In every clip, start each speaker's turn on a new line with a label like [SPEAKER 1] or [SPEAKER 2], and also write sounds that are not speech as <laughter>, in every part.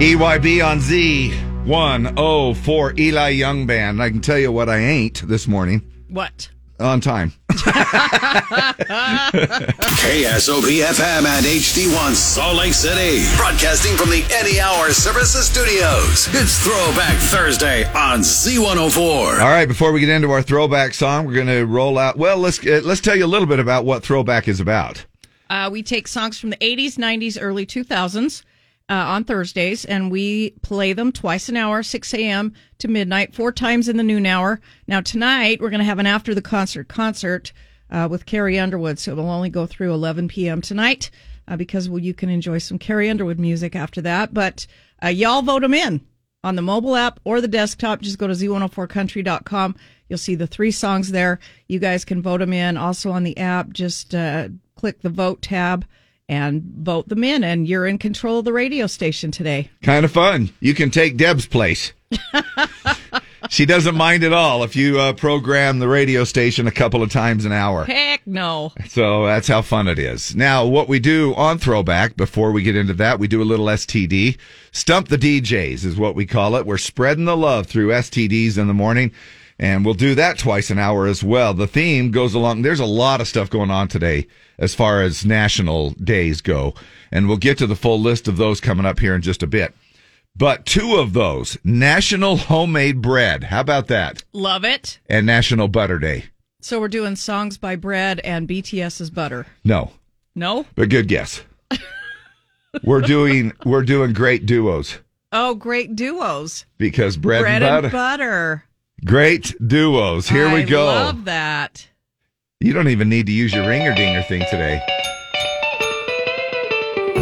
[SPEAKER 1] EYB E on Z104 Eli Young Band. I can tell you what I ain't this morning.
[SPEAKER 2] What?
[SPEAKER 1] On time.
[SPEAKER 3] KSOP FM and HD1 Salt Lake City. Broadcasting from the Eddie Hour Services Studios. It's Throwback Thursday on Z104.
[SPEAKER 1] All right, before we get into our throwback song, we're going to roll out. Well, let's uh, let's tell you a little bit about what throwback is about.
[SPEAKER 2] Uh, we take songs from the 80s, 90s, early 2000s uh, on Thursdays, and we play them twice an hour, 6 a.m. to midnight, four times in the noon hour. Now, tonight, we're going to have an after the concert concert uh, with Carrie Underwood, so it'll only go through 11 p.m. tonight uh, because well, you can enjoy some Carrie Underwood music after that. But uh, y'all vote them in on the mobile app or the desktop. Just go to z104country.com. You'll see the three songs there. You guys can vote them in. Also on the app, just uh, click the vote tab and vote them in. And you're in control of the radio station today.
[SPEAKER 1] Kind of fun. You can take Deb's place. she doesn't mind at all if you uh, program the radio station a couple of times an hour.
[SPEAKER 2] Heck no.
[SPEAKER 1] So that's how fun it is. Now, what we do on Throwback, before we get into that, we do a little STD. Stump the DJs is what we call it. We're spreading the love through STDs in the morning, and we'll do that twice an hour as well. The theme goes along. There's a lot of stuff going on today as far as national days go, and we'll get to the full list of those coming up here in just a bit. But two of those, National Homemade Bread. How about that?
[SPEAKER 2] Love it.
[SPEAKER 1] And National Butter Day.
[SPEAKER 2] So we're doing songs by Bread and BTS's Butter.
[SPEAKER 1] No,
[SPEAKER 2] No?
[SPEAKER 1] But good guess. we're doing we're doing great duos
[SPEAKER 2] Oh, great duos.
[SPEAKER 1] because bread,
[SPEAKER 2] Bread
[SPEAKER 1] and butter.
[SPEAKER 2] and butter.
[SPEAKER 1] great duos. Here we
[SPEAKER 2] I
[SPEAKER 1] go.
[SPEAKER 2] love that.
[SPEAKER 1] you don't even need to use your ringer dinger thing today.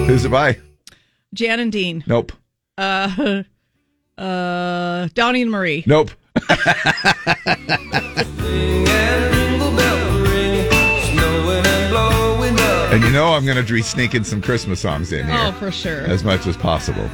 [SPEAKER 1] Who's it by?
[SPEAKER 2] Jan and Dean.
[SPEAKER 1] Nope.
[SPEAKER 2] Uh, uh, Donnie and Marie.
[SPEAKER 1] Nope. <laughs> And you know I'm going to be sneaking some Christmas songs in
[SPEAKER 2] Oh,
[SPEAKER 1] here
[SPEAKER 2] for sure.
[SPEAKER 1] as much as possible.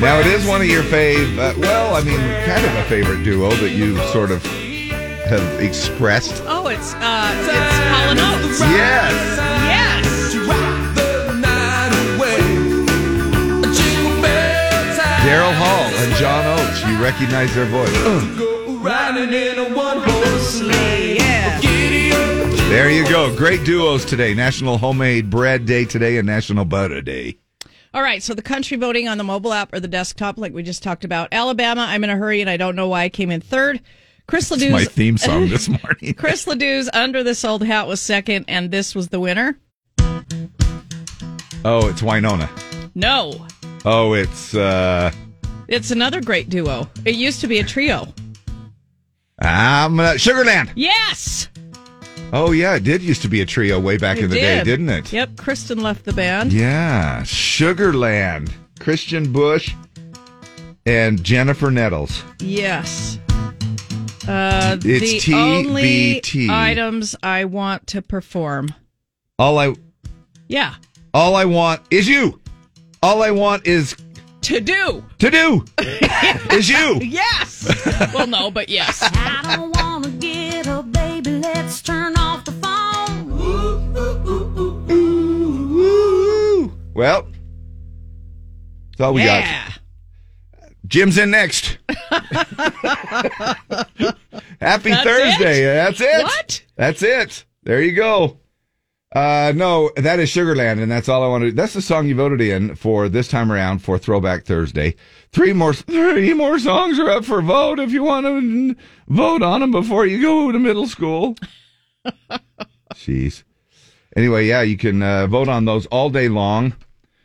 [SPEAKER 1] Now it is one of your fave. Uh, well, I mean, kind of a favorite duo that you sort of have expressed.
[SPEAKER 2] Oh, it's uh, it's Hall and Oates.
[SPEAKER 1] Yes.
[SPEAKER 2] Yes.
[SPEAKER 1] Daryl Hall and John Oates. You recognize their voice. There you go. Great duos today. National Homemade Bread Day today and National Butter Day.
[SPEAKER 2] All right, so the country voting on the mobile app or the desktop, like we just talked about. Alabama, I'm in a hurry and I don't know why I came in third. Chris
[SPEAKER 1] It's my
[SPEAKER 2] Ledoux,
[SPEAKER 1] theme
[SPEAKER 2] <laughs>
[SPEAKER 1] song <laughs> this morning.
[SPEAKER 2] Chris Ledoux's Under This Old Hat was second, and this was the winner.
[SPEAKER 1] Oh, it's Winona.
[SPEAKER 2] No,
[SPEAKER 1] Oh, it's uh
[SPEAKER 2] it's another great duo. It used to be a trio.
[SPEAKER 1] I'm uh, Sugarland.
[SPEAKER 2] Yes,
[SPEAKER 1] Oh yeah, it did used to be a trio way back in the day, didn't it?
[SPEAKER 2] Yep, Kristen left the band.
[SPEAKER 1] Yeah, Sugarland, Christian Bush, and Jennifer Nettles.
[SPEAKER 2] Yes. Uh, the
[SPEAKER 1] It's TBT.
[SPEAKER 2] only items I want to perform.
[SPEAKER 1] All I
[SPEAKER 2] Yeah,
[SPEAKER 1] all I want is you. All I want is
[SPEAKER 2] to do.
[SPEAKER 1] to
[SPEAKER 2] <laughs>
[SPEAKER 1] do is you. <laughs>
[SPEAKER 2] Yes. well, no, but yes.
[SPEAKER 4] I don't wanna get up, baby. Let's turn off the phone.
[SPEAKER 1] Well, that's all we got.
[SPEAKER 2] yeah.
[SPEAKER 1] Jim's in
[SPEAKER 2] <laughs>
[SPEAKER 1] next. Happy
[SPEAKER 2] That's
[SPEAKER 1] Thursday.
[SPEAKER 2] it?
[SPEAKER 1] That's it.
[SPEAKER 2] What?
[SPEAKER 1] That's it. There you go. Uh, no, that is Sugarland, and that's all I want to. That's the song you voted in for this time around for Throwback Thursday. Three more, three more songs are up for vote if you want to vote on them before you go to middle school. Jeez. Anyway, yeah, you can uh, vote on those all day long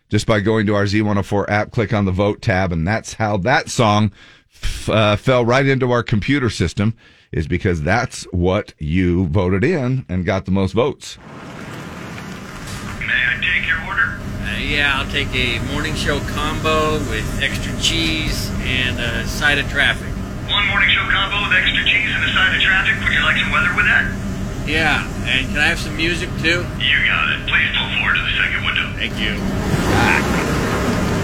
[SPEAKER 1] just by going to our Z104 app, click on the vote tab, and that's how that song f- uh, fell right into our computer system, is because that's what you voted in and got the most votes.
[SPEAKER 5] May I take your order?
[SPEAKER 6] Uh, yeah, I'll take a morning show combo with extra cheese and a side of traffic.
[SPEAKER 5] One morning show combo with extra cheese and a side of traffic. Would you like some weather with that?
[SPEAKER 6] Yeah, and can I have some music too?
[SPEAKER 5] You got it. Please pull forward to the second window.
[SPEAKER 6] Thank you.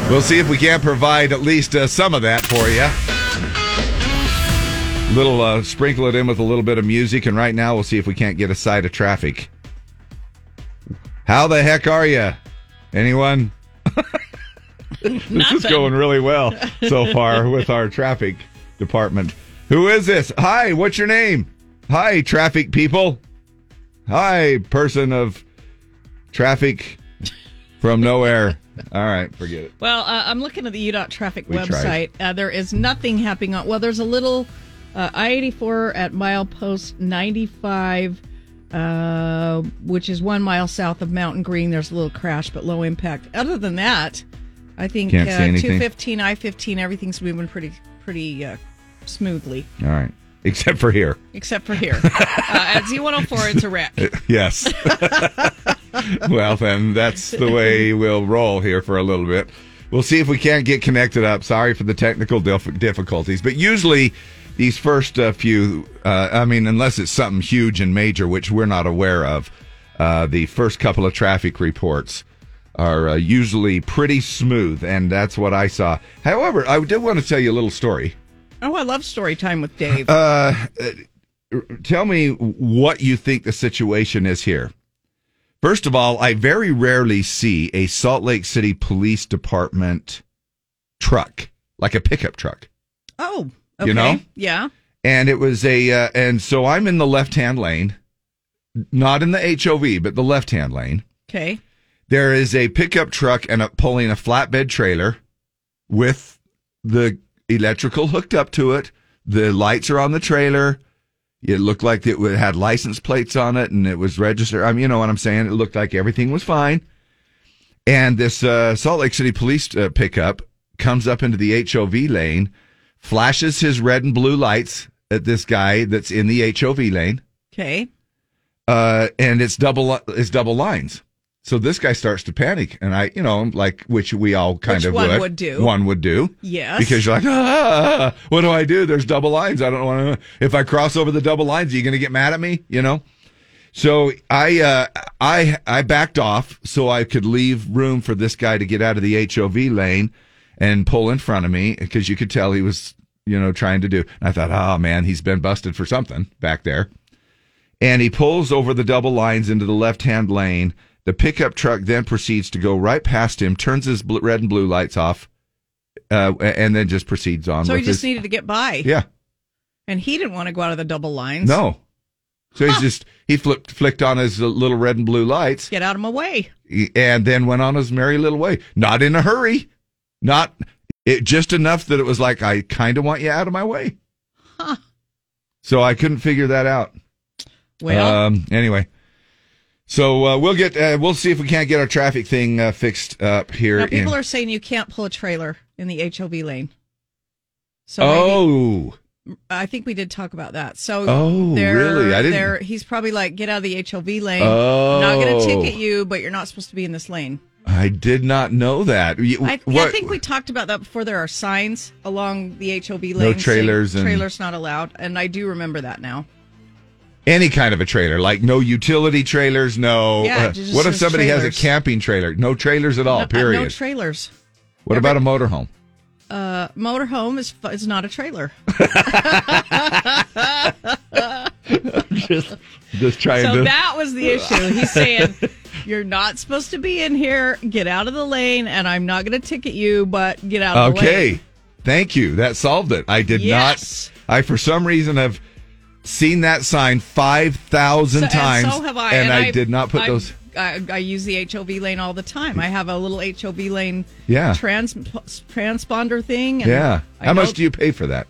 [SPEAKER 1] We'll see if we can't provide at least uh, some of that for you. Little uh, sprinkle it in with a little bit of music, and right now we'll see if we can't get a side of traffic. How the heck are you? Anyone? this is going really well so far with our traffic department. Who is this? Hi, what's your name? Hi, traffic people. Hi, person of traffic from nowhere. All right, forget it.
[SPEAKER 2] Well, uh, I'm looking at the UDOT traffic
[SPEAKER 1] We tried.
[SPEAKER 2] website. Uh, there is nothing happening on. Well, there's a little uh, I-84 at milepost 95, uh, which is one mile south of Mountain Green. There's a little crash, but low impact. Other than that, I think
[SPEAKER 1] Can't see
[SPEAKER 2] uh,
[SPEAKER 1] anything.
[SPEAKER 2] 215, I-15, everything's moving pretty pretty uh, smoothly,
[SPEAKER 1] All right, except for here.
[SPEAKER 2] except
[SPEAKER 1] <laughs>
[SPEAKER 2] for here. uh, at Z104, it's a wreck.
[SPEAKER 1] Yes. <laughs> well, then that's the way we'll roll here for a little bit. We'll see if we can't get connected up. Sorry for the technical dif- difficulties, but usually these first uh, few, uh, I mean, unless it's something huge and major, which we're not aware of, uh, the first couple of traffic reports are uh, usually pretty smooth, and that's what I saw. However, I did want to tell you a little story.
[SPEAKER 2] Oh, I love story time with Dave.
[SPEAKER 1] tell me what you think the situation is here. First of all, I very rarely see a Salt Lake City Police Department truck, like a pickup truck.
[SPEAKER 2] oh, okay.
[SPEAKER 1] you know?
[SPEAKER 2] Yeah.
[SPEAKER 1] And it was a, uh, and so I'm in the left hand lane, not in the HOV, but the left hand lane.
[SPEAKER 2] Okay.
[SPEAKER 1] There is a pickup truck and a, pulling a flatbed trailer with the electrical hooked up to it. The lights are on the trailer. It looked like it would- had license plates on it and it was registered. I mean, you know what I'm saying? It looked like everything was fine. And this uh, Salt Lake City police uh, pickup comes up into the HOV lane, flashes his red and blue lights at this guy that's in the HOV lane
[SPEAKER 2] Okay.
[SPEAKER 1] uh, and it's double it's double lines. So this guy starts to panic, and I, you know, I'm like which we all kind
[SPEAKER 2] Which
[SPEAKER 1] of
[SPEAKER 2] one
[SPEAKER 1] would.
[SPEAKER 2] would do.
[SPEAKER 1] One would do.
[SPEAKER 2] Yes.
[SPEAKER 1] Because you're like, ah, what do I do? There's double lines. I don't want to. If I cross over the double lines, are you going to get mad at me? You know. So I uh, I I backed off so I could leave room for this guy to get out of the HOV lane and pull in front of me because you could tell he was you know trying to do. And I thought, oh man, he's been busted for something back there. And he pulls over the double lines into the left-hand lane. The pickup truck then proceeds to go right past him, turns his bl- red and blue lights off, uh, and then just proceeds on.
[SPEAKER 2] So
[SPEAKER 1] with
[SPEAKER 2] he just
[SPEAKER 1] his,
[SPEAKER 2] needed to get by.
[SPEAKER 1] yeah.
[SPEAKER 2] And he didn't want to go out of the double lines. <laughs>
[SPEAKER 1] No. So he's just he flipped flicked on his uh, little red and blue lights
[SPEAKER 2] Get out of my way.
[SPEAKER 1] and then went on his merry little way. Not in a hurry. Not it just enough that it was like I kind of want you out of my way.
[SPEAKER 2] Huh.
[SPEAKER 1] So I couldn't figure that out.
[SPEAKER 2] Well,
[SPEAKER 1] um, anyway. So uh, we'll get uh, we'll see if we can't get our traffic thing uh, fixed up here.
[SPEAKER 2] now people
[SPEAKER 1] in-
[SPEAKER 2] are saying you can't pull a trailer in the HOV lane. So maybe-
[SPEAKER 1] oh,
[SPEAKER 2] I think we did talk about that. So
[SPEAKER 1] Oh,
[SPEAKER 2] they're-
[SPEAKER 1] really? I didn't-
[SPEAKER 2] they're- He's probably like, get out of the HOV lane.
[SPEAKER 1] Oh.
[SPEAKER 2] Not going to ticket you, but you're not supposed to be in this lane.
[SPEAKER 1] I did not know that. You-
[SPEAKER 2] I, I
[SPEAKER 1] what-
[SPEAKER 2] think we talked about that before. There are signs along the HOV lane.
[SPEAKER 1] No
[SPEAKER 2] saying
[SPEAKER 1] trailers and-
[SPEAKER 2] trailers not allowed. And I do remember that now.
[SPEAKER 1] any kind of a trailer, like no utility trailers, no.
[SPEAKER 2] Yeah,
[SPEAKER 1] uh,
[SPEAKER 2] just-
[SPEAKER 1] what if
[SPEAKER 2] just
[SPEAKER 1] somebody has
[SPEAKER 2] trailers.
[SPEAKER 1] a camping trailer? No trailers at all.
[SPEAKER 2] No- uh,
[SPEAKER 1] Oh, period.
[SPEAKER 2] no trailers.
[SPEAKER 1] what about a motorhome?
[SPEAKER 2] Uh, motorhome is fu- is not
[SPEAKER 1] <laughs>
[SPEAKER 2] a trailer.
[SPEAKER 1] <laughs> Just trying
[SPEAKER 2] So
[SPEAKER 1] to.
[SPEAKER 2] that was the issue. He's saying you're not supposed to be in here. Get out of the lane, and I'm not going to ticket you, but get out of the lane.
[SPEAKER 1] okay, thank you. That solved it. I did
[SPEAKER 2] Yes.
[SPEAKER 1] not. I for some reason have seen that sign five thousand
[SPEAKER 2] So- and
[SPEAKER 1] times,
[SPEAKER 2] so have I.
[SPEAKER 1] and I,
[SPEAKER 2] I've-
[SPEAKER 1] did not put
[SPEAKER 2] I've-
[SPEAKER 1] those.
[SPEAKER 2] I, I use the HOV lane all the time. I have a little HOV lane
[SPEAKER 1] Yeah.
[SPEAKER 2] trans, transponder thing. And
[SPEAKER 1] Yeah.
[SPEAKER 2] I
[SPEAKER 1] How
[SPEAKER 2] know-
[SPEAKER 1] much do you pay for that?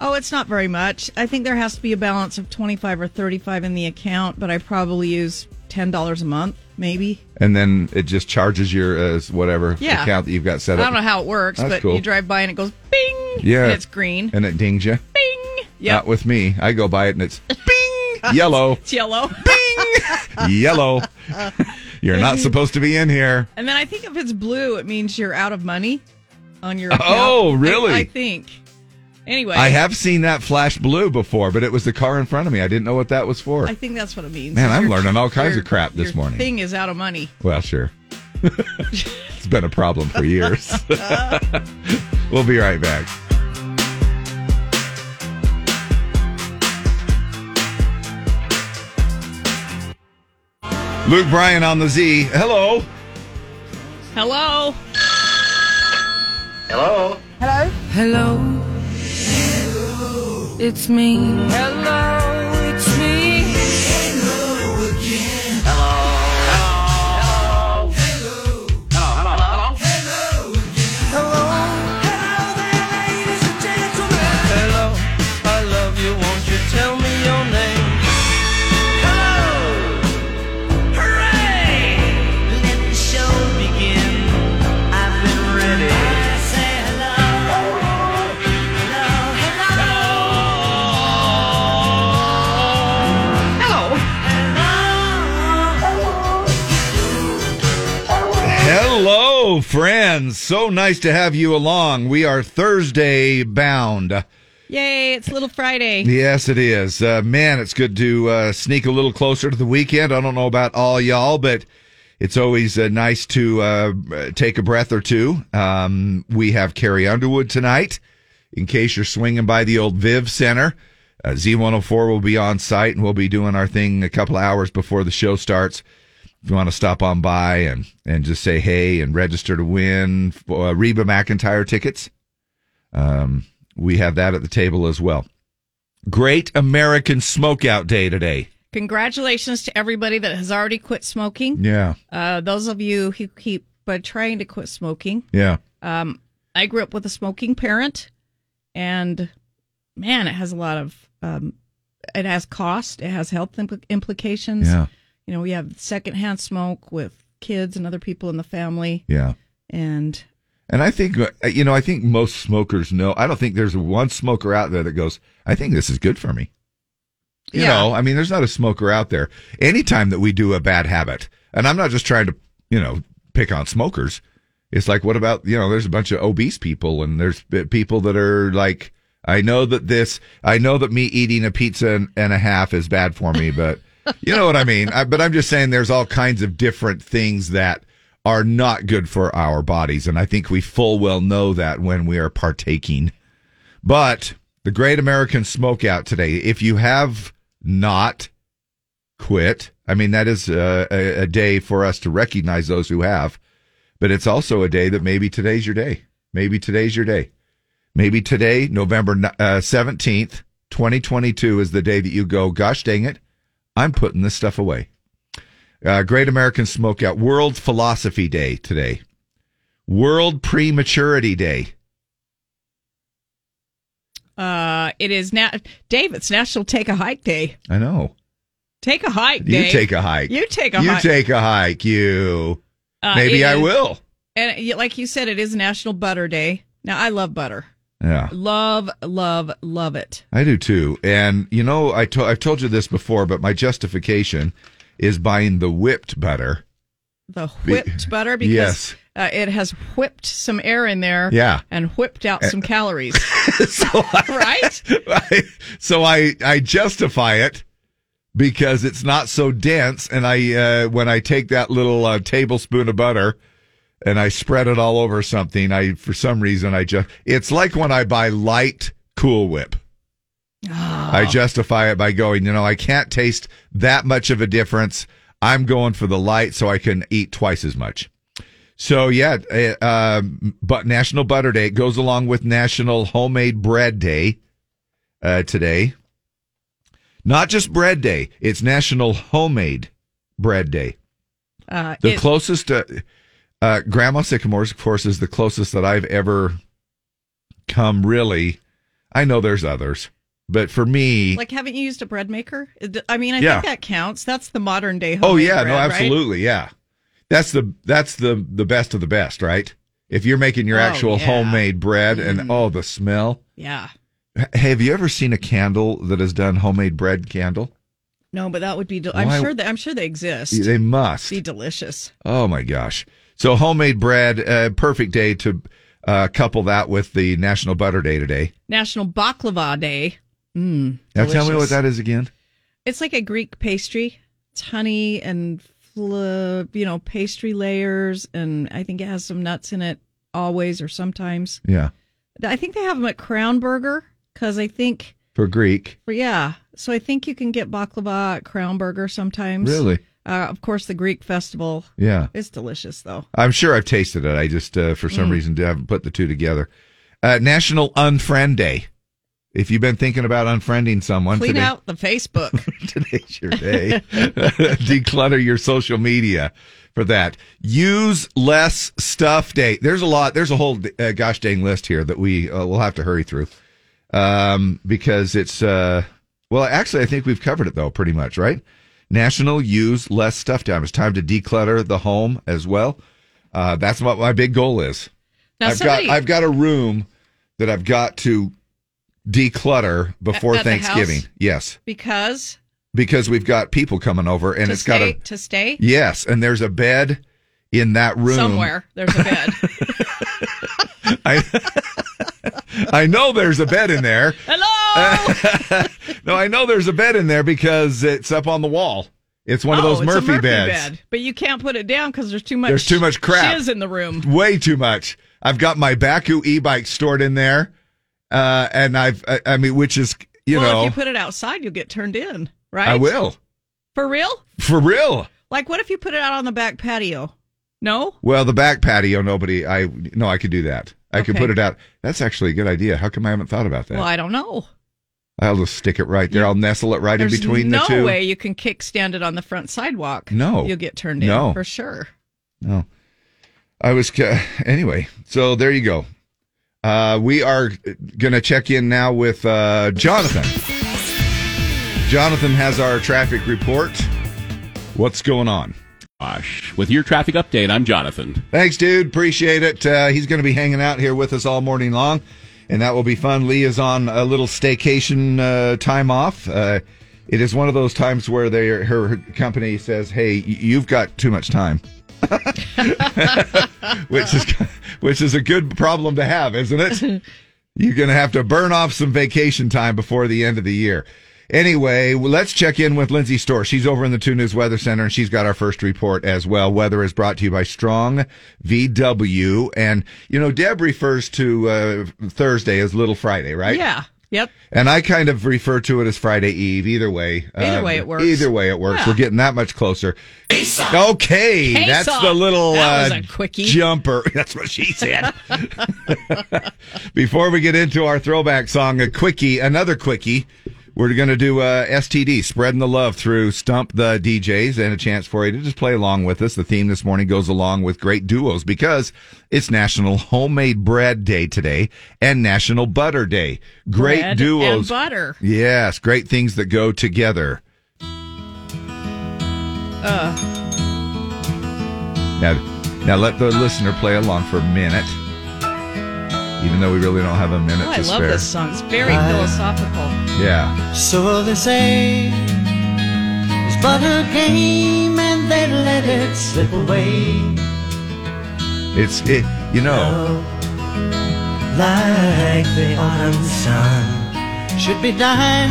[SPEAKER 2] Oh, it's not very much. I think there has to be a balance of 25 or 35 in the account, but I probably use $10 a month, maybe.
[SPEAKER 1] And then it just charges your uh, whatever
[SPEAKER 2] Yeah.
[SPEAKER 1] account that you've got set
[SPEAKER 2] I
[SPEAKER 1] up.
[SPEAKER 2] don't know how it works,
[SPEAKER 1] That's
[SPEAKER 2] but
[SPEAKER 1] cool.
[SPEAKER 2] you drive by and it goes bing.
[SPEAKER 1] Yeah.
[SPEAKER 2] And it's green.
[SPEAKER 1] And it dings you.
[SPEAKER 2] bing.
[SPEAKER 1] Not
[SPEAKER 2] Yep.
[SPEAKER 1] with me. I go by it and it's bing yellow.
[SPEAKER 2] It's yellow. <laughs>
[SPEAKER 1] Bing! Yellow. You're not supposed to be in here.
[SPEAKER 2] And then I think if it's blue, it means you're out of money on your
[SPEAKER 1] <laughs>
[SPEAKER 2] account.
[SPEAKER 1] Oh,
[SPEAKER 2] I-
[SPEAKER 1] really?
[SPEAKER 2] I, think. Anyway,
[SPEAKER 1] I have seen that flash blue before, but it was the car in front of me. I didn't know what that was for.
[SPEAKER 2] I think that's what it means.
[SPEAKER 1] Man, I'm
[SPEAKER 2] Your-
[SPEAKER 1] learning all kinds
[SPEAKER 2] your-
[SPEAKER 1] of crap this
[SPEAKER 2] your
[SPEAKER 1] morning.
[SPEAKER 2] Thing is out of money.
[SPEAKER 1] Well, sure. <laughs> it's been a problem for years. <laughs> we'll be right back. Luke Bryan on the Z. Hello.
[SPEAKER 2] Hello.
[SPEAKER 5] Hello?
[SPEAKER 7] Hello. It's me. Hello, it's me. Hello, Hello, I love you. Won't you tell me your name? Hello. Hooray! Let the show begin. I've been ready. Say hello.
[SPEAKER 1] Hello, friends. So nice to have you along. We are Thursday bound.
[SPEAKER 2] Yay, it's Little Friday.
[SPEAKER 1] Yes, it is. Uh, man, it's good to uh, sneak a little closer to the weekend. I don't know about all y'all, but it's always uh, nice to uh, take a breath or two. Um, we have Carrie Underwood tonight. In case you're swinging by the old Viv Center, uh, Z104 will be on site and we'll be doing our thing a couple of hours before the show starts. If you want to stop on by and, and just say hey and register to win uh, Reba McIntyre tickets, um, we have that at the table as well. Great American Smokeout Day today.
[SPEAKER 2] Congratulations to everybody that has already quit smoking.
[SPEAKER 1] Yeah,
[SPEAKER 2] Uh, those of you who keep uh, trying to quit smoking.
[SPEAKER 1] yeah.
[SPEAKER 2] Um, I grew up with a smoking parent, and man, it has a lot of. Um, it has cost. It has health impl- implications.
[SPEAKER 1] Yeah.
[SPEAKER 2] You know, we have secondhand smoke with kids and other people in the family,
[SPEAKER 1] Yeah.
[SPEAKER 2] and
[SPEAKER 1] And I think, uh, you know, I think most smokers know. I don't think there's one smoker out there that goes, I think this is good for me. You
[SPEAKER 2] Yeah.
[SPEAKER 1] know, I mean, there's not a smoker out there. Anytime that we do a bad habit, and I'm not just trying to, you know, pick on smokers. It's like, what about, you know, there's a bunch of obese people and there's b- people that are like, I know that this, I know that me eating a pizza and, and a half is bad for me, but you know what I mean? I, but I'm just saying there's all kinds of different things that are not good for our bodies. And I think we full well know that when we are partaking. But the Great American Smokeout today. If you have not quit, I mean that is a, a, a day for us to recognize those who have. But it's also a day that maybe today's your day. Maybe today's your day. Maybe today, November uh, seventeenth, twenty twenty two, is the day that you go. Gosh dang it, I'm putting this stuff away. Uh, Great American Smokeout, World Philosophy Day today, World Prematurity Day.
[SPEAKER 2] uh, it is now. Dave, it's National Take a Hike Day.
[SPEAKER 1] I know.
[SPEAKER 2] Take a hike.
[SPEAKER 1] You
[SPEAKER 2] Dave.
[SPEAKER 1] take a hike.
[SPEAKER 2] You take a
[SPEAKER 1] you
[SPEAKER 2] hike.
[SPEAKER 1] take a hike. You.
[SPEAKER 2] Uh,
[SPEAKER 1] Maybe
[SPEAKER 2] it
[SPEAKER 1] I
[SPEAKER 2] is-
[SPEAKER 1] will.
[SPEAKER 2] And it- like you said, it is National Butter Day. Now I love butter.
[SPEAKER 1] Yeah,
[SPEAKER 2] Love, love, love it.
[SPEAKER 1] I do too. And you know, I to- I've told you this before, but my justification is buying the whipped butter.
[SPEAKER 2] The
[SPEAKER 1] Be-
[SPEAKER 2] whipped butter because
[SPEAKER 1] Yes.
[SPEAKER 2] uh, it has whipped some air in there.
[SPEAKER 1] Yeah. Eh.
[SPEAKER 2] And whipped out
[SPEAKER 1] <laughs>
[SPEAKER 2] some calories.
[SPEAKER 1] <laughs> so I,
[SPEAKER 2] right?
[SPEAKER 1] so I I justify it because it's not so dense, and I uh, when I take that little uh, tablespoon of butter. And I spread it all over something. I, for some reason, I just, it's like when I buy light Cool Whip. I justify it by going, you know, I can't taste that much of a difference. I'm going for the light so I can eat twice as much. So yeah, uh, um, but National Butter Day goes along with National Homemade Bread Day uh, today. Not just Bread Day; it's National Homemade Bread Day.
[SPEAKER 2] Uh,
[SPEAKER 1] The
[SPEAKER 2] it-
[SPEAKER 1] closest, uh, uh, Grandma Sycamore's, of course, is the closest that I've ever come. Really, I know there's others, but for me,
[SPEAKER 2] like, haven't you used a bread maker? It- I mean, I
[SPEAKER 1] Yeah.
[SPEAKER 2] think that counts. That's the modern day.
[SPEAKER 1] Oh
[SPEAKER 2] homemade
[SPEAKER 1] yeah, no,
[SPEAKER 2] bread, right?
[SPEAKER 1] absolutely, yeah. That's the that's the the best of the best, right? If you're making your
[SPEAKER 2] Oh,
[SPEAKER 1] actual
[SPEAKER 2] yeah. Mm-hmm.
[SPEAKER 1] homemade bread and oh the smell.
[SPEAKER 2] Yeah.
[SPEAKER 1] H- Have you ever seen a candle that has done homemade bread candle?
[SPEAKER 2] No, but that would be. Del- I'm
[SPEAKER 1] Why-
[SPEAKER 2] sure that I'm sure they exist.
[SPEAKER 1] They must.
[SPEAKER 2] be delicious.
[SPEAKER 1] Oh my gosh. So homemade bread, uh, perfect day to uh, couple that with the National Butter Day today.
[SPEAKER 2] National Baklava Day. Mm,
[SPEAKER 1] Now tell me what
[SPEAKER 2] delicious.
[SPEAKER 1] that is again.
[SPEAKER 2] It's like a Greek pastry. It's honey and fl- you know pastry layers, and I think it has some nuts in it always or sometimes.
[SPEAKER 1] Yeah.
[SPEAKER 2] I think they have them at Crown Burger because I think
[SPEAKER 1] For Greek.
[SPEAKER 2] yeah. So I think you can get baklava at Crown Burger sometimes.
[SPEAKER 1] Really?
[SPEAKER 2] Uh, of course, the Greek festival.
[SPEAKER 1] Yeah.
[SPEAKER 2] It's delicious, though.
[SPEAKER 1] I'm sure I've tasted it. I just, uh, for some
[SPEAKER 2] Mm.
[SPEAKER 1] reason, haven't put the two together. Uh, National Unfriend Day. If you've been thinking about unfriending someone,
[SPEAKER 2] Clean
[SPEAKER 1] today,
[SPEAKER 2] out
[SPEAKER 1] <laughs>
[SPEAKER 2] the Facebook.
[SPEAKER 1] today's your day. <laughs> Declutter your social media for that. Use less stuff day. There's a lot. There's a whole uh, gosh dang list here that we uh, will have to hurry through um, because it's. Uh, well, actually, I think we've covered it though, pretty much, right? National Use Less Stuff Day. It's time to declutter the home as well. Uh, that's what my big goal is.
[SPEAKER 2] Now,
[SPEAKER 1] I've
[SPEAKER 2] somebody-
[SPEAKER 1] got I've got a room that I've got to declutter before
[SPEAKER 2] at the house?
[SPEAKER 1] Thanksgiving. Yes
[SPEAKER 2] because
[SPEAKER 1] because we've got people coming over and
[SPEAKER 2] to
[SPEAKER 1] it's
[SPEAKER 2] stay,
[SPEAKER 1] got a
[SPEAKER 2] to stay
[SPEAKER 1] yes and there's a bed in that room
[SPEAKER 2] somewhere. There's
[SPEAKER 1] <laughs>
[SPEAKER 2] a bed.
[SPEAKER 1] I, I know there's a bed in
[SPEAKER 2] <laughs>
[SPEAKER 1] there
[SPEAKER 2] Hello.
[SPEAKER 1] <laughs> no i know there's a bed in there because it's up on the wall it's one of
[SPEAKER 2] Oh,
[SPEAKER 1] those
[SPEAKER 2] it's a
[SPEAKER 1] murphy, beds
[SPEAKER 2] bed. But you can't put it down because there's too much.
[SPEAKER 1] There's too much crap.
[SPEAKER 2] shiz in the room.
[SPEAKER 1] way too much i've got my baku e-bike stored in there uh and i've i, I mean which is you
[SPEAKER 2] well,
[SPEAKER 1] know
[SPEAKER 2] if you put it outside, you'll get turned in, right?
[SPEAKER 1] i will
[SPEAKER 2] For real?
[SPEAKER 1] for real
[SPEAKER 2] Like, what if you put it out on the back patio? No.
[SPEAKER 1] well the back patio nobody i no i could do that i could
[SPEAKER 2] Okay.
[SPEAKER 1] put it out that's actually a good idea how come i haven't thought about that
[SPEAKER 2] Well, I don't know.
[SPEAKER 1] I'll just stick it right there. I'll nestle it right in
[SPEAKER 2] There's
[SPEAKER 1] between
[SPEAKER 2] no
[SPEAKER 1] the two.
[SPEAKER 2] way you can kickstand it on the front sidewalk.
[SPEAKER 1] No.
[SPEAKER 2] You'll get turned in
[SPEAKER 1] No.
[SPEAKER 2] for sure.
[SPEAKER 1] No. I was ca- anyway. So there you go. Uh, we are gonna check in now with uh, Jonathan. Jonathan has our traffic report. What's going on?
[SPEAKER 8] Gosh. With your traffic update, I'm Jonathan.
[SPEAKER 1] Thanks, dude. Appreciate it. Uh, he's going to be hanging out here with us all morning long, and that will be fun. Lee is on a little staycation uh, time off. Uh, it is one of those times where they her company says, "Hey, y- you've got too much time," which is <laughs> which is a good problem to have, isn't it? You're going to have to burn off some vacation time before the end of the year. Anyway, well, let's check in with Lindsay Storr. She's over in the 2 News Weather Center and she's got our first report as well. Weather is brought to you by Strong VW. And, you know, Deb refers to uh, Thursday as Little Friday, right?
[SPEAKER 2] Yeah. Yep.
[SPEAKER 1] And I kind of refer to it as Friday Eve. Either way, Um,
[SPEAKER 2] Either way it works.
[SPEAKER 1] Either way, it works.
[SPEAKER 2] Yeah.
[SPEAKER 1] We're getting that much closer. Okay,
[SPEAKER 2] Queso.
[SPEAKER 1] that's the little
[SPEAKER 2] That was
[SPEAKER 1] uh,
[SPEAKER 2] a quickie.
[SPEAKER 1] jumper. <laughs> That's what she
[SPEAKER 2] <laughs>
[SPEAKER 1] said. Before we get into our throwback song, a quickie, another quickie. We're going to do uh, STD, spreading the love through Stump the DJs, and a chance for you to just play along with us. The theme this morning goes along with great duos because it's National Homemade Bread Day today and National Butter Day. Great
[SPEAKER 2] Bread
[SPEAKER 1] duos.
[SPEAKER 2] and butter.
[SPEAKER 1] Yes, great things that go together.
[SPEAKER 2] Uh,
[SPEAKER 1] Now, now let the listener play along for a minute. Even though we really don't have a minute
[SPEAKER 2] oh,
[SPEAKER 1] to
[SPEAKER 2] I love
[SPEAKER 1] spare.
[SPEAKER 2] this song. It's very
[SPEAKER 7] Right.
[SPEAKER 2] philosophical.
[SPEAKER 1] Yeah.
[SPEAKER 7] So they say it's but a game and they let it slip away.
[SPEAKER 1] It's it you know,
[SPEAKER 7] Like the autumn sun should be dying,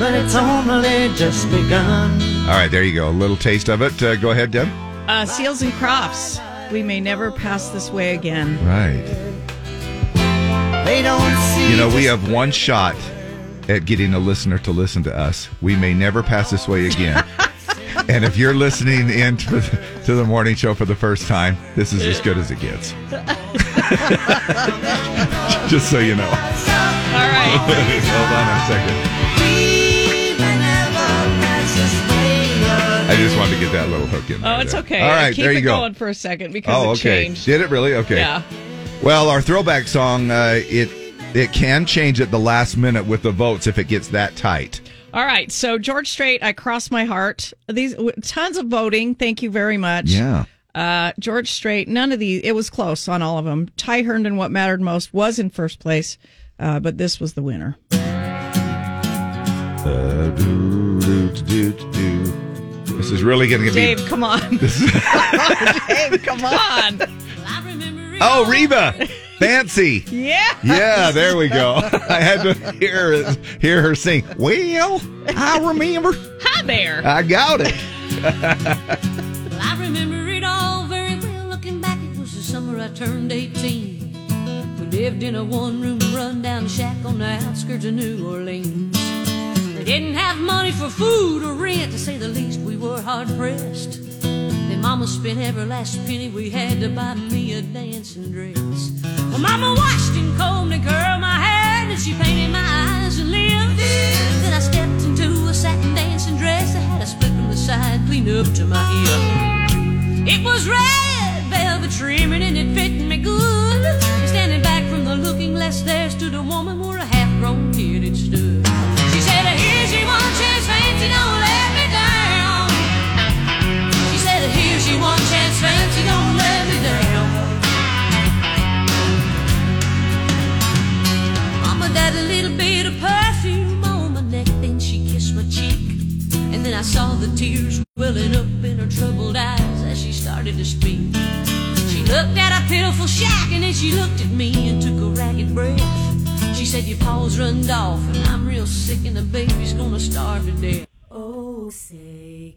[SPEAKER 7] but it's only just begun.
[SPEAKER 2] Oh.
[SPEAKER 1] all right, there you go. A little taste of it. Uh, go ahead, Deb.
[SPEAKER 2] Uh, Seals and Crofts. We may never pass this way again.
[SPEAKER 1] Right.
[SPEAKER 7] They don't see.
[SPEAKER 1] You know, we
[SPEAKER 7] just-
[SPEAKER 1] have one shot at getting a listener to listen to us. We may never pass this way
[SPEAKER 2] <laughs>
[SPEAKER 1] again. and if you're listening in to the, to the morning show for the first time, this is as good as it
[SPEAKER 2] <laughs>
[SPEAKER 1] gets. Just so you know. <laughs>
[SPEAKER 2] All right.
[SPEAKER 1] Hold on a second. I just wanted to get that little hook in.
[SPEAKER 2] Oh,
[SPEAKER 1] there.
[SPEAKER 2] it's okay.
[SPEAKER 1] All right,
[SPEAKER 2] Keep
[SPEAKER 1] there you
[SPEAKER 2] it
[SPEAKER 1] go.
[SPEAKER 2] going for a second because
[SPEAKER 1] Oh,
[SPEAKER 2] it
[SPEAKER 1] okay.
[SPEAKER 2] changed.
[SPEAKER 1] Did it really? Okay.
[SPEAKER 2] Yeah.
[SPEAKER 1] Well, our throwback song, uh, it it can change at the last minute with the votes if it gets that tight.
[SPEAKER 2] All right. So George Strait, I cross my heart. These w- tons of voting. Thank you very much. Uh, George Strait. None of these. It was close on all of them. Ty Herndon, what mattered most, was in first place, uh, but this was the winner.
[SPEAKER 1] Uh, do, do, do, do, do. This is really going to
[SPEAKER 2] Dave,
[SPEAKER 1] be.
[SPEAKER 2] come on. <laughs> Dave, come on.
[SPEAKER 1] Oh, Reba, fancy.
[SPEAKER 2] <laughs> Yeah.
[SPEAKER 1] Yeah, there we go. I had to hear hear her sing. Well, I remember.
[SPEAKER 2] Hi there.
[SPEAKER 1] I got it.
[SPEAKER 4] I remember it all very well. Looking back, it was the summer I turned 18. We lived in a one room rundown shack on the outskirts of New Orleans. We didn't have money for food or rent, to say the least. We were hard pressed. Then Mama spent every last penny we had to buy me a dancing dress. Well, Mama washed and combed and curled my hair, and she painted my eyes and lips. Then I stepped into a satin dancing dress that had a split from the side clean up to my hip. It was red velvet trimming and it fit me good. Standing back from the looking glass, there stood a woman where a half-grown kid had stood. She said, "Here's your one chance, fancy, don't let me down." She said, "Here's your one chance, fancy, don't let me down." Mama died a little bit of perfume on my neck, then she kissed my cheek. And then I saw the tears welling up in her troubled eyes as she started to speak. She looked at a pitiful shack and then she looked at me and took a ragged breath. She said, Your paws runned off and I'm real sick and the baby's gonna starve to death. Oh, say,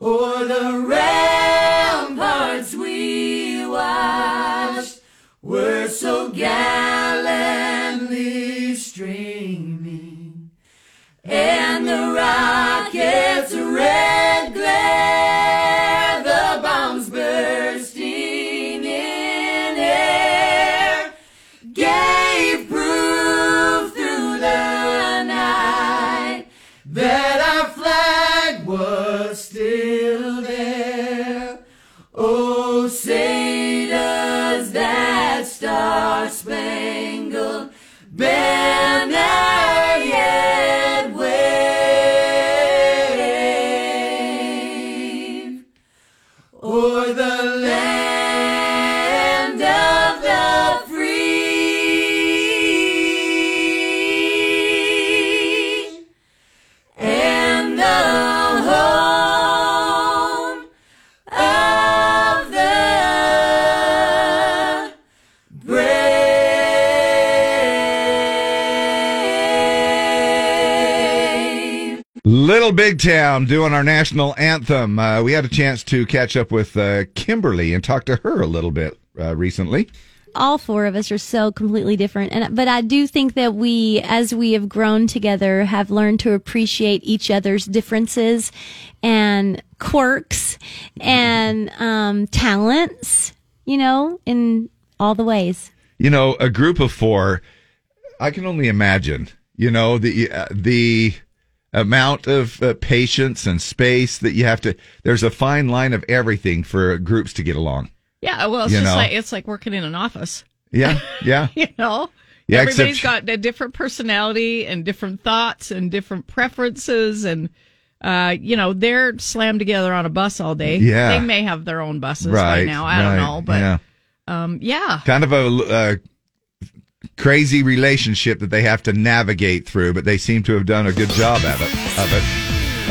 [SPEAKER 4] o'er the ramparts we watched were so gallantly streaming, and the rockets' red glare, the bombs bursting in air, gave proof through the night that our flag was still there. Oh, say does that star spangled banner yet wave o'er the land of the free? and the home of the brave.
[SPEAKER 1] Little Big Town doing our national anthem. Uh, we had a chance to catch up with uh, Kimberly and talk to her a little bit uh, recently.
[SPEAKER 9] all four of us are so completely different and but i do think that we as we have grown together have learned to appreciate each other's differences and quirks and um, talents you know in all the ways
[SPEAKER 1] You know, a group of four, I can only imagine, you know, the, uh, the amount of uh, patience and space that you have to, there's a fine line of everything for groups to get along.
[SPEAKER 2] Yeah, well, it's
[SPEAKER 1] You
[SPEAKER 2] just
[SPEAKER 1] know.
[SPEAKER 2] like it's like working in an office. <laughs>
[SPEAKER 1] Yeah. Yeah.
[SPEAKER 2] You know,
[SPEAKER 1] Yeah,
[SPEAKER 2] everybody's
[SPEAKER 1] except-
[SPEAKER 2] got a different personality and different thoughts and different preferences, and uh, you know they're slammed together on a bus all day.
[SPEAKER 1] Yeah.
[SPEAKER 2] they may have their own buses
[SPEAKER 1] right.
[SPEAKER 2] by now. I
[SPEAKER 1] right,
[SPEAKER 2] don't know, but
[SPEAKER 1] yeah.
[SPEAKER 2] um, yeah,
[SPEAKER 1] kind of a uh, crazy relationship that they have to navigate through, but they seem to have done a good job at it, of it,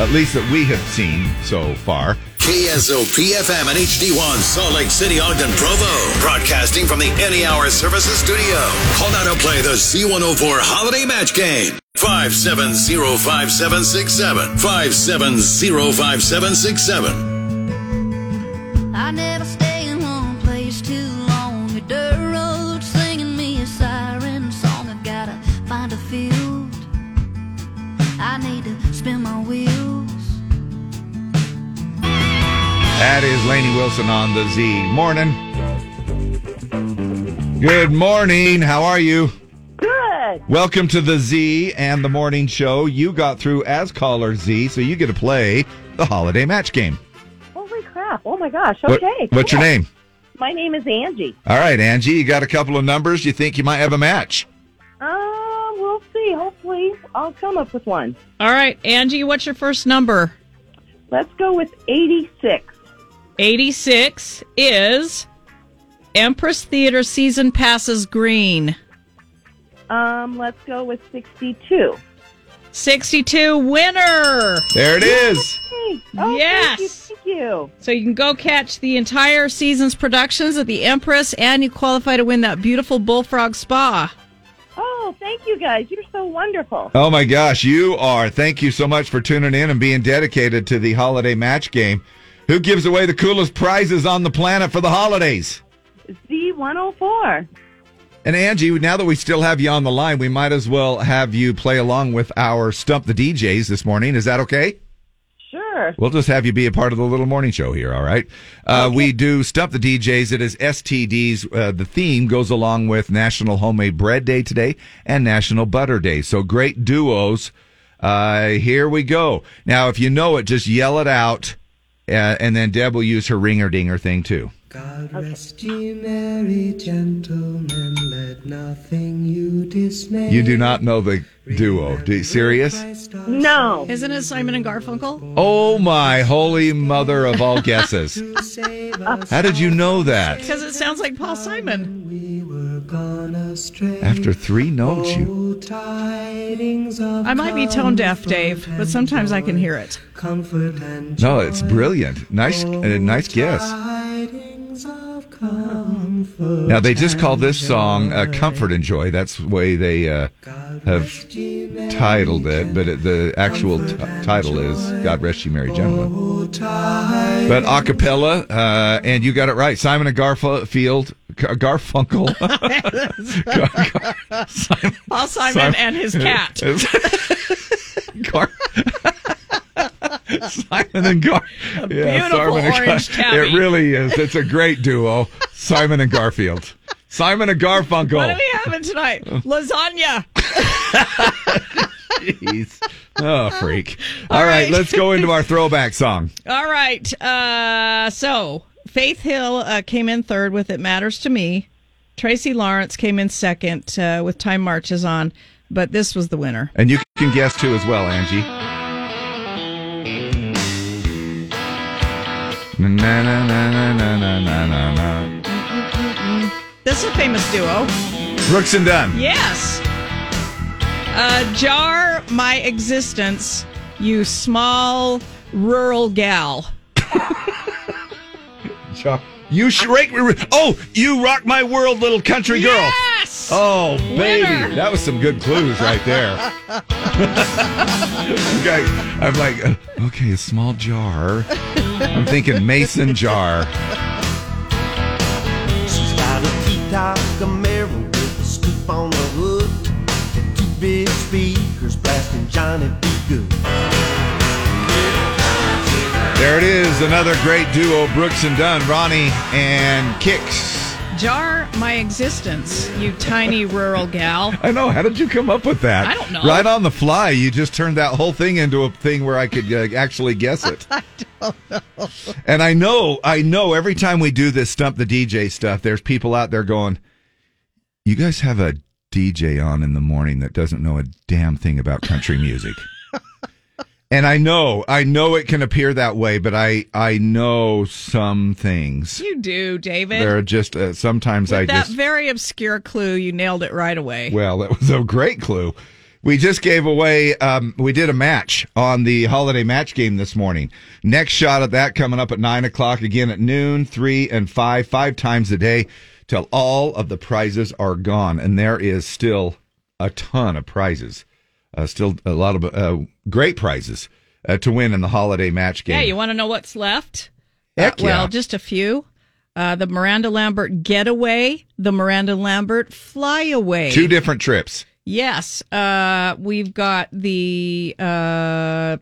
[SPEAKER 1] at least that we have seen so far.
[SPEAKER 3] KSOP FM and HD1 Salt Lake City, Ogden, Provo. Broadcasting from the Any Hour Services Studio. Call now to play the C104 Holiday Match Game. 5705767. 5705767.
[SPEAKER 10] I never stay in one place too long. A dirt road singing me a siren song. I gotta find a field. I need to spin my wheels.
[SPEAKER 1] That is Laney Wilson on the Z. Morning. Good morning. How are you?
[SPEAKER 11] Good.
[SPEAKER 1] Welcome to the Z and the morning show. You got through as caller Z, so you get to play the holiday match game.
[SPEAKER 11] Holy crap. Oh my gosh.
[SPEAKER 1] What-
[SPEAKER 11] Okay.
[SPEAKER 1] what's your
[SPEAKER 11] cool.
[SPEAKER 1] name?
[SPEAKER 11] My name is Angie.
[SPEAKER 1] All right, Angie, you got a couple of numbers. You think you might have a match?
[SPEAKER 11] Uh, we'll see. Hopefully, I'll come up with one.
[SPEAKER 2] All right, Angie, what's your first number?
[SPEAKER 11] Let's go with 86.
[SPEAKER 2] 86 is Empress Theater Season Passes Green.
[SPEAKER 11] Um, let's go with 62.
[SPEAKER 2] 62 winner.
[SPEAKER 1] There it is.
[SPEAKER 11] great. Oh, thank you,
[SPEAKER 2] Yes.
[SPEAKER 11] Thank you.
[SPEAKER 2] So you can go catch the entire season's productions at the Empress, and you qualify to win that beautiful bullfrog spa.
[SPEAKER 11] Oh, thank you guys. You're so wonderful.
[SPEAKER 1] Oh my gosh, you are. Thank you so much for tuning in and being dedicated to the holiday match game. Who gives away the coolest prizes on the planet for the holidays?
[SPEAKER 11] Z104.
[SPEAKER 1] And Angie, now that we still have you on the line, we might as well have you play along with our Stump the DJs this morning. Is that okay?
[SPEAKER 11] Sure.
[SPEAKER 1] We'll just have you be a part of the little morning show here, all right? Uh, We do Stump the DJs. It is STDs. Uh, the theme goes along with National Homemade Bread Day today and National Butter Day. So great duos. Uh, here we go. Now, if you know it, just yell it out, uh, and then Deb will use her ringer dinger thing too.
[SPEAKER 12] God rest ye merry gentlemen, let nothing you dismay.
[SPEAKER 1] You do not know the duo. Do you, serious?
[SPEAKER 2] No. Isn't it Simon and Garfunkel?
[SPEAKER 1] Oh my holy mother of all guesses. How did you know that?
[SPEAKER 2] Because it sounds like Paul Simon.
[SPEAKER 1] After three notes, you
[SPEAKER 2] I might be tone deaf, Dave, but sometimes I can hear it.
[SPEAKER 12] Comfort and
[SPEAKER 1] No, it's brilliant. Nice, uh, nice guess.
[SPEAKER 12] tidings of comfort.
[SPEAKER 1] Now they just call this song uh, "Comfort and Joy." That's the way they uh, have titled it, but it, the actual t- title is "God Rest You Merry Gentlemen." But a cappella, uh, and you got it right. Simon and Garfield, Gar- Garfunkel, <laughs>
[SPEAKER 2] Paul Simon, and
[SPEAKER 1] <laughs>
[SPEAKER 2] his cat.
[SPEAKER 1] Gar- Simon and Gar. A
[SPEAKER 2] beautiful orange tabby.
[SPEAKER 1] It really is. It's a great duo, Simon and Garfield. Simon and Garfunkel.
[SPEAKER 2] What are we having tonight? Lasagna.
[SPEAKER 1] Jeez. Oh,
[SPEAKER 2] <laughs>
[SPEAKER 1] freak. All right.
[SPEAKER 2] right.
[SPEAKER 1] let's go into our throwback song.
[SPEAKER 2] All right. Uh, so Faith Hill uh, came in third with "It Matters to Me." Tracy Lawrence came in second uh, with "Time Marches On," but this was the winner.
[SPEAKER 1] And you can guess too as well, Angie. Na, na, na, na, na, na, na, na, na.
[SPEAKER 2] This is a famous duo.
[SPEAKER 1] Brooks and Dunn.
[SPEAKER 2] Yes. Uh, jar my existence, you small rural gal.
[SPEAKER 1] Chuck, You shrink. Oh, you rock my world, little country girl.
[SPEAKER 2] Yes!
[SPEAKER 1] Oh, baby.
[SPEAKER 2] Winner!
[SPEAKER 1] That was some good clues right
[SPEAKER 2] <laughs>
[SPEAKER 1] there. okay. I'm like, uh, okay, a small jar. I'm thinking mason jar.
[SPEAKER 7] She's got a T-top Camaro with a scoop on the hood and two big speakers blasting Johnny B. Good.
[SPEAKER 1] There it is, another great duo, Brooks and Dunn, Ronnie and Kicks.
[SPEAKER 2] Jar my existence, you tiny rural gal.
[SPEAKER 1] I know. How did you come up with that?
[SPEAKER 2] I don't know.
[SPEAKER 1] Right on the fly, you just turned that whole thing into a thing where I could uh, actually guess
[SPEAKER 2] <laughs>
[SPEAKER 1] it. I don't know. And I know, I know. Every time we do this stump the DJ stuff, there's people out there going, "You guys have a DJ on in the morning that doesn't know a damn thing about country
[SPEAKER 2] <laughs>
[SPEAKER 1] music." and I know, I know it can appear that way, but I, I know some things.
[SPEAKER 2] You do, David.
[SPEAKER 1] There are just uh, sometimes I
[SPEAKER 2] With that
[SPEAKER 1] just
[SPEAKER 2] very obscure clue, you nailed it right away.
[SPEAKER 1] well, that was a great clue. We just gave away, um, we did a match on the holiday match game this morning. Next shot at that coming up at nine o'clock, again at noon, three and five, five times a day till all of the prizes are gone. And there is still a ton of prizes, uh, still a lot of uh, great prizes uh, to win in the holiday match game.
[SPEAKER 2] Yeah, you want to know what's left?
[SPEAKER 1] Heck
[SPEAKER 2] Uh, well,
[SPEAKER 1] yeah.
[SPEAKER 2] just a few. Uh, the Miranda Lambert Getaway, the Miranda Lambert Flyaway.
[SPEAKER 1] Two different trips.
[SPEAKER 2] Yes. Uh, we've got the uh,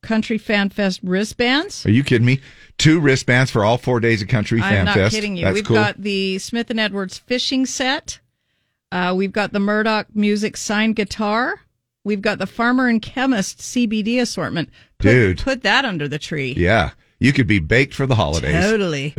[SPEAKER 2] Country Fan Fest wristbands.
[SPEAKER 1] Are you kidding me? Two wristbands for all four days of Country Fan
[SPEAKER 2] I'm not
[SPEAKER 1] Fest.
[SPEAKER 2] kidding you.
[SPEAKER 1] That's
[SPEAKER 2] we've
[SPEAKER 1] cool.
[SPEAKER 2] got the Smith and Edwards fishing set. Uh, we've got the Murdoch Music signed guitar. We've got the Farmer and Chemist CBD assortment. Put,
[SPEAKER 1] Dude.
[SPEAKER 2] put that under the tree.
[SPEAKER 1] yeah. You could be baked for the holidays. <laughs>
[SPEAKER 2] Totally.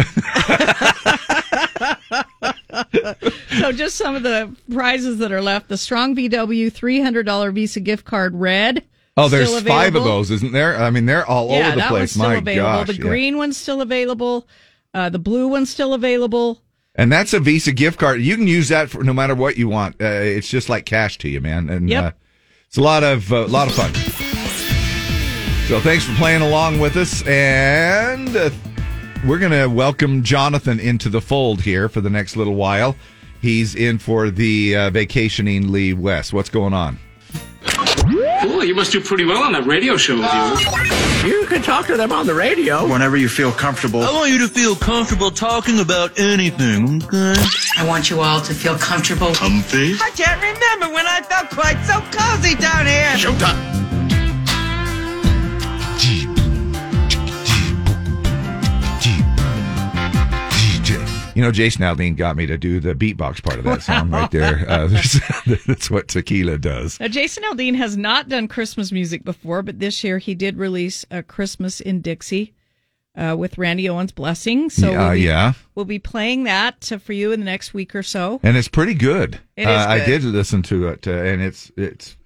[SPEAKER 2] so, just some of the prizes that are left: the Strong VW three hundred dollar Visa gift card, red.
[SPEAKER 1] Oh, there's
[SPEAKER 2] still
[SPEAKER 1] five of
[SPEAKER 2] available.
[SPEAKER 1] those, isn't there? I mean, they're all
[SPEAKER 2] yeah,
[SPEAKER 1] over the
[SPEAKER 2] that one's
[SPEAKER 1] place.
[SPEAKER 2] still
[SPEAKER 1] My
[SPEAKER 2] available.
[SPEAKER 1] gosh,
[SPEAKER 2] the
[SPEAKER 1] yeah.
[SPEAKER 2] green one's still available. Uh, the blue one's still available.
[SPEAKER 1] And that's a Visa gift card. You can use that for no matter what you want. Uh, it's uh, just like cash to you, man. And
[SPEAKER 2] Yep.
[SPEAKER 1] uh, it's a lot of a lot of fun. So thanks for playing along with us. And uh, we're going to welcome Jonathan into the fold here for the next little while. He's in for the uh, vacationing Lee West. What's going on?
[SPEAKER 13] Cool, you must do pretty well on that radio show of yours. You can talk to them on the radio.
[SPEAKER 14] Whenever you feel comfortable.
[SPEAKER 15] I want you to feel comfortable talking about anything, okay?
[SPEAKER 16] I want you all to feel comfortable.
[SPEAKER 15] Comfy?
[SPEAKER 17] I can't remember when I felt quite so cozy down here.
[SPEAKER 13] Showtime.
[SPEAKER 1] You know, Jason Aldean got me to do the beatbox part of that song right
[SPEAKER 2] <laughs>
[SPEAKER 1] there. Uh, <laughs> there's- that's what tequila does.
[SPEAKER 2] Now, Jason Aldean has not done Christmas music before, but this year he did release a Christmas in Dixie uh, with Randy Owens' blessing. So
[SPEAKER 1] Yeah,
[SPEAKER 2] we'll be,
[SPEAKER 1] yeah.
[SPEAKER 2] we'll be playing that uh, for you in the next week or so.
[SPEAKER 1] and it's pretty good.
[SPEAKER 2] It is
[SPEAKER 1] uh, I
[SPEAKER 2] good.
[SPEAKER 1] did listen to it, uh, and it's it's.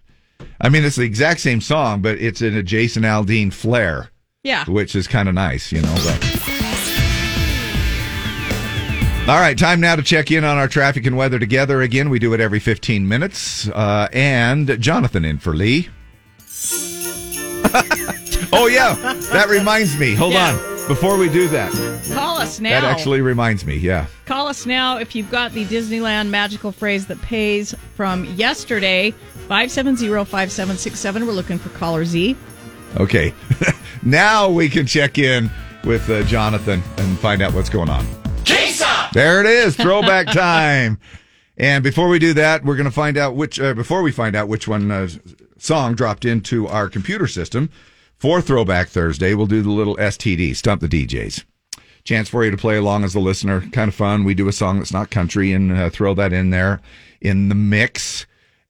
[SPEAKER 1] I mean, it's the exact same song, but it's in a Jason Aldean flair.
[SPEAKER 2] Yeah.
[SPEAKER 1] which is kind of nice, you know. But. All right, time now to check in on our traffic and weather together again. We do it every 15 minutes. Uh, and Jonathan in for Lee. <laughs> oh, yeah, that reminds me. Hold
[SPEAKER 2] Yeah.
[SPEAKER 1] on. Before we do that,
[SPEAKER 2] Call us now.
[SPEAKER 1] that actually reminds me, yeah.
[SPEAKER 2] Call us now if you've got the Disneyland magical phrase that pays from yesterday 570 5767. We're looking for caller Z.
[SPEAKER 1] Okay. <laughs> now we can check in with uh, Jonathan and find out what's going on. There it is, throwback time. And before we do that, we're going to find out which. Uh, before we find out which one uh, s- song dropped into our computer system for Throwback Thursday, we'll do the little STD stump the DJs. Chance for you to play along as a listener, kind of fun. We do a song that's not country and uh, throw that in there in the mix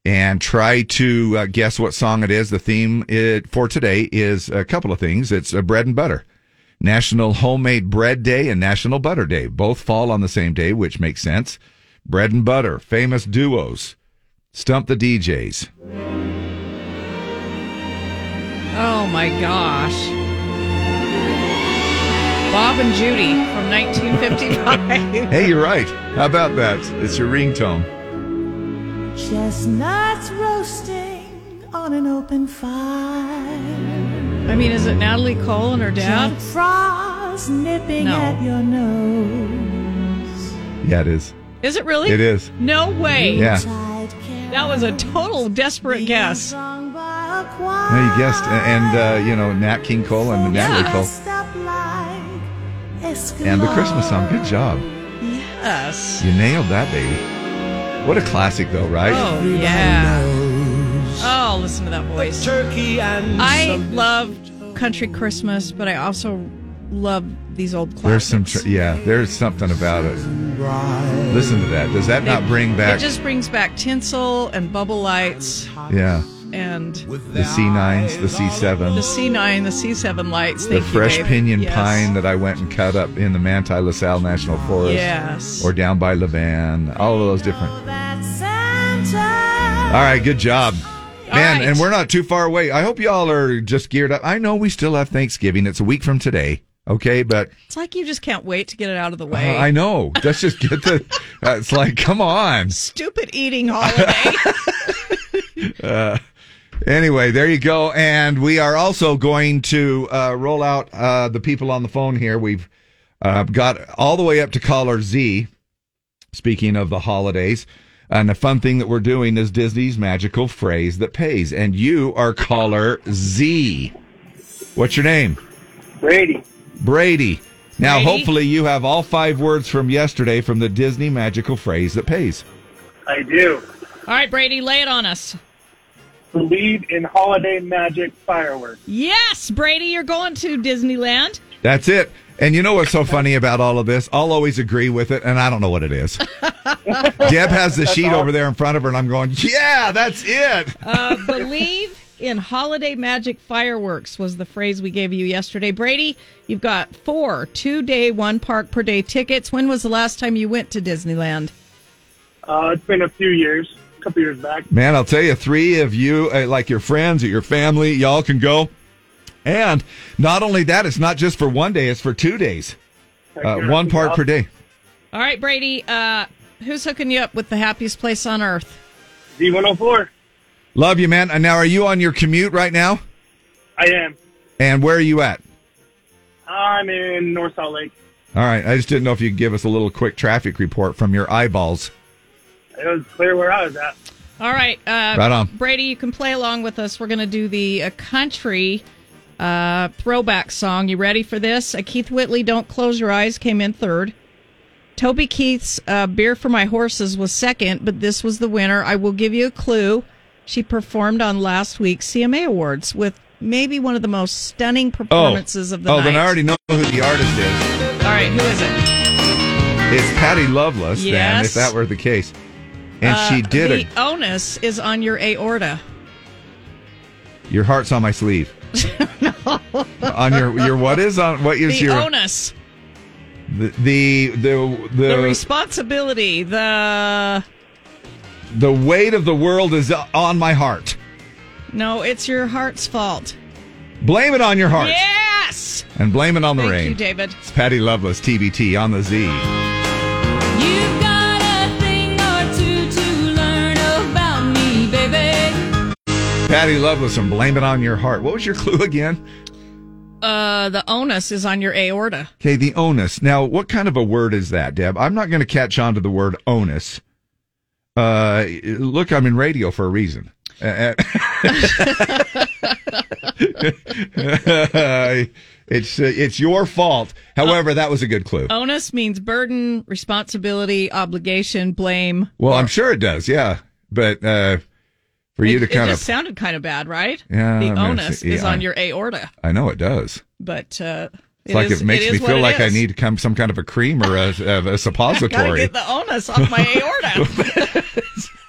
[SPEAKER 1] and try to uh, guess what song it is. The theme it, for today is a couple of things. It's uh, bread and butter. National Homemade Bread Day and National Butter Day both fall on the same day, which makes sense. Bread and butter, famous duos. Stump the DJs.
[SPEAKER 2] Oh my gosh. Bob and Judy from <laughs> 1955.
[SPEAKER 1] Hey, you're right. How about that? It's your ringtone.
[SPEAKER 18] Chestnuts roasting on an open fire.
[SPEAKER 2] I mean, is it Natalie Cole and her dad?
[SPEAKER 18] Jack Frost nipping
[SPEAKER 2] No.
[SPEAKER 18] at your nose.
[SPEAKER 1] Yeah, it is.
[SPEAKER 2] Is it really?
[SPEAKER 1] It is.
[SPEAKER 2] No way.
[SPEAKER 1] Yeah.
[SPEAKER 2] That was a total desperate guess.
[SPEAKER 1] Yeah, you guessed. A- And, uh, you know, Nat King Cole and Natalie Cole.
[SPEAKER 18] Dressed up like Eskimo.
[SPEAKER 1] And the Christmas song. Good job.
[SPEAKER 2] Yes.
[SPEAKER 1] You nailed that, baby. What a classic, though, right?
[SPEAKER 2] Oh yeah. Oh, listen to that voice.
[SPEAKER 18] turkey and
[SPEAKER 2] I
[SPEAKER 18] some-
[SPEAKER 2] love country Christmas, but I also love these old
[SPEAKER 1] There's
[SPEAKER 2] classics.
[SPEAKER 1] some, tr- yeah, there's something about it. Listen to that. Does that not bring back,
[SPEAKER 2] It just brings back tinsel and bubble lights
[SPEAKER 1] yeah,
[SPEAKER 2] and
[SPEAKER 1] the C9s, the C7s?
[SPEAKER 2] the C9, the C7 lights.
[SPEAKER 1] the
[SPEAKER 2] Thank
[SPEAKER 1] fresh
[SPEAKER 2] you, Dave.
[SPEAKER 1] pinion
[SPEAKER 2] Yes.
[SPEAKER 1] pine that I went and cut up in the Manti LaSalle National Forest.
[SPEAKER 2] Yes.
[SPEAKER 1] Or down by Levan. All of those different.
[SPEAKER 18] That Santa.
[SPEAKER 1] All right, good job. Man,
[SPEAKER 18] right.
[SPEAKER 1] and we're not too far away. I hope y'all are just geared up. I know we still have Thanksgiving. It's a week from today. Okay, but
[SPEAKER 2] It's like you just can't wait to get it out of the
[SPEAKER 1] uh,
[SPEAKER 2] way.
[SPEAKER 1] I know. Let's just get the. Uh, it's like, come on.
[SPEAKER 2] Stupid eating holiday.
[SPEAKER 1] Uh, anyway, there you go. And we are also going to uh, roll out uh, the people on the phone here. We've uh, got all the way up to caller Z. Speaking of the holidays, and the fun thing that we're doing is Disney's magical phrase that pays. And you are caller Z. What's your name?
[SPEAKER 19] Brady.
[SPEAKER 1] Brady. Now,
[SPEAKER 19] Brady?
[SPEAKER 1] hopefully, you have all five words from yesterday from the Disney magical phrase that pays.
[SPEAKER 19] I do.
[SPEAKER 2] All right, Brady, lay it on us.
[SPEAKER 19] Believe in holiday magic fireworks.
[SPEAKER 2] Yes, Brady, you're going to Disneyland.
[SPEAKER 1] That's it. And you know what's so funny about all of this? I'll always agree with it, and I don't know what it is. Deb has the
[SPEAKER 2] That's
[SPEAKER 1] sheet
[SPEAKER 2] awesome.
[SPEAKER 1] over there in front of her, and I'm going, yeah, that's it.
[SPEAKER 2] Uh, believe in holiday magic fireworks was the phrase we gave you yesterday. Brady, you've got four two day, one park per day tickets. When was the last time you went to Disneyland?
[SPEAKER 19] Uh, it's been a few years, a couple years back.
[SPEAKER 1] Man, I'll tell you, three of you, uh, like your friends or your family, y'all can go. And not only that, it's not just for one day, it's for two days. Uh, one part per day.
[SPEAKER 2] All right, Brady, uh, who's hooking you up with the happiest place on earth?
[SPEAKER 19] D104.
[SPEAKER 1] Love you, man. And now, are you on your commute right now?
[SPEAKER 19] I am.
[SPEAKER 1] And where are you at?
[SPEAKER 19] I'm in North Salt Lake.
[SPEAKER 1] All right. I just didn't know if you could give us a little quick traffic report from your eyeballs.
[SPEAKER 19] It was clear where I was at.
[SPEAKER 2] All right. Uh,
[SPEAKER 1] Right on.
[SPEAKER 2] Brady, you can play along with us. We're going to do the uh, country uh, throwback song. You ready for this? Uh, Keith Whitley, Don't Close Your Eyes, came in third. Toby Keith's uh, Beer for My Horses was second, but this was the winner. I will give you a clue. She performed on last week's CMA Awards with maybe one of the most stunning performances of the
[SPEAKER 1] oh,
[SPEAKER 2] night.
[SPEAKER 1] then I already know who the artist is.
[SPEAKER 2] All right, who is it?
[SPEAKER 1] It's Patty Loveless, then,
[SPEAKER 2] Yes.
[SPEAKER 1] if that were the case. And
[SPEAKER 2] Uh,
[SPEAKER 1] she did
[SPEAKER 2] The
[SPEAKER 1] it.
[SPEAKER 2] onus is on your aorta.
[SPEAKER 1] Your heart's on my sleeve.
[SPEAKER 2] <laughs>
[SPEAKER 1] on your your what is on what is
[SPEAKER 2] the
[SPEAKER 1] your
[SPEAKER 2] onus,
[SPEAKER 1] the the the the,
[SPEAKER 2] the responsibility, the
[SPEAKER 1] the weight of the world is on my heart.
[SPEAKER 2] No, it's your heart's fault.
[SPEAKER 1] Blame it on your heart
[SPEAKER 2] Yes.
[SPEAKER 1] and blame it on the
[SPEAKER 2] Thank
[SPEAKER 1] rain.
[SPEAKER 2] you, David.
[SPEAKER 1] It's Patty Loveless, TBT on the Z.
[SPEAKER 4] You've got a thing or two to learn about me, baby.
[SPEAKER 1] Patty Loveless and blame it on your heart. What was your <laughs> clue again?
[SPEAKER 2] Uh, the onus is on your aorta.
[SPEAKER 1] Okay, the onus. Now, what kind of a word is that, Deb? I'm not going to catch on to the word onus. Uh, look, I'm in radio for a reason. <laughs> Uh, uh, it's uh, it's your fault. However, that was a good clue.
[SPEAKER 2] Onus means burden, responsibility, obligation, blame.
[SPEAKER 1] Well, I'm sure it does. Yeah, but uh, for you
[SPEAKER 2] it,
[SPEAKER 1] to kind
[SPEAKER 2] it
[SPEAKER 1] of,
[SPEAKER 2] just sounded kind of bad, right?
[SPEAKER 1] Yeah,
[SPEAKER 2] The
[SPEAKER 1] I'm gonna
[SPEAKER 2] onus
[SPEAKER 1] say-
[SPEAKER 2] is
[SPEAKER 1] yeah,
[SPEAKER 2] on
[SPEAKER 1] I-
[SPEAKER 2] your aorta,
[SPEAKER 1] I know it does.
[SPEAKER 2] but uh,
[SPEAKER 1] It's like
[SPEAKER 2] is-
[SPEAKER 1] it makes
[SPEAKER 2] is
[SPEAKER 1] me
[SPEAKER 2] what
[SPEAKER 1] feel
[SPEAKER 2] it
[SPEAKER 1] like I
[SPEAKER 2] is.
[SPEAKER 1] need to come some kind of a cream or a, a, a
[SPEAKER 2] I <laughs> gotta
[SPEAKER 1] suppository.
[SPEAKER 2] get the onus off my aorta.
[SPEAKER 1] <laughs>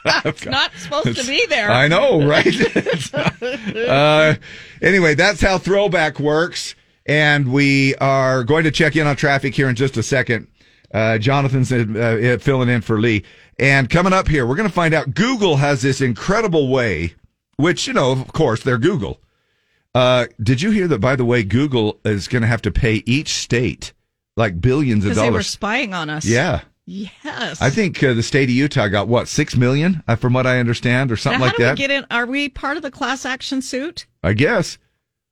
[SPEAKER 2] <laughs> it's not supposed to be there.
[SPEAKER 1] I know, right? It's not- <laughs> uh, anyway, that's how throwback works. And we are going to check in on traffic here in just a second. Uh, Jonathan's in, uh, filling in for Lee. And coming up here, we're going to find out Google has this incredible way, which, you know, of course, they're Google. Uh, did you hear that, by the way, Google is going to have to pay each state like billions of
[SPEAKER 2] because they were
[SPEAKER 1] dollars?
[SPEAKER 2] spying on us.
[SPEAKER 1] Yeah.
[SPEAKER 2] Yes.
[SPEAKER 1] I think uh, the state of Utah got what, 6 million, uh, from what I understand, or something
[SPEAKER 2] now,
[SPEAKER 1] like
[SPEAKER 2] how do
[SPEAKER 1] that?
[SPEAKER 2] we get in? Are we part of the class action suit?
[SPEAKER 1] I guess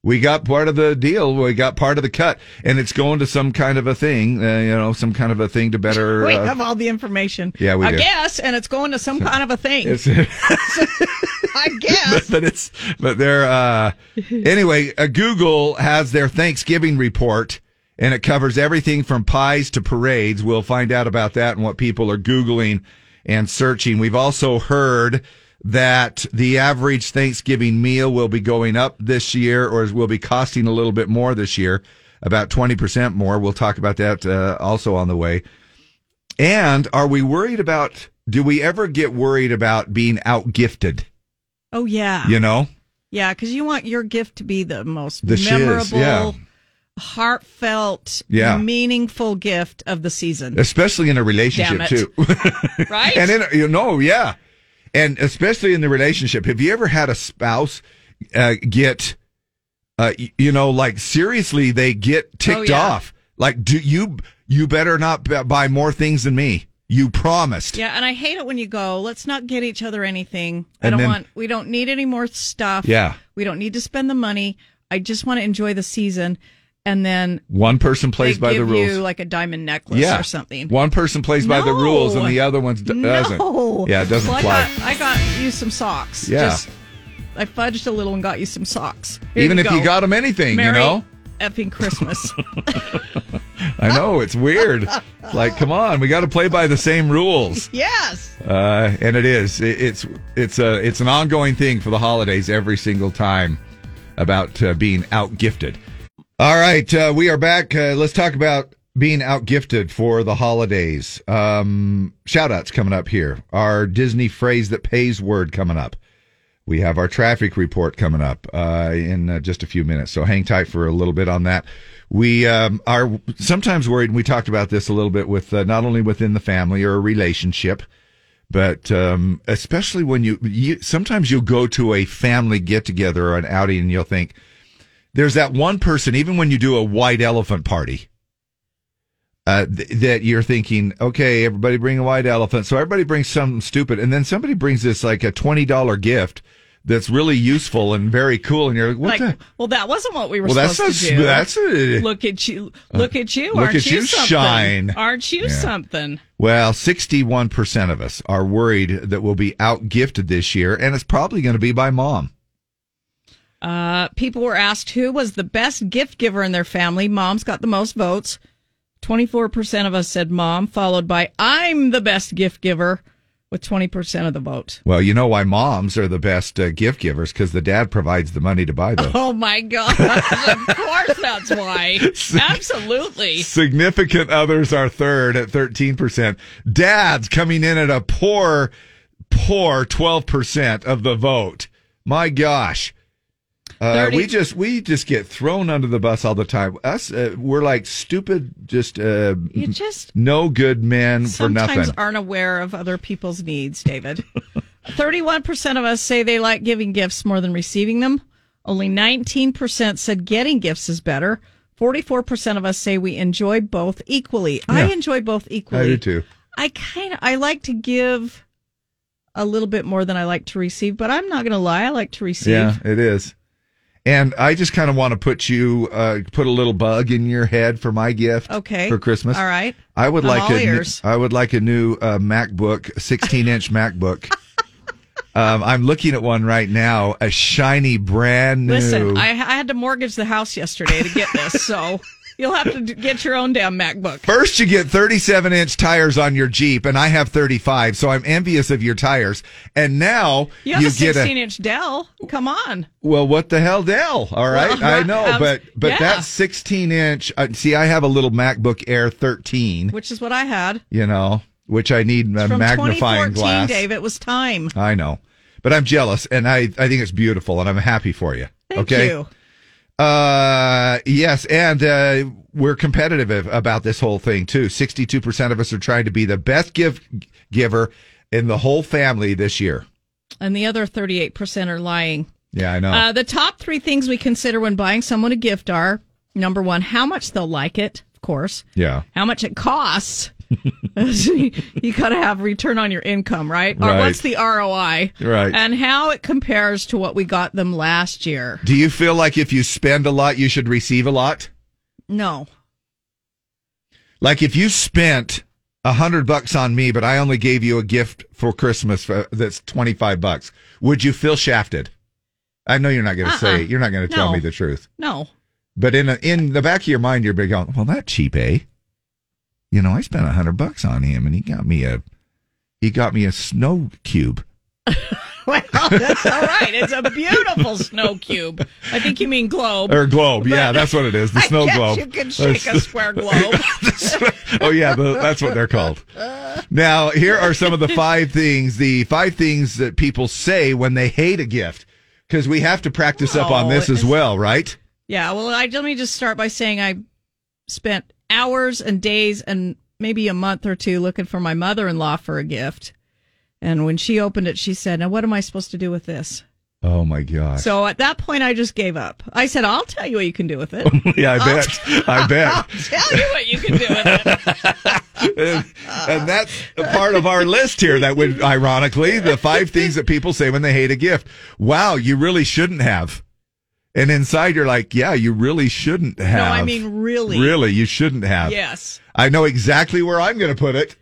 [SPEAKER 1] we got part of the deal. We got part of the cut, and it's going to some kind of a thing. Uh, you know, some kind of a thing to better.
[SPEAKER 2] we
[SPEAKER 1] uh,
[SPEAKER 2] have all the information.
[SPEAKER 1] Yeah, we
[SPEAKER 2] I
[SPEAKER 1] do.
[SPEAKER 2] guess, and it's going to some kind of a thing.
[SPEAKER 1] it's,
[SPEAKER 2] <laughs> I guess.
[SPEAKER 1] <laughs> but it's but they're uh, anyway. Uh, Google has their Thanksgiving report, and it covers everything from pies to parades. We'll find out about that and what people are googling and searching. We've also heard that the average Thanksgiving meal will be going up this year, or will be costing a little bit more this year, about twenty percent more. We'll talk about that uh, also on the way. And are we worried about? Do we ever get worried about being outgifted?
[SPEAKER 2] Oh yeah.
[SPEAKER 1] You know,
[SPEAKER 2] Yeah, because you want your gift to be the most
[SPEAKER 1] The shiz,
[SPEAKER 2] memorable,
[SPEAKER 1] yeah.
[SPEAKER 2] heartfelt,
[SPEAKER 1] Yeah.
[SPEAKER 2] meaningful gift of the season.
[SPEAKER 1] especially in a relationship
[SPEAKER 2] Damn it.
[SPEAKER 1] too. <laughs>
[SPEAKER 2] right?
[SPEAKER 1] and in a- you know, yeah, and especially in the relationship. Have you ever had a spouse uh, get, uh, y- you know, like seriously, they get ticked
[SPEAKER 2] Oh, yeah.
[SPEAKER 1] off. Like, do you you better not b- buy more things than me? You promised.
[SPEAKER 2] yeah, and I hate it when you go, let's not get each other anything. I
[SPEAKER 1] And
[SPEAKER 2] don't
[SPEAKER 1] then-
[SPEAKER 2] want we don't need any more stuff.
[SPEAKER 1] Yeah.
[SPEAKER 2] We don't need to spend the money. I just want to enjoy the season. And then
[SPEAKER 1] One person plays
[SPEAKER 2] they
[SPEAKER 1] by the
[SPEAKER 2] give
[SPEAKER 1] rules.
[SPEAKER 2] you like a diamond necklace
[SPEAKER 1] yeah,
[SPEAKER 2] or something.
[SPEAKER 1] One person plays by the
[SPEAKER 2] No.
[SPEAKER 1] rules, and the other one d- doesn't.
[SPEAKER 2] No.
[SPEAKER 1] Yeah, it doesn't
[SPEAKER 2] Well,
[SPEAKER 1] fly.
[SPEAKER 2] I got, I got you some socks.
[SPEAKER 1] Yeah.
[SPEAKER 2] Just, I fudged a little and got you some socks.
[SPEAKER 1] Even if you got 'em anything, you
[SPEAKER 2] Merry
[SPEAKER 1] know? <laughs>
[SPEAKER 2] Effing Christmas. <laughs>
[SPEAKER 1] I know it's weird. like, come on, we got to play by the same rules.
[SPEAKER 2] yes.
[SPEAKER 1] Uh, and it is. It, it's it's a it's an ongoing thing for the holidays every single time about uh, being out gifted. All right, uh, we are back. Uh, let's talk about being out gifted for the holidays. Um, shout outs coming up here. Our Disney phrase that pays word coming up. We have our traffic report coming up uh, in uh, just a few minutes, so hang tight for a little bit on that. We um, are sometimes worried, and we talked about this a little bit with uh, not only within the family or a relationship, but um, especially when you, you sometimes you'll go to a family get together or an outing, and you'll think there's that one person, even when you do a white elephant party, uh, th- that you're thinking, okay, everybody bring a white elephant. So everybody brings something stupid. And then somebody brings this like a $20 gift that's really useful and very cool, and you're like, what
[SPEAKER 2] like,
[SPEAKER 1] the?
[SPEAKER 2] well, that wasn't what we were
[SPEAKER 1] Well, that's
[SPEAKER 2] supposed
[SPEAKER 1] a-
[SPEAKER 2] to do.
[SPEAKER 1] that's a- Uh,
[SPEAKER 2] look at you, look at you,
[SPEAKER 1] look
[SPEAKER 2] aren't
[SPEAKER 1] at you
[SPEAKER 2] something?
[SPEAKER 1] shine.
[SPEAKER 2] aren't you
[SPEAKER 1] Yeah.
[SPEAKER 2] something?
[SPEAKER 1] Well, 61% of us are worried that we'll be out gifted this year, and it's probably going to be by mom.
[SPEAKER 2] Uh, people were asked who was the best gift giver in their family. Mom's got the most votes. 24% of us said mom, followed by I'm the best gift giver with 20% of the vote.
[SPEAKER 1] Well, you know why moms are the best uh, gift givers because the dad provides the money to buy them.
[SPEAKER 2] <laughs> Oh my gosh. of course that's why.
[SPEAKER 1] <laughs>
[SPEAKER 2] Absolutely.
[SPEAKER 1] Significant others are third at 13%. Dads coming in at a poor, poor 12% of the vote. My gosh. Uh,
[SPEAKER 2] Thirty-
[SPEAKER 1] we just we just get thrown under the bus all the time. Us uh, we're like stupid, just uh,
[SPEAKER 2] You just
[SPEAKER 1] no good men for
[SPEAKER 2] sometimes
[SPEAKER 1] nothing.
[SPEAKER 2] aren't aware of other people's needs, David. <laughs> 31% of us say they like giving gifts more than receiving them. Only 19% said getting gifts is better. 44% of us say we enjoy both equally. I
[SPEAKER 1] Yeah.
[SPEAKER 2] enjoy both equally.
[SPEAKER 1] I do too.
[SPEAKER 2] I kind of I like to give a little bit more than I like to receive, but I'm not going to lie, I like to receive.
[SPEAKER 1] Yeah, it is. And I just kind of want to put you uh, put a little bug in your head for my gift.
[SPEAKER 2] Okay.
[SPEAKER 1] For Christmas.
[SPEAKER 2] All right.
[SPEAKER 1] I would
[SPEAKER 2] I'm
[SPEAKER 1] like
[SPEAKER 2] all
[SPEAKER 1] a new,
[SPEAKER 2] ears.
[SPEAKER 1] I would like a new uh, MacBook, 16 inch
[SPEAKER 2] <laughs>
[SPEAKER 1] MacBook. Um, I'm looking at one right now, a shiny, brand new.
[SPEAKER 2] Listen, I, I had to mortgage the house yesterday to get this, so <laughs> you'll have to d- get your own damn MacBook.
[SPEAKER 1] First, you get 37 inch tires on your Jeep, and I have 35, so I'm envious of your tires. And now
[SPEAKER 2] You have a
[SPEAKER 1] get
[SPEAKER 2] 16 inch Dell. Come on.
[SPEAKER 1] Well, what the hell, Dell? All right,
[SPEAKER 2] Well,
[SPEAKER 1] I know,
[SPEAKER 2] <laughs> um,
[SPEAKER 1] but but
[SPEAKER 2] yeah.
[SPEAKER 1] that 16 inch. Uh, see, I have a little MacBook Air 13.
[SPEAKER 2] Which is what I had.
[SPEAKER 1] You know, which I need a
[SPEAKER 2] From
[SPEAKER 1] magnifying
[SPEAKER 2] 2014,
[SPEAKER 1] glass.
[SPEAKER 2] Dave, it was time.
[SPEAKER 1] I know, but I'm jealous, and I I think it's beautiful, and I'm happy for you.
[SPEAKER 2] Thank
[SPEAKER 1] okay.
[SPEAKER 2] you.
[SPEAKER 1] Uh yes, and uh, we're competitive av- about this whole thing too. Sixty-two percent of us are trying to be the best gift giver in the whole family this year.
[SPEAKER 2] And the other 38% are lying.
[SPEAKER 1] Yeah, I know.
[SPEAKER 2] Uh, the top three things we consider when buying someone a gift are number one, how much they'll like it, of course,
[SPEAKER 1] yeah.
[SPEAKER 2] how much it
[SPEAKER 1] <laughs>
[SPEAKER 2] costs. you got to have return on your income, right? Or
[SPEAKER 1] Right.
[SPEAKER 2] what's the ROI?
[SPEAKER 1] Right.
[SPEAKER 2] And how it compares to what we got them last year.
[SPEAKER 1] Do you feel like if you spend a lot, you should receive a lot?
[SPEAKER 2] No.
[SPEAKER 1] Like if you spent a hundred bucks on me, but I only gave you a gift for Christmas for, that's twenty five bucks, would you feel shafted? I know you're not going to
[SPEAKER 2] Uh-uh.
[SPEAKER 1] say you're not going to tell
[SPEAKER 2] No.
[SPEAKER 1] me the truth,
[SPEAKER 2] No.
[SPEAKER 1] but in a, in the back of your mind, you're big on. Well, that cheap, eh? You know, I spent a hundred bucks on him, and he got me a he got me a snow cube.
[SPEAKER 2] <laughs> Well, that's all right. It's a beautiful snow cube. I think you mean globe.
[SPEAKER 1] Or globe, yeah, that's what it is. The
[SPEAKER 2] <laughs> I
[SPEAKER 1] snow
[SPEAKER 2] guess
[SPEAKER 1] globe.
[SPEAKER 2] you could shake a square globe.
[SPEAKER 1] oh yeah, the, that's what they're called. Now, here are some of the five things, the five things that people say when they hate a gift, because we have to practice up on
[SPEAKER 2] Oh,
[SPEAKER 1] this as well, right?
[SPEAKER 2] Yeah, well, I, let me just start by saying I spent hours and days and maybe a month or two looking for my mother in law for a gift. And when she opened it, she said, Now, what am I supposed to do with this?
[SPEAKER 1] Oh my gosh.
[SPEAKER 2] So at that point, I just gave up. I said, I'll tell you what you can do
[SPEAKER 1] <laughs>
[SPEAKER 2] with it.
[SPEAKER 1] <laughs> yeah, I
[SPEAKER 2] I'll
[SPEAKER 1] bet. I bet.
[SPEAKER 2] tell you what you can do with it.
[SPEAKER 1] and, and that's a part of our list here that would ironically the five things that people say when they hate a gift wow you really shouldn't have and inside you're like yeah you really shouldn't have
[SPEAKER 2] No, I mean, really.
[SPEAKER 1] really you shouldn't have
[SPEAKER 2] Yes.
[SPEAKER 1] i know exactly where i'm going to put it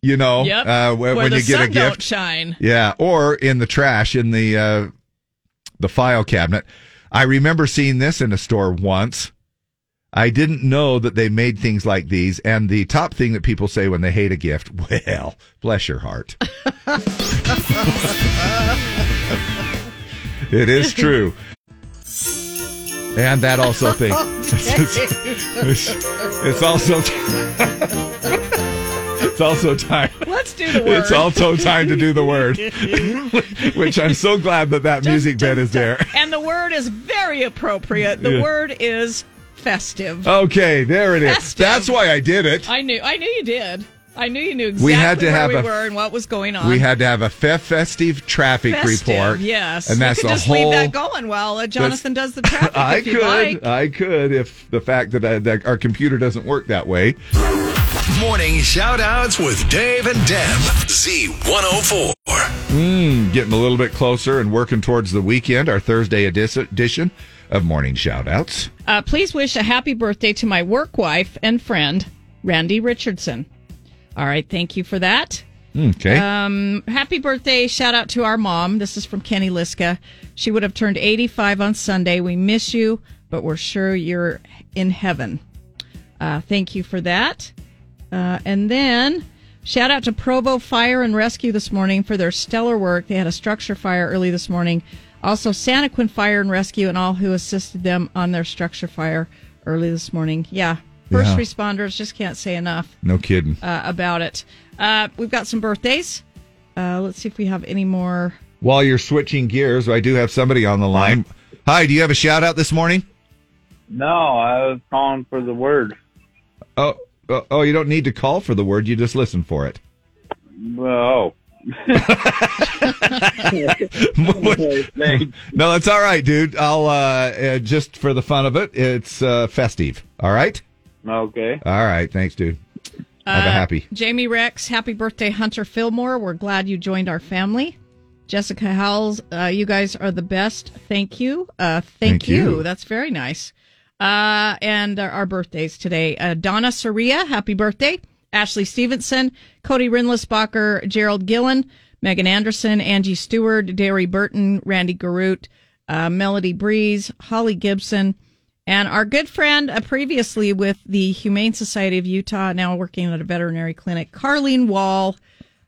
[SPEAKER 1] you know
[SPEAKER 2] Yep.
[SPEAKER 1] uh, wh-
[SPEAKER 2] Where
[SPEAKER 1] when,
[SPEAKER 2] the
[SPEAKER 1] you get
[SPEAKER 2] sun
[SPEAKER 1] a gift
[SPEAKER 2] Don't shine.
[SPEAKER 1] yeah, or in the trash in the uh, the file cabinet. I remember seeing this in a store once. I didn't know that they made things like these. And the top thing that people say when they hate a gift, <laughs> well, bless your heart. <laughs> It is true. And that also thing. <laughs> it's, it's also <laughs> it's also time.
[SPEAKER 2] Let's do the
[SPEAKER 1] <laughs>
[SPEAKER 2] word.
[SPEAKER 1] It's also time to do the
[SPEAKER 2] <laughs>
[SPEAKER 1] word, <laughs> which I'm so glad that that music bed is there.
[SPEAKER 2] And the word is very appropriate. The
[SPEAKER 1] Yeah. Uh,
[SPEAKER 2] word is
[SPEAKER 1] <laughs>
[SPEAKER 2] festive.
[SPEAKER 1] Okay, there it is.
[SPEAKER 2] Festive.
[SPEAKER 1] That's why I did it.
[SPEAKER 2] I knew. I knew you did. I knew you knew exactly
[SPEAKER 1] We had to
[SPEAKER 2] where
[SPEAKER 1] have
[SPEAKER 2] we
[SPEAKER 1] a-
[SPEAKER 2] were and what was going on.
[SPEAKER 1] We had to have a fe- festive traffic
[SPEAKER 2] Uh-huh. Festive,
[SPEAKER 1] report.
[SPEAKER 2] Yes,
[SPEAKER 1] and that's
[SPEAKER 2] you could
[SPEAKER 1] the
[SPEAKER 2] just
[SPEAKER 1] whole.
[SPEAKER 2] leave that going while uh, Jonathan does the
[SPEAKER 1] <laughs>
[SPEAKER 2] traffic.
[SPEAKER 1] I
[SPEAKER 2] if you like.
[SPEAKER 1] could, I could, if the fact that, I, that our computer doesn't work that way.
[SPEAKER 3] oh Morning shout outs with Dave and Deb. Z104.
[SPEAKER 1] Mm, getting a little bit closer and working towards the weekend, our Thursday edis- edition of Morning Shoutouts.
[SPEAKER 2] Uh, please wish a happy birthday to my work wife and friend, Randy Richardson. All right, thank you for that.
[SPEAKER 1] Okay.
[SPEAKER 2] Um, happy birthday. Shout out to our mom. This is from Kenny Liska. She would have turned 85 on Sunday. We miss you, but we're sure you're in heaven. Uh, thank you for that. Uh, and then shout out to Provo Fire and Rescue this morning for their stellar work. They had a structure fire early this morning. Also, Santaquin Fire and Rescue and all who assisted them on their structure fire early this morning. Yeah. First
[SPEAKER 1] Yeah.
[SPEAKER 2] responders just can't say enough
[SPEAKER 1] No kidding.
[SPEAKER 2] uh, about it. Uh, we've got some birthdays. Uh, let's see if we have any more.
[SPEAKER 1] While you're switching gears, I do have somebody on the line. Hi, do you have a shout out this morning?
[SPEAKER 14] No, I was calling for the word.
[SPEAKER 1] Oh, oh, oh, you don't need to call for the word. You just listen for it. <laughs>
[SPEAKER 14] Oh.
[SPEAKER 1] no, it's all right, dude. I'll uh, uh, just for the fun of it. It's uh, festive. All right.
[SPEAKER 14] Okay.
[SPEAKER 1] All right. Thanks, dude. have a
[SPEAKER 2] Uh,
[SPEAKER 1] happy.
[SPEAKER 2] Jamie Rex, happy birthday, Hunter Fillmore. We're glad you joined our family. Jessica Howells, uh, you guys are the best. Thank you. Uh, thank
[SPEAKER 18] Thank
[SPEAKER 2] you.
[SPEAKER 18] you.
[SPEAKER 2] That's very nice. Uh, and our, our birthdays today uh, Donna Soria, happy birthday. Ashley Stevenson, Cody Rindlisbacher, Gerald Gillen, Megan Anderson, Angie Stewart, Derry Burton, Randy Garut, uh, Melody Breeze, Holly Gibson, and our good friend uh, previously with the Humane Society of Utah, now working at a veterinary clinic, Carlene Wall.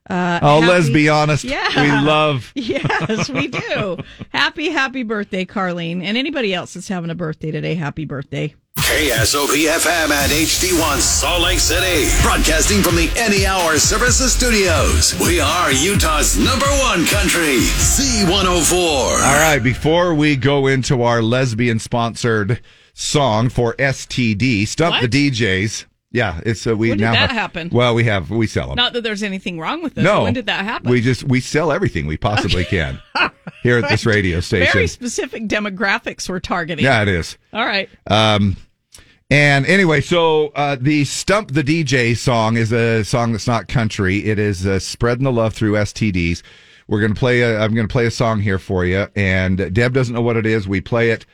[SPEAKER 2] Uh,
[SPEAKER 1] Oh,
[SPEAKER 2] happy-
[SPEAKER 1] let's be honest.
[SPEAKER 2] Yeah.
[SPEAKER 1] We
[SPEAKER 2] <laughs>
[SPEAKER 1] love.
[SPEAKER 2] Yes, we do. happy, happy birthday, Carlene. And anybody else that's having a birthday today, happy birthday.
[SPEAKER 3] KSOP FM at HD1 Salt Lake City. Broadcasting from the Any Hour Services Studios. We are Utah's number one country. C104.
[SPEAKER 1] All right, before we go into our lesbian sponsored song for STD, Stump
[SPEAKER 2] What?
[SPEAKER 1] the DJs. Yeah, it's uh, we
[SPEAKER 2] When did
[SPEAKER 1] now
[SPEAKER 2] that
[SPEAKER 1] have-
[SPEAKER 2] happen?
[SPEAKER 1] Well, we have we sell them.
[SPEAKER 2] Not that there's anything wrong with this.
[SPEAKER 1] no,
[SPEAKER 2] When did that happen?
[SPEAKER 1] We just we sell everything we possibly
[SPEAKER 2] <laughs>
[SPEAKER 1] can here at this radio station.
[SPEAKER 2] Very specific demographics we're targeting.
[SPEAKER 1] yeah, it is.
[SPEAKER 2] All right.
[SPEAKER 1] Um, and anyway, so uh, the Stump the DJ song is a song that's not country. It is uh, spreading the love through STDs. We're gonna play. A, I'm gonna play a song here for you, and Deb doesn't know what it is. We play it,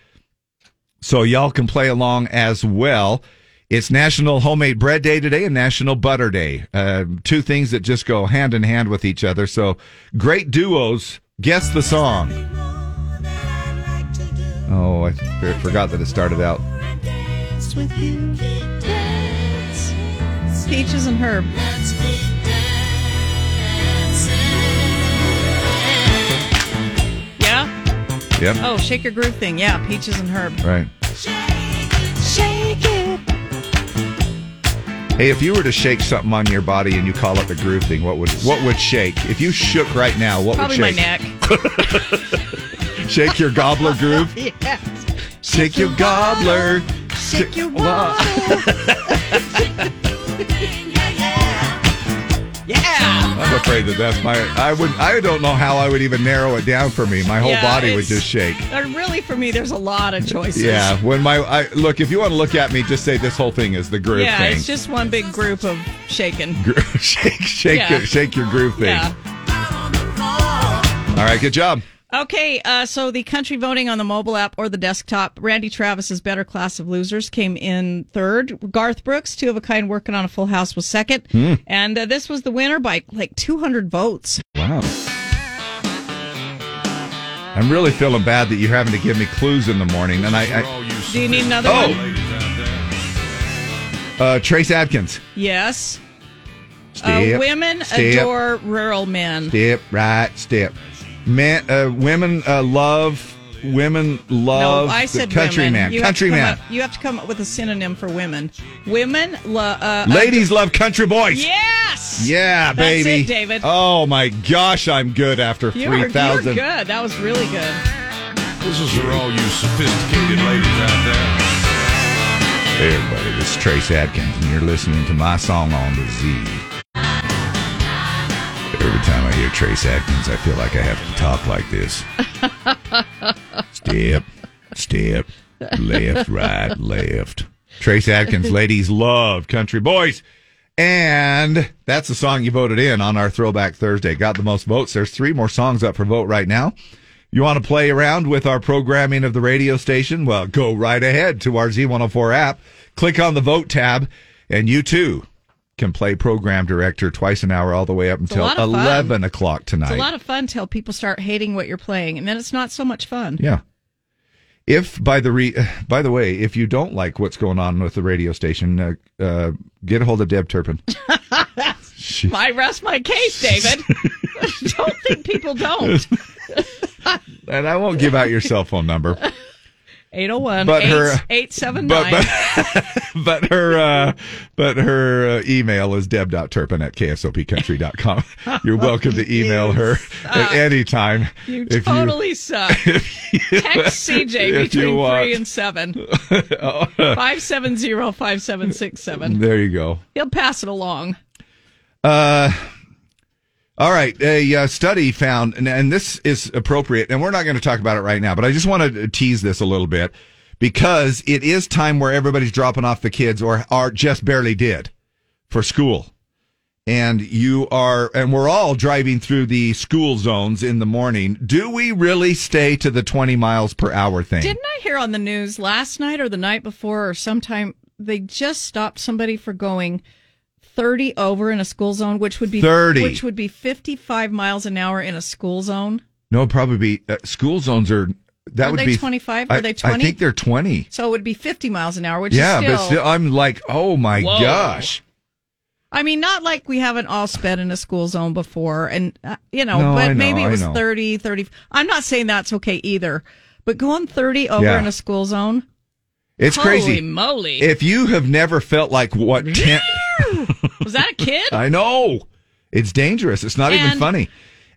[SPEAKER 1] so y'all can play along as well. It's National Homemade Bread Day today and National Butter Day. Uh, two things that just go hand in hand with each other. So great duos. Guess the song. Oh, I f- forgot that it started out.
[SPEAKER 18] Dance with you. Dance.
[SPEAKER 2] Peaches and Herb.
[SPEAKER 18] Let's be dancing.
[SPEAKER 2] Yeah.
[SPEAKER 1] Yep.
[SPEAKER 2] Oh, shake your groove thing. Yeah, peaches and herb.
[SPEAKER 1] Right.
[SPEAKER 18] Shake it.
[SPEAKER 1] Hey, if you were to shake something on your body and you call it the groove thing, what would what would shake? If you shook right now, what
[SPEAKER 2] Probably my
[SPEAKER 1] would shake?
[SPEAKER 2] neck.
[SPEAKER 1] <laughs> Shake your gobbler groove.
[SPEAKER 2] <laughs> yes.
[SPEAKER 1] Shake your gobbler.
[SPEAKER 18] Shake your
[SPEAKER 1] Wow.
[SPEAKER 2] Yeah.
[SPEAKER 1] I'm afraid that that's my. I would. I don't know how I would even narrow it down for me. My whole
[SPEAKER 2] Yeah,
[SPEAKER 1] body would
[SPEAKER 2] it's-
[SPEAKER 1] just shake.
[SPEAKER 2] Uh, Really, for me, there's a lot of choices.
[SPEAKER 1] Yeah. When my I, look, if you want to look at me, just say this whole thing is the groove
[SPEAKER 2] yeah,
[SPEAKER 1] thing.
[SPEAKER 2] it's just one big group of shaking.
[SPEAKER 1] Gro- <laughs> shake, shake,
[SPEAKER 2] Yeah.
[SPEAKER 1] your, shake your groove thing.
[SPEAKER 2] Yeah.
[SPEAKER 1] All right. Good job.
[SPEAKER 2] Okay, uh, so the country voting on the mobile app or the desktop. Randy Travis's Better Class of Losers came in third. Garth Brooks, Two of a Kind Working on a Full House, was second.
[SPEAKER 18] Hmm.
[SPEAKER 2] And uh, this was the winner by like 200 votes.
[SPEAKER 1] Wow. I'm really feeling bad that you're having to give me clues in the morning, and I. I
[SPEAKER 2] Do you need another
[SPEAKER 1] Oh.
[SPEAKER 2] one?
[SPEAKER 1] Uh, Trace Adkins.
[SPEAKER 2] Yes. Uh,
[SPEAKER 1] Step,
[SPEAKER 2] women
[SPEAKER 1] step.
[SPEAKER 2] adore rural men.
[SPEAKER 1] Step right, step. Man, uh, women uh, love. Women love.
[SPEAKER 2] no, I
[SPEAKER 1] the
[SPEAKER 2] said
[SPEAKER 1] country
[SPEAKER 2] women.
[SPEAKER 1] man.
[SPEAKER 2] You have to
[SPEAKER 1] Country
[SPEAKER 2] come
[SPEAKER 1] man.
[SPEAKER 2] up- you have to come up with a synonym for women. Women lo- uh,
[SPEAKER 1] Ladies love country boys.
[SPEAKER 2] Yes.
[SPEAKER 1] Yeah,
[SPEAKER 2] That's it,
[SPEAKER 1] baby.
[SPEAKER 2] David.
[SPEAKER 1] Oh my gosh, I'm good after
[SPEAKER 2] You were- you
[SPEAKER 1] three
[SPEAKER 2] were
[SPEAKER 1] thousand.
[SPEAKER 2] good. That was really good.
[SPEAKER 20] This is for all you sophisticated ladies out there.
[SPEAKER 1] Hey everybody, this is Trace Adkins, and you're listening to my song on the Z. Every time I hear Trace Adkins, I feel like I have to talk like this. Step, step, left, right, left. Trace Adkins, ladies love country boys. And that's the song you voted in on our Throwback Thursday. Got the most votes. There's three more songs up for vote right now. You want to play around with our programming of the radio station? Well, go right ahead to our Z104 app. Click on the vote tab, and you too can play program director twice an hour all the way up
[SPEAKER 2] a
[SPEAKER 1] until
[SPEAKER 2] lot of fun.
[SPEAKER 1] 11 o'clock
[SPEAKER 2] It's a
[SPEAKER 1] tonight.
[SPEAKER 2] lot of fun till people start hating what you're playing, and then it's not so much fun.
[SPEAKER 1] Yeah. If by the re- <sighs> by the way, if you don't like what's going on with the radio station, uh, uh, get a hold of Deb Turpin. She-
[SPEAKER 2] <laughs> I rest my
[SPEAKER 1] <laughs>
[SPEAKER 2] case, David. don't think people don't.
[SPEAKER 1] <laughs> and I won't give out your cell phone number,
[SPEAKER 2] 801
[SPEAKER 1] But her- uh,
[SPEAKER 2] 879.
[SPEAKER 1] <laughs> but but, <laughs> but her uh, but her uh, email is deb.turpin at <laughs> ksopcountry.com. You're welcome to email her at any time.
[SPEAKER 2] <laughs> you
[SPEAKER 1] <laughs> if
[SPEAKER 2] totally suck. Text CJ
[SPEAKER 1] <laughs> if you
[SPEAKER 2] between
[SPEAKER 1] want.
[SPEAKER 2] 3
[SPEAKER 1] <laughs>
[SPEAKER 2] and 7. 570 5767.
[SPEAKER 1] There you go.
[SPEAKER 2] He'll pass it along.
[SPEAKER 1] Uh, all right. A uh, study found, and, and this is appropriate, and we're not going to talk about it right now, but I just want to tease this a little bit because it is time where everybody's dropping off the kids or are just barely did for school. And you are, and we're all driving through the school zones in the morning. Do we really stay to the 20 miles per hour thing?
[SPEAKER 2] Didn't I hear on the news last night or the night before or sometime they just stopped somebody for going 30 over in a school zone, which would be
[SPEAKER 1] 30.
[SPEAKER 2] which would be 55 miles an hour in a school zone.
[SPEAKER 1] no, probably be, uh, school zones are, that
[SPEAKER 2] Are
[SPEAKER 1] would
[SPEAKER 2] they
[SPEAKER 1] be
[SPEAKER 2] 25? Are
[SPEAKER 1] I-
[SPEAKER 2] they
[SPEAKER 1] I
[SPEAKER 2] 20?
[SPEAKER 1] think they're 20.
[SPEAKER 2] So it would be 50 miles an hour, which
[SPEAKER 1] yeah,
[SPEAKER 2] is still,
[SPEAKER 1] but still, I'm like, oh my
[SPEAKER 2] Whoa.
[SPEAKER 1] gosh.
[SPEAKER 2] I mean, not like we haven't all sped in a school zone before. And, uh, you know,
[SPEAKER 1] No, I
[SPEAKER 2] but
[SPEAKER 1] know,
[SPEAKER 2] maybe
[SPEAKER 1] I
[SPEAKER 2] it was
[SPEAKER 1] know.
[SPEAKER 2] thirty, thirty. 30, 30. I'm not saying that's okay either, but going 30 over
[SPEAKER 1] Yeah.
[SPEAKER 2] in a school zone.
[SPEAKER 1] It's
[SPEAKER 2] Holy
[SPEAKER 1] crazy.
[SPEAKER 2] moly.
[SPEAKER 1] If you have never felt like what ten
[SPEAKER 2] was that a
[SPEAKER 1] <laughs>
[SPEAKER 2] kid?
[SPEAKER 1] I know. It's dangerous. It's not even
[SPEAKER 2] And
[SPEAKER 1] funny.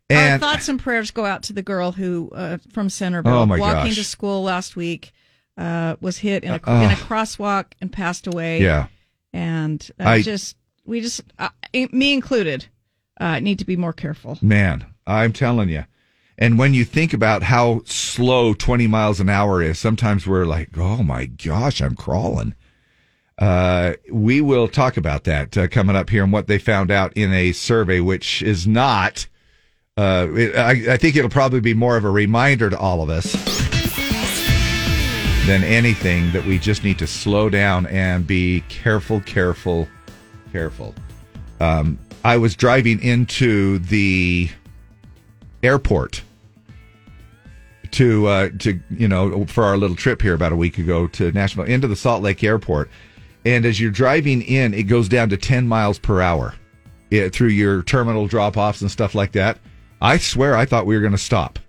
[SPEAKER 2] Our
[SPEAKER 1] And
[SPEAKER 2] thoughts and prayers go out to the girl who uh, from Centerville
[SPEAKER 1] Oh, my
[SPEAKER 2] walking
[SPEAKER 1] gosh.
[SPEAKER 2] to school last week uh, was hit in a,
[SPEAKER 1] Uh,
[SPEAKER 2] in a
[SPEAKER 1] ugh.
[SPEAKER 2] crosswalk and passed away.
[SPEAKER 1] Yeah.
[SPEAKER 2] and uh,
[SPEAKER 1] I-
[SPEAKER 2] just we just uh, me included uh, need to be more careful.
[SPEAKER 1] man, I'm telling you. And when you think about how slow 20 miles an hour is, sometimes we're like, oh my gosh, I'm crawling. Uh, we will talk about that uh, coming up here and what they found out in a survey, which is not. Uh, it, I, I think it'll probably be more of a reminder to all of us than anything that we just need to slow down and be careful, careful, careful. Um, I was driving into the airport to uh, to you know for our little trip here about a week ago to Nashville into the Salt Lake Airport, and as you're driving in, it goes down to 10 miles per hour eh, through your terminal drop offs and stuff like that. I swear, I thought we were going to stop.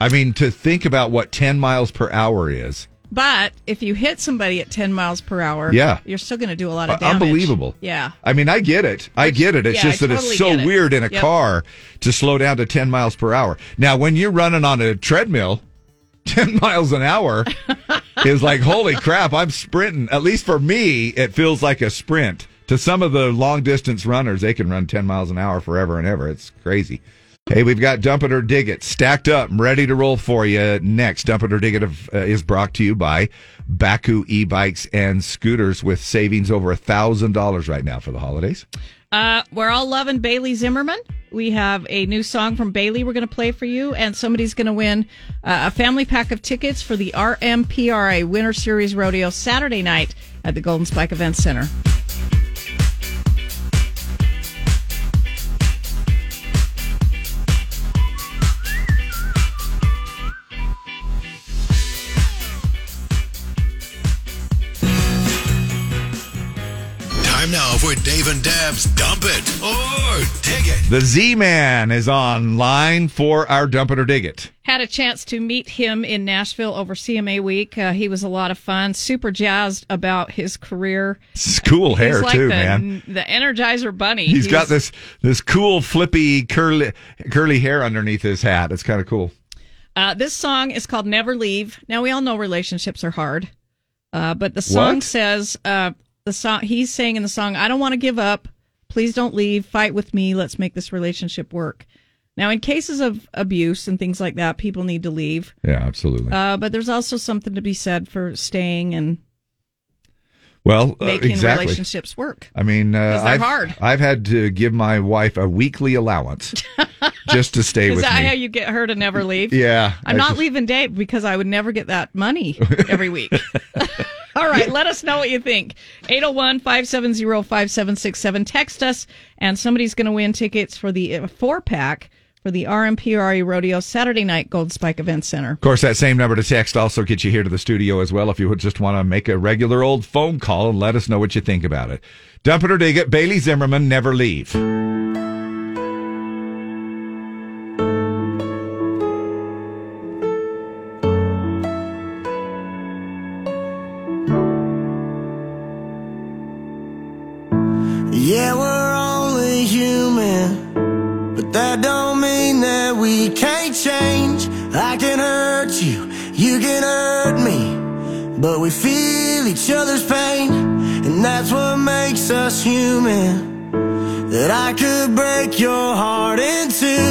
[SPEAKER 1] I mean, to think about what 10 miles per hour is.
[SPEAKER 2] But if you hit somebody at 10 miles per hour,
[SPEAKER 1] Yeah.
[SPEAKER 2] you're still going to do a lot of
[SPEAKER 1] Uh,
[SPEAKER 2] damage.
[SPEAKER 1] Unbelievable.
[SPEAKER 2] Yeah.
[SPEAKER 1] I mean, I get it. I get it. It's
[SPEAKER 2] yeah,
[SPEAKER 1] just
[SPEAKER 2] I
[SPEAKER 1] that
[SPEAKER 2] totally
[SPEAKER 1] it's so
[SPEAKER 2] get it.
[SPEAKER 1] weird in a
[SPEAKER 2] Yep.
[SPEAKER 1] car to slow down to 10 miles per hour. Now, when you're running on a treadmill, <laughs> 10 miles an hour is like, holy crap, I'm sprinting. At least for me, it feels like a sprint. To some of the long distance runners, they can run 10 miles an hour forever and ever. It's crazy. Hey, we've got Dump It or Dig It stacked up and ready to roll for you next. Dump It or Dig It of- uh, is brought to you by Baku e bikes and scooters with savings over $1,000 right now for the holidays.
[SPEAKER 2] Uh, we're all loving Bailey Zimmerman. We have a new song from Bailey we're going to play for you, and somebody's going to win uh, a family pack of tickets for the RMPRA Winter Series Rodeo Saturday night at the Golden Spike Event Center.
[SPEAKER 3] Time now for Dave and Dab's Dump It or Dig It.
[SPEAKER 1] The Z Man is online for our Dump It or Dig It.
[SPEAKER 2] Had a chance to meet him in Nashville over CMA week. Uh, he was a lot of fun, super jazzed about his career.
[SPEAKER 1] It's cool hair,
[SPEAKER 2] He's like
[SPEAKER 1] too,
[SPEAKER 2] the,
[SPEAKER 1] man.
[SPEAKER 2] The Energizer Bunny.
[SPEAKER 1] He's got this this cool flippy curly curly hair underneath his hat. It's kind of cool.
[SPEAKER 2] Uh, this song is called Never Leave. Now, we all know relationships are hard, uh, but the song
[SPEAKER 1] What?
[SPEAKER 2] says, uh, the song he's saying in the song, I don't want to give up. Please don't leave. Fight with me. Let's make this relationship work. Now, in cases of abuse and things like that, people need to leave.
[SPEAKER 1] Yeah, absolutely.
[SPEAKER 2] Uh, but there's also something to be said for staying and
[SPEAKER 1] Well, uh,
[SPEAKER 2] making
[SPEAKER 1] exactly.
[SPEAKER 2] relationships work.
[SPEAKER 1] I mean, uh,
[SPEAKER 2] Because they're
[SPEAKER 1] I've,
[SPEAKER 2] hard.
[SPEAKER 1] I've had to give my wife a weekly
[SPEAKER 2] <laughs>
[SPEAKER 1] allowance just to stay
[SPEAKER 2] Is
[SPEAKER 1] with
[SPEAKER 2] that
[SPEAKER 1] me.
[SPEAKER 2] how you get her to never leave?
[SPEAKER 1] Yeah,
[SPEAKER 2] I'm
[SPEAKER 1] I
[SPEAKER 2] not
[SPEAKER 1] just-
[SPEAKER 2] leaving Dave because I would never get
[SPEAKER 1] <laughs>
[SPEAKER 2] that money every week. <laughs> All right, let us know what you think. 801 570 5767. Text us, and somebody's going to win tickets for the four pack for the RMPRE Rodeo Saturday night Gold Spike Event Center.
[SPEAKER 1] Of course, that same number to text also gets you here to the studio as well if you would just want to make a regular old phone call and let us know what you think about it. Dump it or dig it. Bailey Zimmerman, never leave.
[SPEAKER 21] Yeah, we're only human, but that don't mean that we can't change. I can hurt you, you can hurt me, but we feel each other's pain, and that's what makes us human. That I could break your heart in two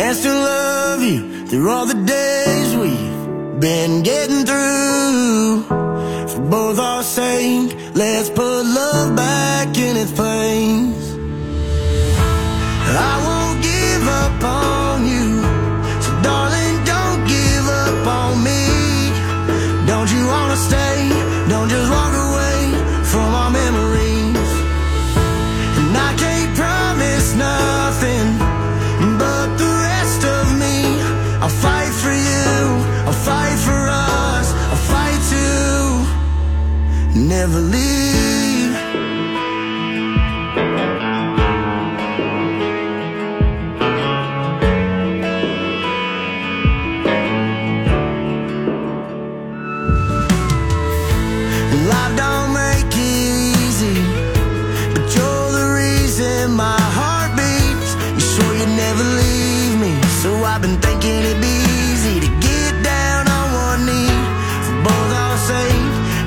[SPEAKER 21] and still love you through all the days we've been getting through. For both our sake, let's put love back in its place. I won't give up on you, so darling, don't give up on me. Don't you wanna stay? Don't just walk away from our memories. And I can't promise nothing, but the rest of me, I'll fight for you, I'll fight for us, I'll fight to never leave. Life don't make it easy, but you're the reason my heart beats. You swore you'd never leave me, so I've been thinking it'd be easy to get down on one knee for both our sake.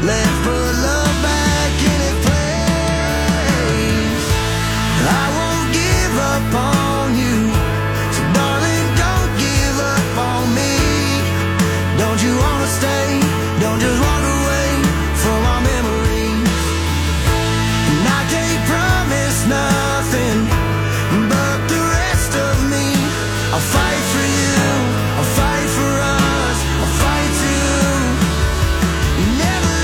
[SPEAKER 21] Let's put love back in its place. I won't give up on you, so darling, don't give up on me. Don't you wanna stay? Don't just walk away from our memories. And I can't promise nothing, but the rest of me, I'll fight for you. I'll fight for us. I'll fight to never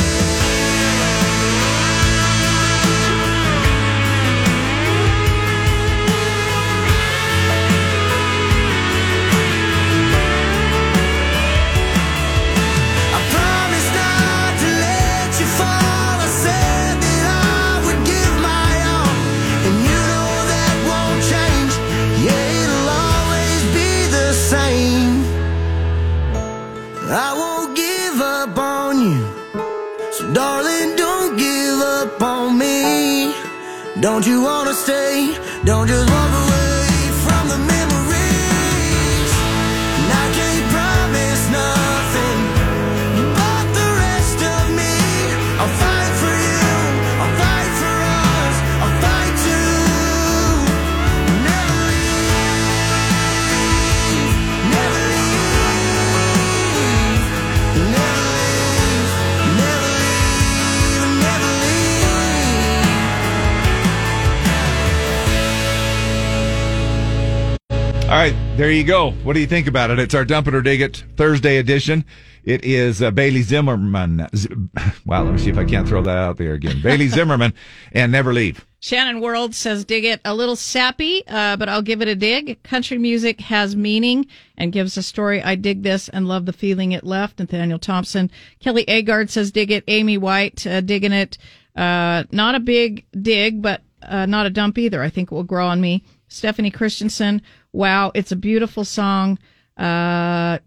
[SPEAKER 21] I promised not to let you fall. I said that I would give my all, and you know that won't change. Yeah, it'll always be the same. I won't give up on you, so darling, don't give up on me. Don't you wanna stay? Don't just walk away from the memories. And I can't promise nothing. But the rest of me, I'll fight for you, I'll fight for us, I'll fight to never leave, never leave, never leave, never leave, never
[SPEAKER 1] All right, there you go. What do you think about it? It's our Dump It or Dig It Thursday edition. It is uh, Bailey Zimmerman. Z- <laughs> wow, let me see if I can't throw that out there again.
[SPEAKER 2] <laughs>
[SPEAKER 1] Bailey Zimmerman and Never Leave.
[SPEAKER 2] Shannon World says, dig it a little sappy, uh, but I'll give it a dig. Country music has meaning and gives a story. I dig this and love the feeling it left. Nathaniel Thompson. Kelly Agard says, dig it. Amy White, uh, digging it. Uh, not a big dig, but uh, not a dump either. I think it will grow on me. Stephanie Christensen, wow, it's a beautiful song. Uh,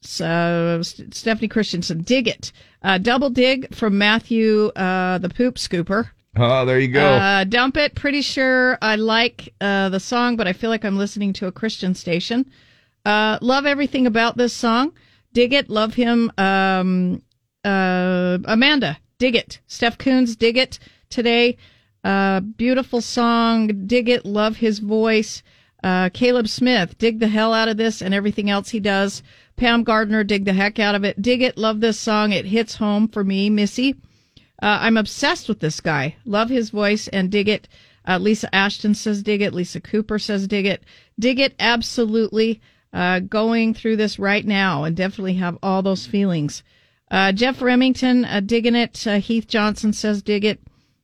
[SPEAKER 2] so St- Stephanie Christensen, dig it. Uh, double dig from Matthew, uh, the poop scooper.
[SPEAKER 1] Oh, there you go.
[SPEAKER 2] Uh, dump it. Pretty sure I like uh, the song, but I feel like I'm listening to a Christian station. Uh, love everything about this song. Dig it. Love him. Um, uh, Amanda, dig it. Steph Coons, dig it. Today, uh, beautiful song. Dig it. Love his voice. Uh, Caleb Smith, dig the hell out of this and everything else he does. Pam Gardner, dig the heck out of it. Dig it. Love this song. It hits home for me, Missy. Uh, I'm obsessed with this guy. Love his voice and dig it. Uh, Lisa Ashton says dig it. Lisa Cooper says dig it. Dig it absolutely. Uh, going through this right now and definitely have all those feelings. Uh, Jeff Remington uh, digging it. Uh, Heath Johnson says dig it.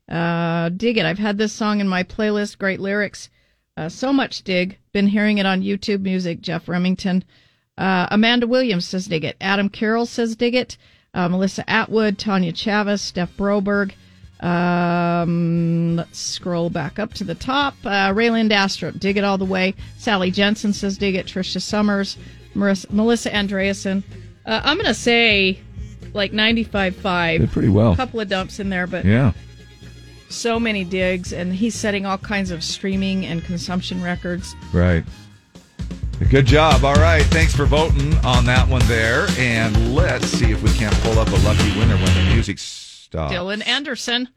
[SPEAKER 2] Uh, dig it. I've had this song in my playlist. Great lyrics. Uh, so much dig. Been hearing it on YouTube Music. Jeff Remington. Uh, Amanda Williams says dig it. Adam Carroll says dig it. Uh, Melissa Atwood, Tanya Chavez, Steph Broberg. Um, let's scroll back up to the top. Uh, Rayland Astrup, dig it all the way. Sally Jensen says dig it. Trisha Summers, Marissa, Melissa Andreasen. Uh, I'm gonna say like 95.5.
[SPEAKER 1] Did pretty well.
[SPEAKER 2] couple of dumps in there, but
[SPEAKER 1] Yeah.
[SPEAKER 2] so many digs, and he's setting all kinds of streaming and consumption records.
[SPEAKER 1] Right. Good job. All right. Thanks for voting on that one there. And let's see if we can't pull up a lucky winner when the music stops.
[SPEAKER 2] Dylan Anderson.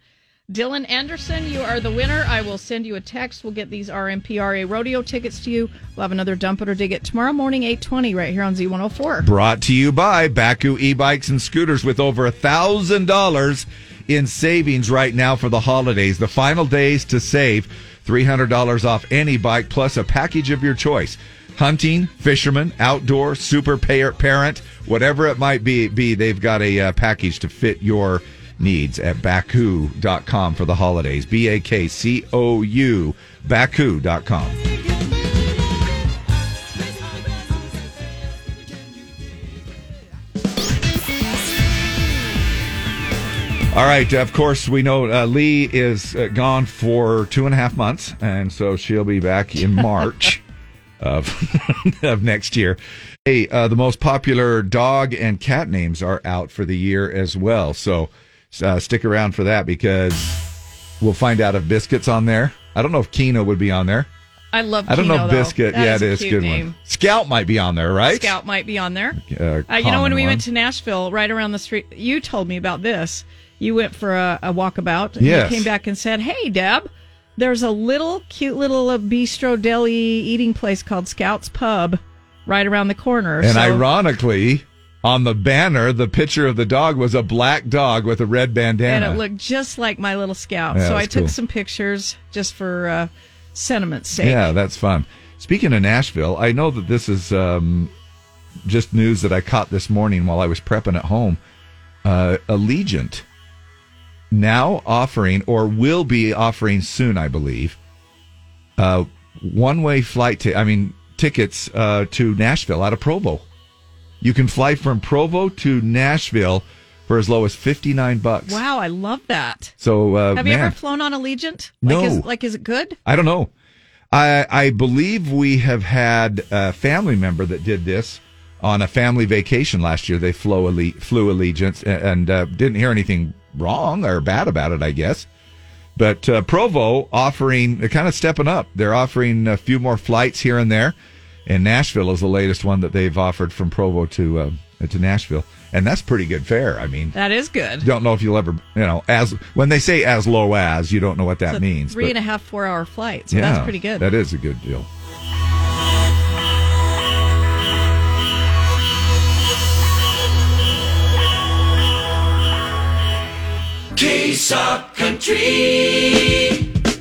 [SPEAKER 2] Dylan Anderson, you are the winner. I will send you a text. We'll get these RMPRA rodeo tickets to you. We'll have another dump it or dig it tomorrow morning, 820, right here on Z104.
[SPEAKER 1] Brought to you by Baku e-bikes and scooters with over a thousand dollars in savings right now for the holidays. The final days to save three hundred dollars off any bike plus a package of your choice. Hunting, fisherman, outdoor, super payer, parent, whatever it might be, be they've got a uh, package to fit your needs at baku.com for the holidays. B A K C O U, baku.com. All right. Of course, we know uh, Lee is uh, gone for two and a half months, and so she'll be back
[SPEAKER 2] <laughs>
[SPEAKER 1] in March of <laughs> of next year. Hey, uh, the most popular dog and cat names are out for the year as well. So uh, stick around for that because we'll find out if Biscuit's on there. I don't know if Kino would be on there.
[SPEAKER 2] I love
[SPEAKER 1] I don't know
[SPEAKER 2] Kino,
[SPEAKER 1] if
[SPEAKER 2] though.
[SPEAKER 1] Biscuit.
[SPEAKER 2] That
[SPEAKER 1] yeah,
[SPEAKER 2] is
[SPEAKER 1] it
[SPEAKER 2] a
[SPEAKER 1] is
[SPEAKER 2] cute
[SPEAKER 1] good
[SPEAKER 2] name.
[SPEAKER 1] one. Scout might be on there, right?
[SPEAKER 2] Scout might be on there.
[SPEAKER 1] Uh,
[SPEAKER 2] Uh, you know, when
[SPEAKER 1] common
[SPEAKER 2] we
[SPEAKER 1] one.
[SPEAKER 2] went to Nashville, right around the street, you told me about this. You went for a, a walkabout. And
[SPEAKER 1] Yes.
[SPEAKER 2] You came back and said, Hey, Deb, there's a little cute little uh, bistro deli eating place called Scout's Pub right around the corner.
[SPEAKER 1] And
[SPEAKER 2] So-
[SPEAKER 1] ironically, on the banner, the picture of the dog was a black dog with a red bandana.
[SPEAKER 2] And it looked just like my little scout.
[SPEAKER 1] Yeah,
[SPEAKER 2] so I
[SPEAKER 1] that's
[SPEAKER 2] took
[SPEAKER 1] cool.
[SPEAKER 2] some pictures just for uh, sentiment's sake.
[SPEAKER 1] Yeah, that's fun. Speaking of Nashville, I know that this is um, just news that I caught this morning while I was prepping at home. Uh, Allegiant now offering, or will be offering soon, I believe, uh, one-way flight. T- I mean, tickets uh, to Nashville out of Provo. You can fly from Provo to Nashville for as low as fifty-nine bucks.
[SPEAKER 2] Wow, I love that.
[SPEAKER 1] So, uh,
[SPEAKER 2] Have
[SPEAKER 1] man,
[SPEAKER 2] you ever flown on Allegiant?
[SPEAKER 1] No.
[SPEAKER 2] Like is, like, is it good?
[SPEAKER 1] I don't know. I I believe we have had a family member that did this on a family vacation last year. They flew alle- flew allegiance and, and uh, didn't hear anything wrong or bad about it, I guess. But uh, Provo offering they're kind of stepping up. They're offering a few more flights here and there, and Nashville is the latest one that they've offered from Provo to uh, to Nashville, and that's pretty good fare. I mean.
[SPEAKER 2] That is good.
[SPEAKER 1] Don't know if you'll ever, you know, as when they say as low as, you don't know what that means.
[SPEAKER 2] Three
[SPEAKER 1] but-
[SPEAKER 2] and a half, four hour flight. So that's pretty good.
[SPEAKER 1] that is a good deal.
[SPEAKER 18] K-Sop Country.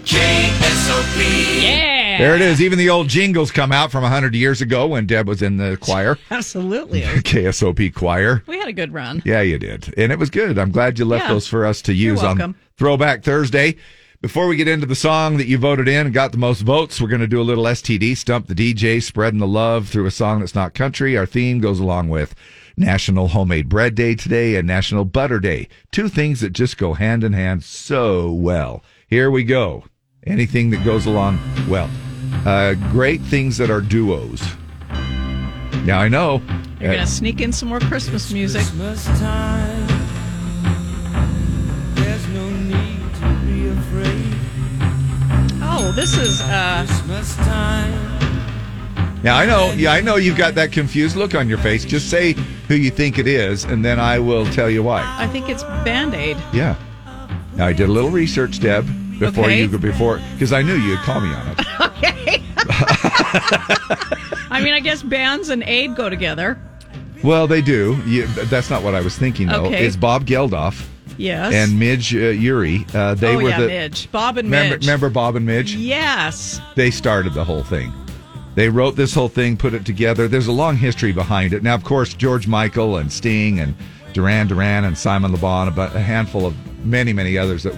[SPEAKER 18] K-S-O-P. Yeah.
[SPEAKER 1] There it is. Even the old jingles come out from 100 years ago when Deb was in the choir,
[SPEAKER 2] Absolutely.
[SPEAKER 1] KSOP choir.
[SPEAKER 2] we had a good run.
[SPEAKER 1] Yeah, you did. And it was good. I'm glad you left
[SPEAKER 2] Yeah.
[SPEAKER 1] those for us to use on
[SPEAKER 2] welcome.
[SPEAKER 1] Throwback Thursday. Before we get into the song that you voted in and got the most votes, we're going to do a little STD stump the DJ, spreading the love through a song that's not country. Our theme goes along with National Homemade Bread Day today and National Butter Day. Two things that just go hand in hand so well. Here we go. Anything that goes along well. Uh, great things that are duos. Now I know.
[SPEAKER 2] You're
[SPEAKER 1] uh,
[SPEAKER 2] going to sneak in some more Christmas music.
[SPEAKER 18] There's no need to be afraid.
[SPEAKER 2] Oh, this is uh,
[SPEAKER 18] Christmas time.
[SPEAKER 1] Now I know, yeah, I know you've got that confused look on your face. Just say who you think it is, and then I will tell you why.
[SPEAKER 2] I think it's Band Aid.
[SPEAKER 1] Yeah. Now I did a little research, Deb, before
[SPEAKER 2] Okay.
[SPEAKER 1] you before because I knew you'd call me on it.
[SPEAKER 2] Okay. I mean, I guess bands and aid go together.
[SPEAKER 1] Well, they do. You, that's not what I was thinking though.
[SPEAKER 2] Okay.
[SPEAKER 1] It's Bob Geldof
[SPEAKER 2] Yes.
[SPEAKER 1] and Midge uh, Uri. Uh, they
[SPEAKER 2] oh,
[SPEAKER 1] were
[SPEAKER 2] yeah,
[SPEAKER 1] the
[SPEAKER 2] Midge. Bob and
[SPEAKER 1] remember,
[SPEAKER 2] Midge.
[SPEAKER 1] remember Bob and Midge.
[SPEAKER 2] Yes.
[SPEAKER 1] They started the whole thing. They wrote this whole thing, put it together. There's a long history behind it. Now, of course, George Michael and Sting and Duran Duran and Simon Le Bon, but a handful of many, many others that,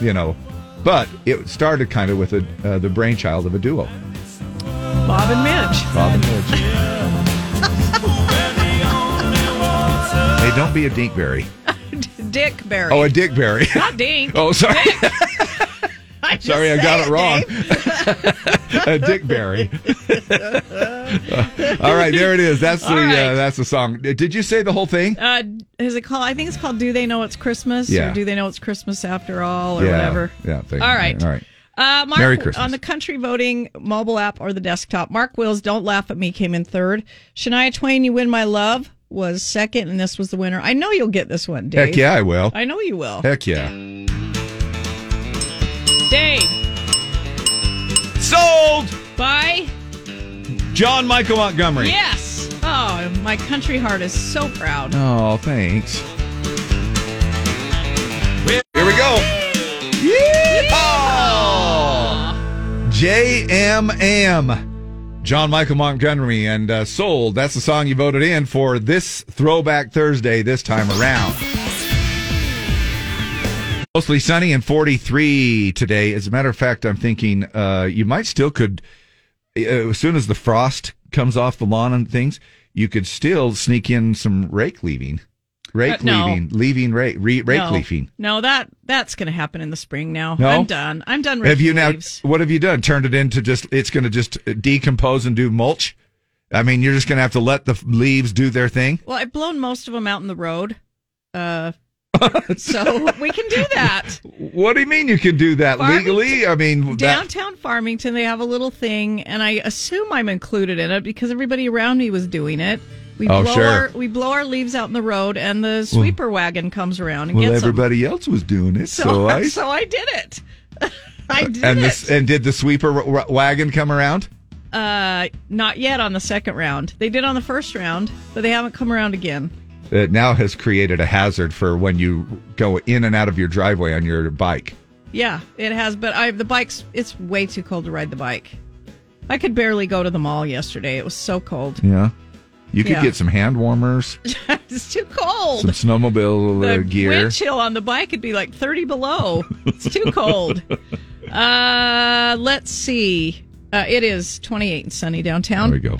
[SPEAKER 1] you know, but it started kind of with a, uh, the brainchild of a duo,
[SPEAKER 2] Bob and Midge.
[SPEAKER 1] Bob and Midge. Hey, don't be a dinkberry.
[SPEAKER 2] Dick Barry.
[SPEAKER 1] Oh, a dickberry. <laughs>
[SPEAKER 2] Not Dink.
[SPEAKER 1] oh, sorry.
[SPEAKER 2] Dick. <laughs> I just
[SPEAKER 1] Sorry, I got
[SPEAKER 2] said
[SPEAKER 1] it wrong.
[SPEAKER 2] Dave.
[SPEAKER 1] <laughs> a dickberry. All right, there it is. That's the
[SPEAKER 2] All right.
[SPEAKER 1] uh, that's the song. Did you say the whole thing?
[SPEAKER 2] Uh, is it called? I think it's called "Do They Know It's Christmas?"
[SPEAKER 1] Yeah.
[SPEAKER 2] or "Do They Know It's Christmas After All?" Oh, or
[SPEAKER 1] yeah.
[SPEAKER 2] whatever.
[SPEAKER 1] Yeah. thank you.
[SPEAKER 2] All right.
[SPEAKER 1] All right.
[SPEAKER 2] Uh, Mark,
[SPEAKER 1] Merry Christmas.
[SPEAKER 2] On the country voting mobile app or the desktop, Mark Wills, Don't Laugh at Me came in third. Shania Twain, You Win My Love was second, and this was the winner. I know you'll get this one, Dave.
[SPEAKER 1] Heck yeah, I will.
[SPEAKER 2] I know you will.
[SPEAKER 1] Heck yeah.
[SPEAKER 2] Dave.
[SPEAKER 1] Sold!
[SPEAKER 2] By?
[SPEAKER 1] John Michael Montgomery.
[SPEAKER 2] Yes. Oh, my country heart is so proud.
[SPEAKER 1] Oh, thanks. Here we go. Yeehaw! JMM. John Michael Montgomery and uh, Sold. That's the song you voted in for this Throwback Thursday this time around. Mostly sunny and 43 today. As a matter of fact, I'm thinking uh, you might still could, uh, as soon as the frost comes off the lawn and things, you could still sneak in some rake leaving. Rake
[SPEAKER 2] Uh, no.
[SPEAKER 1] leaving. Leaving rake. Re- rake
[SPEAKER 2] no.
[SPEAKER 1] leafing.
[SPEAKER 2] No, that that's going to happen in the spring now.
[SPEAKER 1] No?
[SPEAKER 2] I'm done. I'm done.
[SPEAKER 1] Have you
[SPEAKER 2] raking
[SPEAKER 1] now?
[SPEAKER 2] leaves.
[SPEAKER 1] What have you done? Turned it into just? It's going to just decompose and do mulch. I mean, you're just going to have to let the f- leaves do their thing.
[SPEAKER 2] Well, I've blown most of them out in the road.
[SPEAKER 1] <laughs>
[SPEAKER 2] Uh, so we can do that.
[SPEAKER 1] What do you mean you can do that
[SPEAKER 2] Farmington-
[SPEAKER 1] legally? I mean, that,
[SPEAKER 2] Downtown Farmington, they have a little thing, and I assume I'm included in it because everybody around me was doing it. We
[SPEAKER 1] Oh,
[SPEAKER 2] blow
[SPEAKER 1] sure.
[SPEAKER 2] our we blow our leaves out in the road, and the
[SPEAKER 1] Well-
[SPEAKER 2] sweeper wagon comes around and
[SPEAKER 1] well,
[SPEAKER 2] gets them.
[SPEAKER 1] everybody else was doing it, so, I
[SPEAKER 2] <laughs> so I did it. <laughs> I did
[SPEAKER 1] and
[SPEAKER 2] it.
[SPEAKER 1] this and did the sweeper w- w- wagon come around?
[SPEAKER 2] uh, not yet on the second round. They did on the first round, but they haven't come around again.
[SPEAKER 1] It now has created a hazard for when you go in and out of your driveway on your bike.
[SPEAKER 2] Yeah, it has, but I the bike's it's way too cold to ride the bike. I could barely go to the mall yesterday. It was so cold. <laughs>
[SPEAKER 1] Yeah, you could
[SPEAKER 2] Yeah.
[SPEAKER 1] get some hand warmers,
[SPEAKER 2] it's too cold. <laughs>
[SPEAKER 1] some snowmobile uh,
[SPEAKER 2] the
[SPEAKER 1] gear.
[SPEAKER 2] wind chill on the bike would be like 30 below. It's too
[SPEAKER 1] <laughs>
[SPEAKER 2] cold. uh, let's see. Uh, it is 28 and sunny downtown.
[SPEAKER 1] There we go.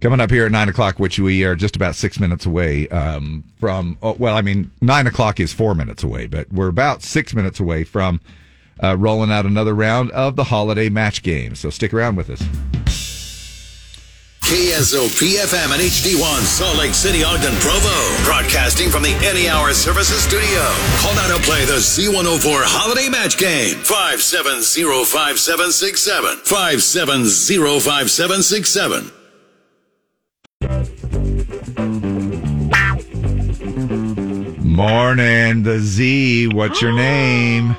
[SPEAKER 1] Coming up here at nine o'clock, which we are just about six minutes away um, from. Oh, well, I mean, nine o'clock is four minutes away, but we're about six minutes away from uh, rolling out another round of the holiday match game. So stick around with us.
[SPEAKER 3] KSOP FM and HD1 Salt Lake City, Ogden, Provo. Broadcasting from the Any Hour Services Studio. Call now to play the C104 Holiday Match Game. 570-5767. 570-5767.
[SPEAKER 1] Morning, the Z. What's your name?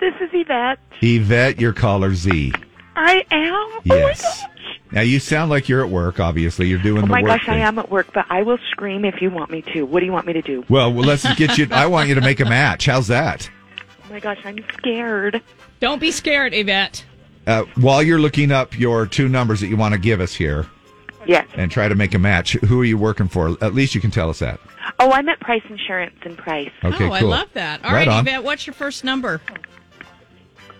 [SPEAKER 6] This is Yvette.
[SPEAKER 1] Yvette, your caller Z.
[SPEAKER 6] I am. Oh
[SPEAKER 1] Yes. Now you sound like you're at work. Obviously, you're doing the
[SPEAKER 6] Oh my
[SPEAKER 1] work.
[SPEAKER 6] gosh, I
[SPEAKER 1] thing.
[SPEAKER 6] am at work, but I will scream if you want me to. What do you want me to do?
[SPEAKER 1] Well, well, let's get you. I want you to make a match. How's that?
[SPEAKER 6] Oh my gosh, I'm scared.
[SPEAKER 2] Don't be scared, Yvette.
[SPEAKER 1] Uh, while you're looking up your two numbers that you want to give us here.
[SPEAKER 6] Yes.
[SPEAKER 1] and try to make a match. Who are you working for? At least you can tell us that.
[SPEAKER 6] Oh, I'm at Price Insurance in Price.
[SPEAKER 1] Okay,
[SPEAKER 2] oh, I
[SPEAKER 1] cool.
[SPEAKER 2] love that. All
[SPEAKER 1] Right
[SPEAKER 2] right,
[SPEAKER 1] on.
[SPEAKER 2] Yvette, what's your first number?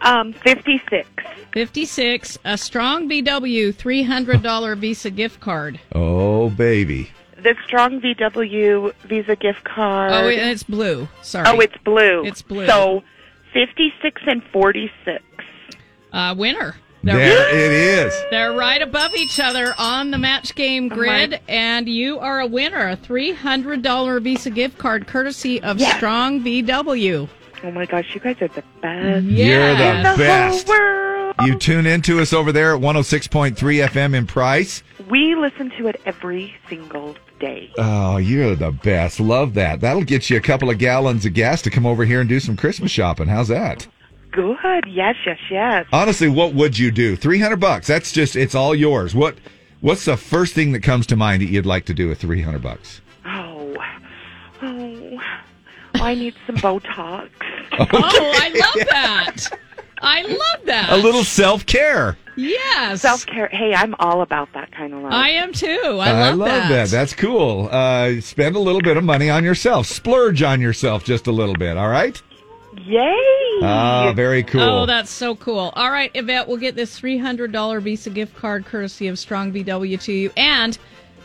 [SPEAKER 6] Um, 56.
[SPEAKER 2] 56. A strong VW $300 Visa gift card.
[SPEAKER 1] Oh, baby.
[SPEAKER 6] The strong VW Visa gift card.
[SPEAKER 2] Oh, and it's blue. Sorry.
[SPEAKER 6] Oh, it's blue.
[SPEAKER 2] It's blue.
[SPEAKER 6] So 56 and 46.
[SPEAKER 2] Uh, winner.
[SPEAKER 1] There it is.
[SPEAKER 2] They're right above each other on the match game grid, and you are a winner. A $300 Visa gift card courtesy of
[SPEAKER 6] Yes.
[SPEAKER 2] Strong VW.
[SPEAKER 6] Oh my gosh, you guys are the best.
[SPEAKER 1] You're the
[SPEAKER 6] In the
[SPEAKER 1] best.
[SPEAKER 6] whole world. Um,
[SPEAKER 1] You tune in to us over there at 106.3 FM in Price.
[SPEAKER 6] We listen to it every single day.
[SPEAKER 1] Oh, you're the best. Love that. That'll get you a couple of gallons of gas to come over here and do some Christmas shopping. How's that?
[SPEAKER 6] Good. Yes, yes, yes.
[SPEAKER 1] Honestly, what would you do? 300 bucks. That's just it's all yours. What what's the first thing that comes to mind that you'd like to do with 300 bucks?
[SPEAKER 6] Oh. Oh. I need some Botox.
[SPEAKER 2] Oh, I love that. I love that.
[SPEAKER 1] A little self care.
[SPEAKER 2] Yes.
[SPEAKER 6] Self care. Hey, I'm all about that kind of love.
[SPEAKER 2] I am too. I love, that.
[SPEAKER 1] That's cool. Uh, spend a little bit of money on yourself. Splurge on yourself just a little bit. All right.
[SPEAKER 6] Yay.
[SPEAKER 1] Ah, very cool.
[SPEAKER 2] Oh, that's so cool. All right, Yvette, we'll get this $300 Visa gift card courtesy of Strong BW to you. And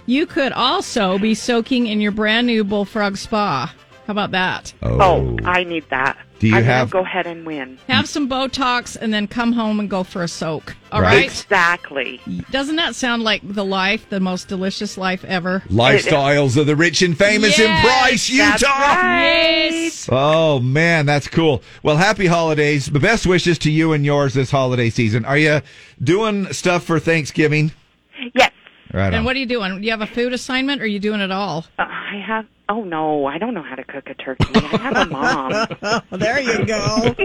[SPEAKER 2] you could also be soaking in your brand new Bullfrog Spa. How about that?
[SPEAKER 1] Oh.
[SPEAKER 6] I need that.
[SPEAKER 1] Do you
[SPEAKER 6] I'm
[SPEAKER 1] have-
[SPEAKER 6] gonna go ahead and win?
[SPEAKER 2] Have some Botox and then come home and go for a soak. All right.
[SPEAKER 6] Exactly.
[SPEAKER 2] Doesn't that sound like the life, the most delicious life ever?
[SPEAKER 1] Lifestyles of the rich and famous in
[SPEAKER 2] Yes,
[SPEAKER 1] Price,
[SPEAKER 2] that's
[SPEAKER 1] Utah.
[SPEAKER 2] right.
[SPEAKER 1] Oh man, that's cool. Well, happy holidays. The best wishes to you and yours this holiday season. Are you doing stuff for Thanksgiving?
[SPEAKER 6] Yes.
[SPEAKER 1] Right.
[SPEAKER 2] And
[SPEAKER 1] on.
[SPEAKER 6] <laughs>
[SPEAKER 2] what are you doing? Do you have a food assignment or are you doing it all?
[SPEAKER 4] Uh,
[SPEAKER 6] I have. Oh no, I don't know how to cook a turkey. <laughs> I have a mom.
[SPEAKER 2] there you go.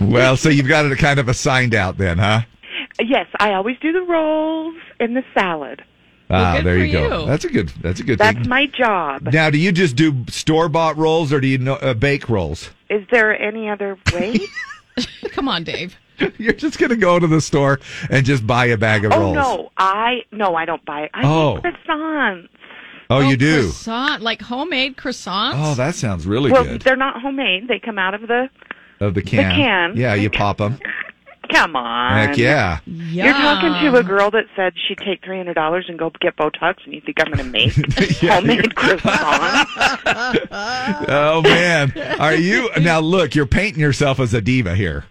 [SPEAKER 1] <laughs> well, so you've got it kind of assigned out then, huh?
[SPEAKER 6] yes, I always do the rolls and the salad.
[SPEAKER 1] ah,
[SPEAKER 6] good
[SPEAKER 1] there
[SPEAKER 6] for
[SPEAKER 1] you go.
[SPEAKER 6] you.
[SPEAKER 1] That's a good. That's a good
[SPEAKER 6] That's
[SPEAKER 1] thing.
[SPEAKER 6] my job.
[SPEAKER 1] Now, do you just do store bought rolls or do you know, uh, bake rolls? <laughs>
[SPEAKER 6] Is there any other way?
[SPEAKER 2] Come on, Dave.
[SPEAKER 1] You're just gonna go to the store and just buy a bag of
[SPEAKER 6] Oh
[SPEAKER 1] rolls.
[SPEAKER 6] no, I no, I don't buy it. I
[SPEAKER 1] Oh.
[SPEAKER 6] make croissants.
[SPEAKER 1] <laughs> Oh, you do.
[SPEAKER 2] Croissant, like homemade croissants.
[SPEAKER 1] Oh, that sounds really
[SPEAKER 6] well,
[SPEAKER 1] good.
[SPEAKER 6] they're not homemade. They come out of the.
[SPEAKER 1] Of the can.
[SPEAKER 6] can.
[SPEAKER 1] Yeah, you pop them.
[SPEAKER 6] Come on.
[SPEAKER 1] Heck yeah.
[SPEAKER 6] You're talking to a girl that said she'd take three hundred dollars and go get Botox, and you think I'm going
[SPEAKER 1] <laughs>
[SPEAKER 6] to make homemade croissants?
[SPEAKER 1] Oh man, are
[SPEAKER 6] <laughs>
[SPEAKER 1] you now? Look, you're painting yourself as a diva here.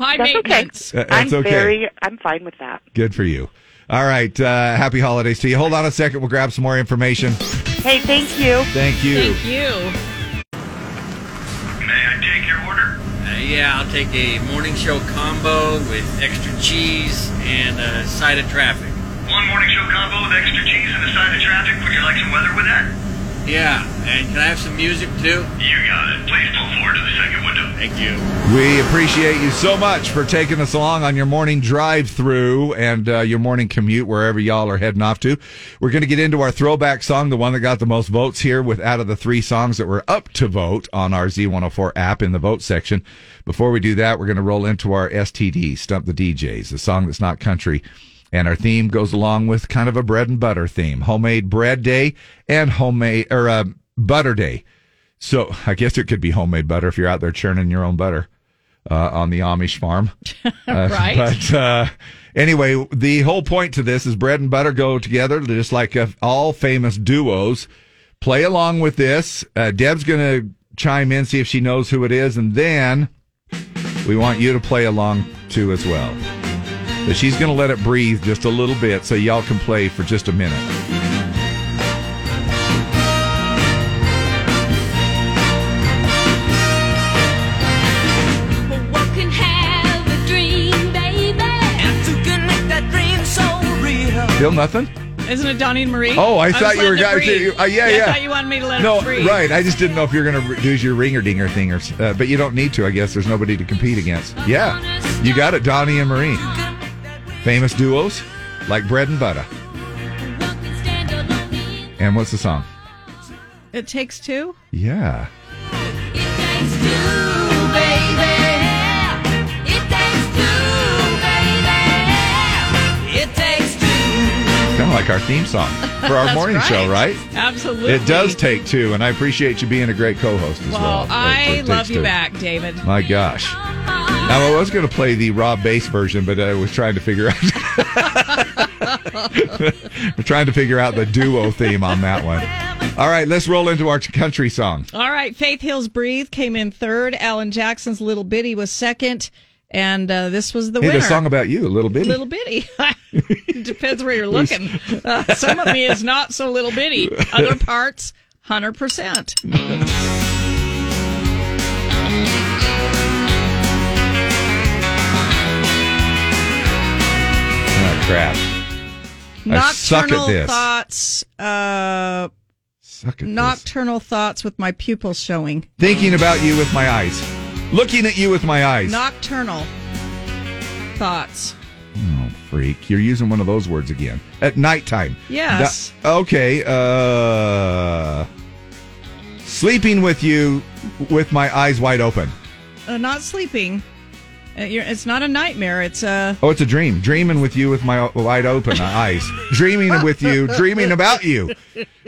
[SPEAKER 2] High
[SPEAKER 6] That's
[SPEAKER 2] maintenance.
[SPEAKER 1] Uh, that's
[SPEAKER 6] I'm
[SPEAKER 1] okay.
[SPEAKER 6] very. I'm fine with that.
[SPEAKER 1] Good for you. All right, uh, happy holidays to you. Hold on a second, we'll grab some more information.
[SPEAKER 6] Hey, thank you.
[SPEAKER 1] Thank you.
[SPEAKER 2] Thank you.
[SPEAKER 5] Uh, yeah, I'll take a morning show combo with extra cheese and a side of traffic.
[SPEAKER 22] One morning show combo with extra cheese and a side of traffic. Would you like some weather with that?
[SPEAKER 5] Yeah, and can I have some music too?
[SPEAKER 22] You got it. Please pull forward to the second window.
[SPEAKER 5] Thank you.
[SPEAKER 1] We appreciate you so much for taking us along on your morning drive through and uh, your morning commute wherever y'all are heading off to. We're going to get into our throwback song, the one that got the most votes here, with out of the three songs that were up to vote on our Z104 app in the vote section. Before we do that, we're going to roll into our STD, Stump the DJs, the song that's not country. And our theme goes along with kind of a bread and butter theme, homemade bread day and homemade or uh, butter day. So I guess it could be homemade butter if you're out there churning your own butter uh, on the Amish farm. Uh,
[SPEAKER 2] Right.
[SPEAKER 1] But uh, anyway, the whole point to this is bread and butter go together, just like uh, all famous duos. Play along with this. Uh, Deb's going to chime in, see if she knows who it is, and then we want you to play along too as well. But she's going to let it breathe just a little bit so y'all can play for just a minute.
[SPEAKER 4] What can have a dream, baby? And you can make that dream so real.
[SPEAKER 1] Feel nothing?
[SPEAKER 2] Isn't it Donnie and Marie?
[SPEAKER 1] Oh, I
[SPEAKER 2] was
[SPEAKER 1] thought you were
[SPEAKER 2] letting it
[SPEAKER 1] guys.
[SPEAKER 2] breathe.
[SPEAKER 1] Uh, yeah, yeah.
[SPEAKER 2] I thought you wanted me to let
[SPEAKER 1] no,
[SPEAKER 2] it breathe.
[SPEAKER 1] right. I just didn't know if you're going to do your ringer dinger thing, or uh, but you don't need to. I guess there's nobody to compete against. Yeah, you got it, Donnie and Marie, famous duos like bread and butter. And what's the song?
[SPEAKER 2] It takes two.
[SPEAKER 1] Yeah, kind of like our theme song for our
[SPEAKER 2] <laughs> That's
[SPEAKER 1] morning show, right?
[SPEAKER 2] Absolutely.
[SPEAKER 1] It does take two, and I appreciate you being a great co-host as
[SPEAKER 2] Well,
[SPEAKER 1] well. It-
[SPEAKER 2] I
[SPEAKER 1] it
[SPEAKER 2] love
[SPEAKER 1] takes
[SPEAKER 2] you
[SPEAKER 1] two.
[SPEAKER 2] back, David.
[SPEAKER 1] My gosh. Now, I was going to play the raw bass version, but I was trying to figure out. <laughs> We're trying to figure out the duo theme on that one. All right, let's roll into our country song.
[SPEAKER 2] All right, Faith Hill's "Breathe" came in third. Alan Jackson's "Little Bitty" was second, and uh, this was the
[SPEAKER 1] hey,
[SPEAKER 2] winner.
[SPEAKER 1] the song about you, a little bit.
[SPEAKER 2] Little bitty. <laughs> Depends where you're looking. Uh, some of me is not so little bitty. Other parts, hundred percent.
[SPEAKER 1] Oh, crap. I suck
[SPEAKER 2] Nocturnal
[SPEAKER 1] at this.
[SPEAKER 2] thoughts. Uh, nocturnal thoughts with my pupils showing.
[SPEAKER 1] Thinking about you with my eyes. Looking at you with my eyes.
[SPEAKER 2] Nocturnal thoughts.
[SPEAKER 1] Oh, freak. You're using one of those words again. At nighttime.
[SPEAKER 2] Yes.
[SPEAKER 1] Da- okay. Uh, Sleeping with you with my eyes wide open.
[SPEAKER 2] Uh, not sleeping. Uh, you're, it's not a nightmare. It's uh, a.
[SPEAKER 1] <laughs> Oh, it's a dream. Dreaming with you with my o- wide open eyes. Dreaming with you. Dreaming about you.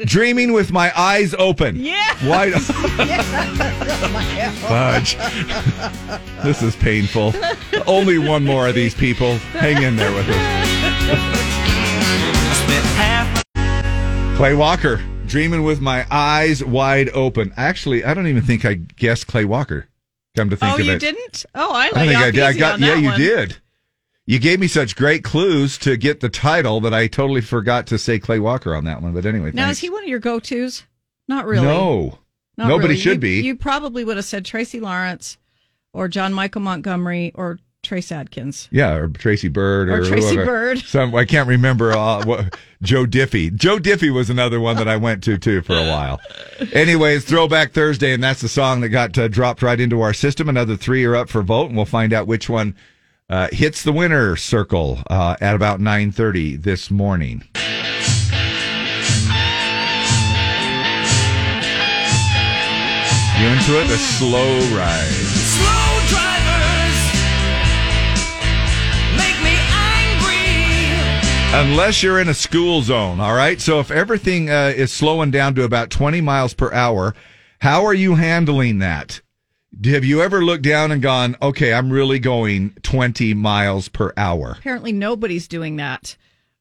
[SPEAKER 1] Dreaming with my eyes open.
[SPEAKER 2] Yeah.
[SPEAKER 1] Wide
[SPEAKER 2] <laughs>
[SPEAKER 1] o-
[SPEAKER 2] Yeah.
[SPEAKER 1] Fudge. this is painful. Only one more of these people. Hang in there with us. Clay Walker, dreaming with my eyes wide open. Actually, I don't even think I guessed Clay Walker. Come to think
[SPEAKER 2] oh,
[SPEAKER 1] of it,
[SPEAKER 2] you didn't? Oh, I,
[SPEAKER 1] I
[SPEAKER 2] laid
[SPEAKER 1] don't think
[SPEAKER 2] off
[SPEAKER 1] I did. I
[SPEAKER 2] easy
[SPEAKER 1] got
[SPEAKER 2] on
[SPEAKER 1] yeah,
[SPEAKER 2] that
[SPEAKER 1] you
[SPEAKER 2] one.
[SPEAKER 1] did. You gave me such great clues to get the title that I totally forgot to say Clay Walker on that one. But anyway,
[SPEAKER 2] Now
[SPEAKER 1] thanks.
[SPEAKER 2] is he one of your go-tos? Not really.
[SPEAKER 1] No,
[SPEAKER 2] Not
[SPEAKER 1] nobody
[SPEAKER 2] really.
[SPEAKER 1] should
[SPEAKER 2] You-
[SPEAKER 1] be.
[SPEAKER 2] You probably would have said Tracy Lawrence, or John Michael Montgomery, or Trace Adkins.
[SPEAKER 1] Yeah, or Tracy Bird, or,
[SPEAKER 2] Or Tracy
[SPEAKER 1] whoever.
[SPEAKER 2] Byrd.
[SPEAKER 1] Some I can't remember. Uh, what, Joe Diffie. Joe Diffie was another one that I went to too for a while. Anyways, Throwback Thursday, and that's the song that got uh, dropped right into our system. Another three are up for vote, and we'll find out which one uh, hits the winner circle uh, at about nine thirty this morning. You into it? The slow ride.
[SPEAKER 18] Slow drivers make me angry.
[SPEAKER 1] Unless you're in a school zone, all right? So if everything uh, is slowing down to about 20 miles per hour, how are you handling that? Have you ever looked down and gone, okay, I'm really going 20 miles per hour?
[SPEAKER 2] Apparently, nobody's doing that.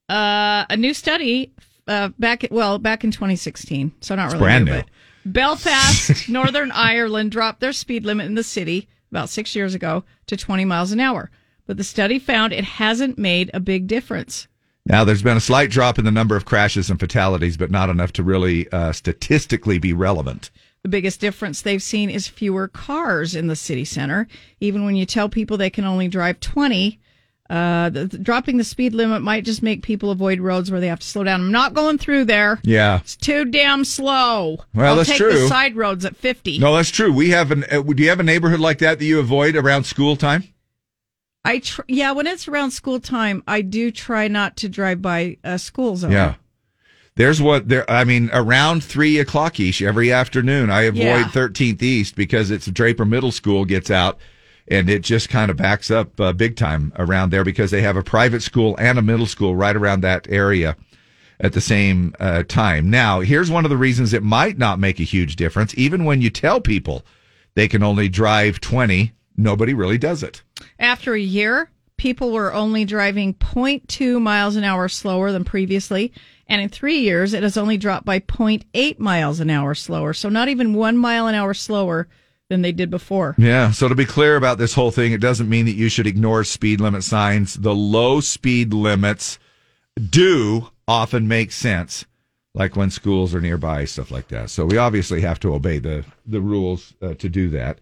[SPEAKER 2] Uh, a new study uh, back well back in 2016, so not
[SPEAKER 1] It's
[SPEAKER 2] really
[SPEAKER 1] brand
[SPEAKER 2] new,
[SPEAKER 1] new.
[SPEAKER 2] but
[SPEAKER 1] <laughs>
[SPEAKER 2] Belfast, Northern Ireland, dropped their speed limit in the city about six years ago to 20 miles an hour, but the study found it hasn't made a big difference.
[SPEAKER 1] Now, there's been a slight drop in the number of crashes and fatalities, but not enough to really uh, statistically be relevant.
[SPEAKER 2] The biggest difference they've seen is fewer cars in the city center. Even when you tell people they can only drive 20, uh, the, the- dropping the speed limit might just make people avoid roads where they have to slow down. I'm not going through there.
[SPEAKER 1] Yeah.
[SPEAKER 2] It's too damn slow.
[SPEAKER 1] Well,
[SPEAKER 2] I'll
[SPEAKER 1] that's
[SPEAKER 2] take
[SPEAKER 1] true.
[SPEAKER 2] the side roads at 50.
[SPEAKER 1] No, that's true. We have an, uh, do you have a neighborhood like that that you avoid around school time?
[SPEAKER 2] I tr- yeah, when it's around school time, I do try not to drive by a school zone.
[SPEAKER 1] Yeah. There's what there. I mean, around three o'clock each every afternoon, I
[SPEAKER 2] Yeah.
[SPEAKER 1] avoid Thirteenth East because it's Draper Middle School gets out, and it just kind of backs up uh, big time around there because they have a private school and a middle school right around that area at the same uh, time. Now, here's one of the reasons it might not make a huge difference, even when you tell people they can only drive twenty. Nobody really does it.
[SPEAKER 2] After a year, people were only driving 0.2 miles an hour slower than previously. And in three years, it has only dropped by 0.8 miles an hour slower. So not even one mile an hour slower than they did before.
[SPEAKER 1] Yeah. So to be clear about this whole thing, it doesn't mean that you should ignore speed limit signs. The low speed limits do often make sense, like when schools are nearby, stuff like that. So we obviously have to obey the the rules uh, to do that.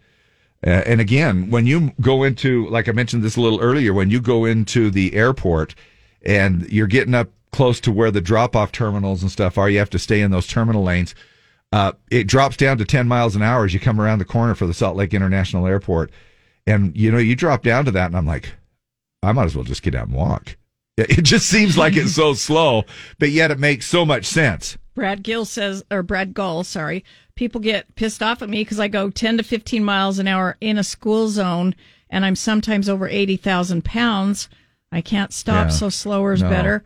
[SPEAKER 1] Uh, and again, when you go into, like I mentioned this a little earlier, when you go into the airport and you're getting up close to where the drop off terminals and stuff are, you have to stay in those terminal lanes. Uh, it drops down to 10 miles an hour as you come around the corner for the Salt Lake International Airport. And, you know, you drop down to that, and I'm like, I might as well just get out and walk. <laughs> It it just seems like it's <laughs> so slow, but yet it makes so much sense.
[SPEAKER 2] Brad Gill says, or Brad Gull, sorry, people get pissed off at me because I go 10 to 15 miles an hour in a school zone and I'm sometimes over 80,000 pounds. I can't stop,
[SPEAKER 8] Yeah.
[SPEAKER 2] so slower is
[SPEAKER 8] No.
[SPEAKER 2] better.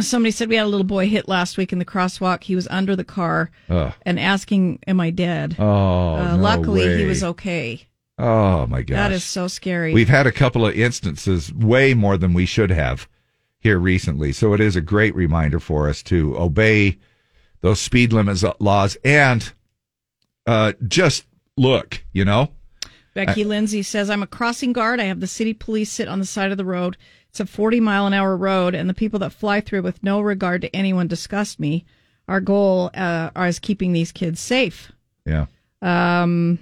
[SPEAKER 2] <clears throat> Somebody said we had a little boy hit last week in the crosswalk. He was under the car
[SPEAKER 1] Ugh.
[SPEAKER 2] and asking, Am I dead?
[SPEAKER 1] Oh, no
[SPEAKER 2] Uh, luckily, he
[SPEAKER 1] way.
[SPEAKER 2] was okay.
[SPEAKER 1] Oh, my gosh.
[SPEAKER 2] That is so scary.
[SPEAKER 1] We've had a couple of instances, way more than we should have here recently. So it is a great reminder for us to obey those speed limits laws and uh, just look, you know?
[SPEAKER 2] Becky
[SPEAKER 1] I-
[SPEAKER 2] Lindsay says, I'm a crossing guard. I have the city police sit on the side of the road. It's a 40 mile an hour road, and the people that fly through with no regard to anyone disgust me. Our goal uh, is keeping these kids safe.
[SPEAKER 1] Yeah.
[SPEAKER 2] Um,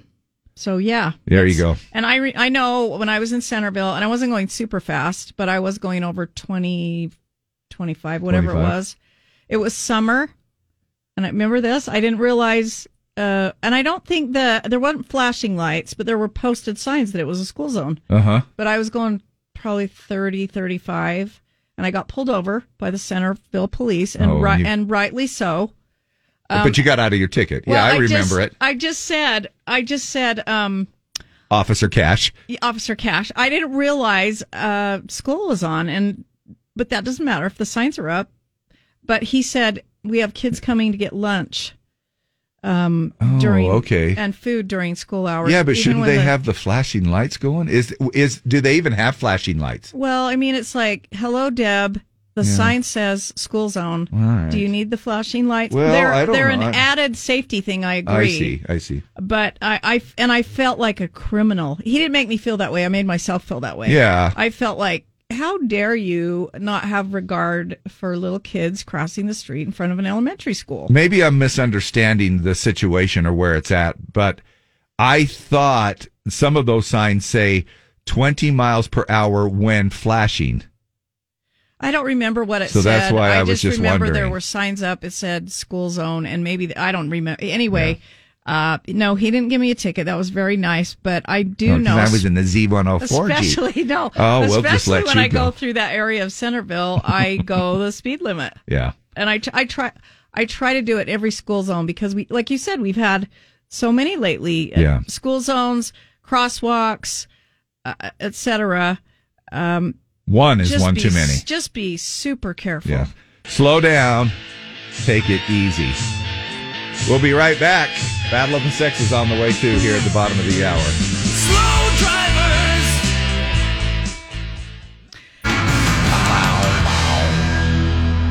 [SPEAKER 2] so, yeah.
[SPEAKER 1] There you go.
[SPEAKER 2] And I, re- I know when I was in Centerville, and I wasn't going super fast, but I was going over 20, 25, whatever
[SPEAKER 9] 25.
[SPEAKER 2] it was. It was summer, and I remember this. I didn't realize, uh, and I don't think the there wasn't flashing lights, but there were posted signs that it was a school zone.
[SPEAKER 1] Uh huh.
[SPEAKER 2] But I was going probably 30, 35, and I got pulled over by the Centerville police, and
[SPEAKER 1] Oh,
[SPEAKER 2] ri-
[SPEAKER 1] you-
[SPEAKER 2] and rightly so. Um,
[SPEAKER 1] but you got out of your ticket.
[SPEAKER 2] well,
[SPEAKER 1] yeah, I,
[SPEAKER 2] just-
[SPEAKER 1] remember it.
[SPEAKER 2] I just said, I just said, um,
[SPEAKER 1] Officer Cash.
[SPEAKER 2] Officer Cash. I didn't realize uh, school was on, and but that doesn't matter if the signs are up. But he said we have kids coming to get lunch um,
[SPEAKER 1] Oh,
[SPEAKER 2] during
[SPEAKER 1] okay.
[SPEAKER 2] and food during school hours.
[SPEAKER 1] yeah, but
[SPEAKER 2] even
[SPEAKER 1] shouldn't
[SPEAKER 2] with
[SPEAKER 1] they
[SPEAKER 2] the-
[SPEAKER 1] have the flashing lights going? Is is do they even have flashing lights?
[SPEAKER 2] Well, I mean, it's like, hello, Deb. The
[SPEAKER 1] Yeah.
[SPEAKER 2] sign says school zone.
[SPEAKER 1] All right.
[SPEAKER 2] Do you need the flashing lights?
[SPEAKER 1] Well,
[SPEAKER 2] they're
[SPEAKER 1] I don't
[SPEAKER 2] they're
[SPEAKER 1] know.
[SPEAKER 2] an
[SPEAKER 1] I-
[SPEAKER 2] added safety thing. I agree.
[SPEAKER 1] I see. I see.
[SPEAKER 2] But I, I and I felt like a criminal. He didn't make me feel that way. I made myself feel that way.
[SPEAKER 1] Yeah.
[SPEAKER 2] I felt like, how dare you not have regard for little kids crossing the street in front of an elementary school?
[SPEAKER 1] Maybe I'm misunderstanding the situation or where it's at, but I thought some of those signs say 20 miles per hour when flashing.
[SPEAKER 2] I don't remember what it
[SPEAKER 1] So
[SPEAKER 2] said.
[SPEAKER 1] that's why I
[SPEAKER 2] I
[SPEAKER 1] was just
[SPEAKER 2] remember there
[SPEAKER 1] wondering.
[SPEAKER 2] were signs up. It said school zone, and maybe I don't remember. Anyway, uh, no, he didn't give me a ticket. That was very nice, but I do
[SPEAKER 1] No, Oh, 'cause
[SPEAKER 2] know.
[SPEAKER 1] I was in the Z104. Jeep.
[SPEAKER 2] Especially <laughs> no.
[SPEAKER 1] Oh, we'll
[SPEAKER 2] especially
[SPEAKER 1] just let
[SPEAKER 2] when
[SPEAKER 1] you
[SPEAKER 2] I go
[SPEAKER 1] know.
[SPEAKER 2] through that area of Centerville,
[SPEAKER 1] <laughs>
[SPEAKER 2] I go the speed limit,
[SPEAKER 1] Yeah.
[SPEAKER 2] and I, t- I try I try to do it every school zone because we, like you said, we've had so many lately. uh,
[SPEAKER 1] Yeah.
[SPEAKER 2] school zones, crosswalks, uh, etc. Um,
[SPEAKER 1] One is
[SPEAKER 2] just
[SPEAKER 1] one
[SPEAKER 2] be
[SPEAKER 1] too many.
[SPEAKER 2] s- Just be super careful.
[SPEAKER 1] Yeah. Slow down. Take it easy. We'll be right back. Battle of the Sexes on the way too here at the bottom of the hour.
[SPEAKER 18] Slow drivers.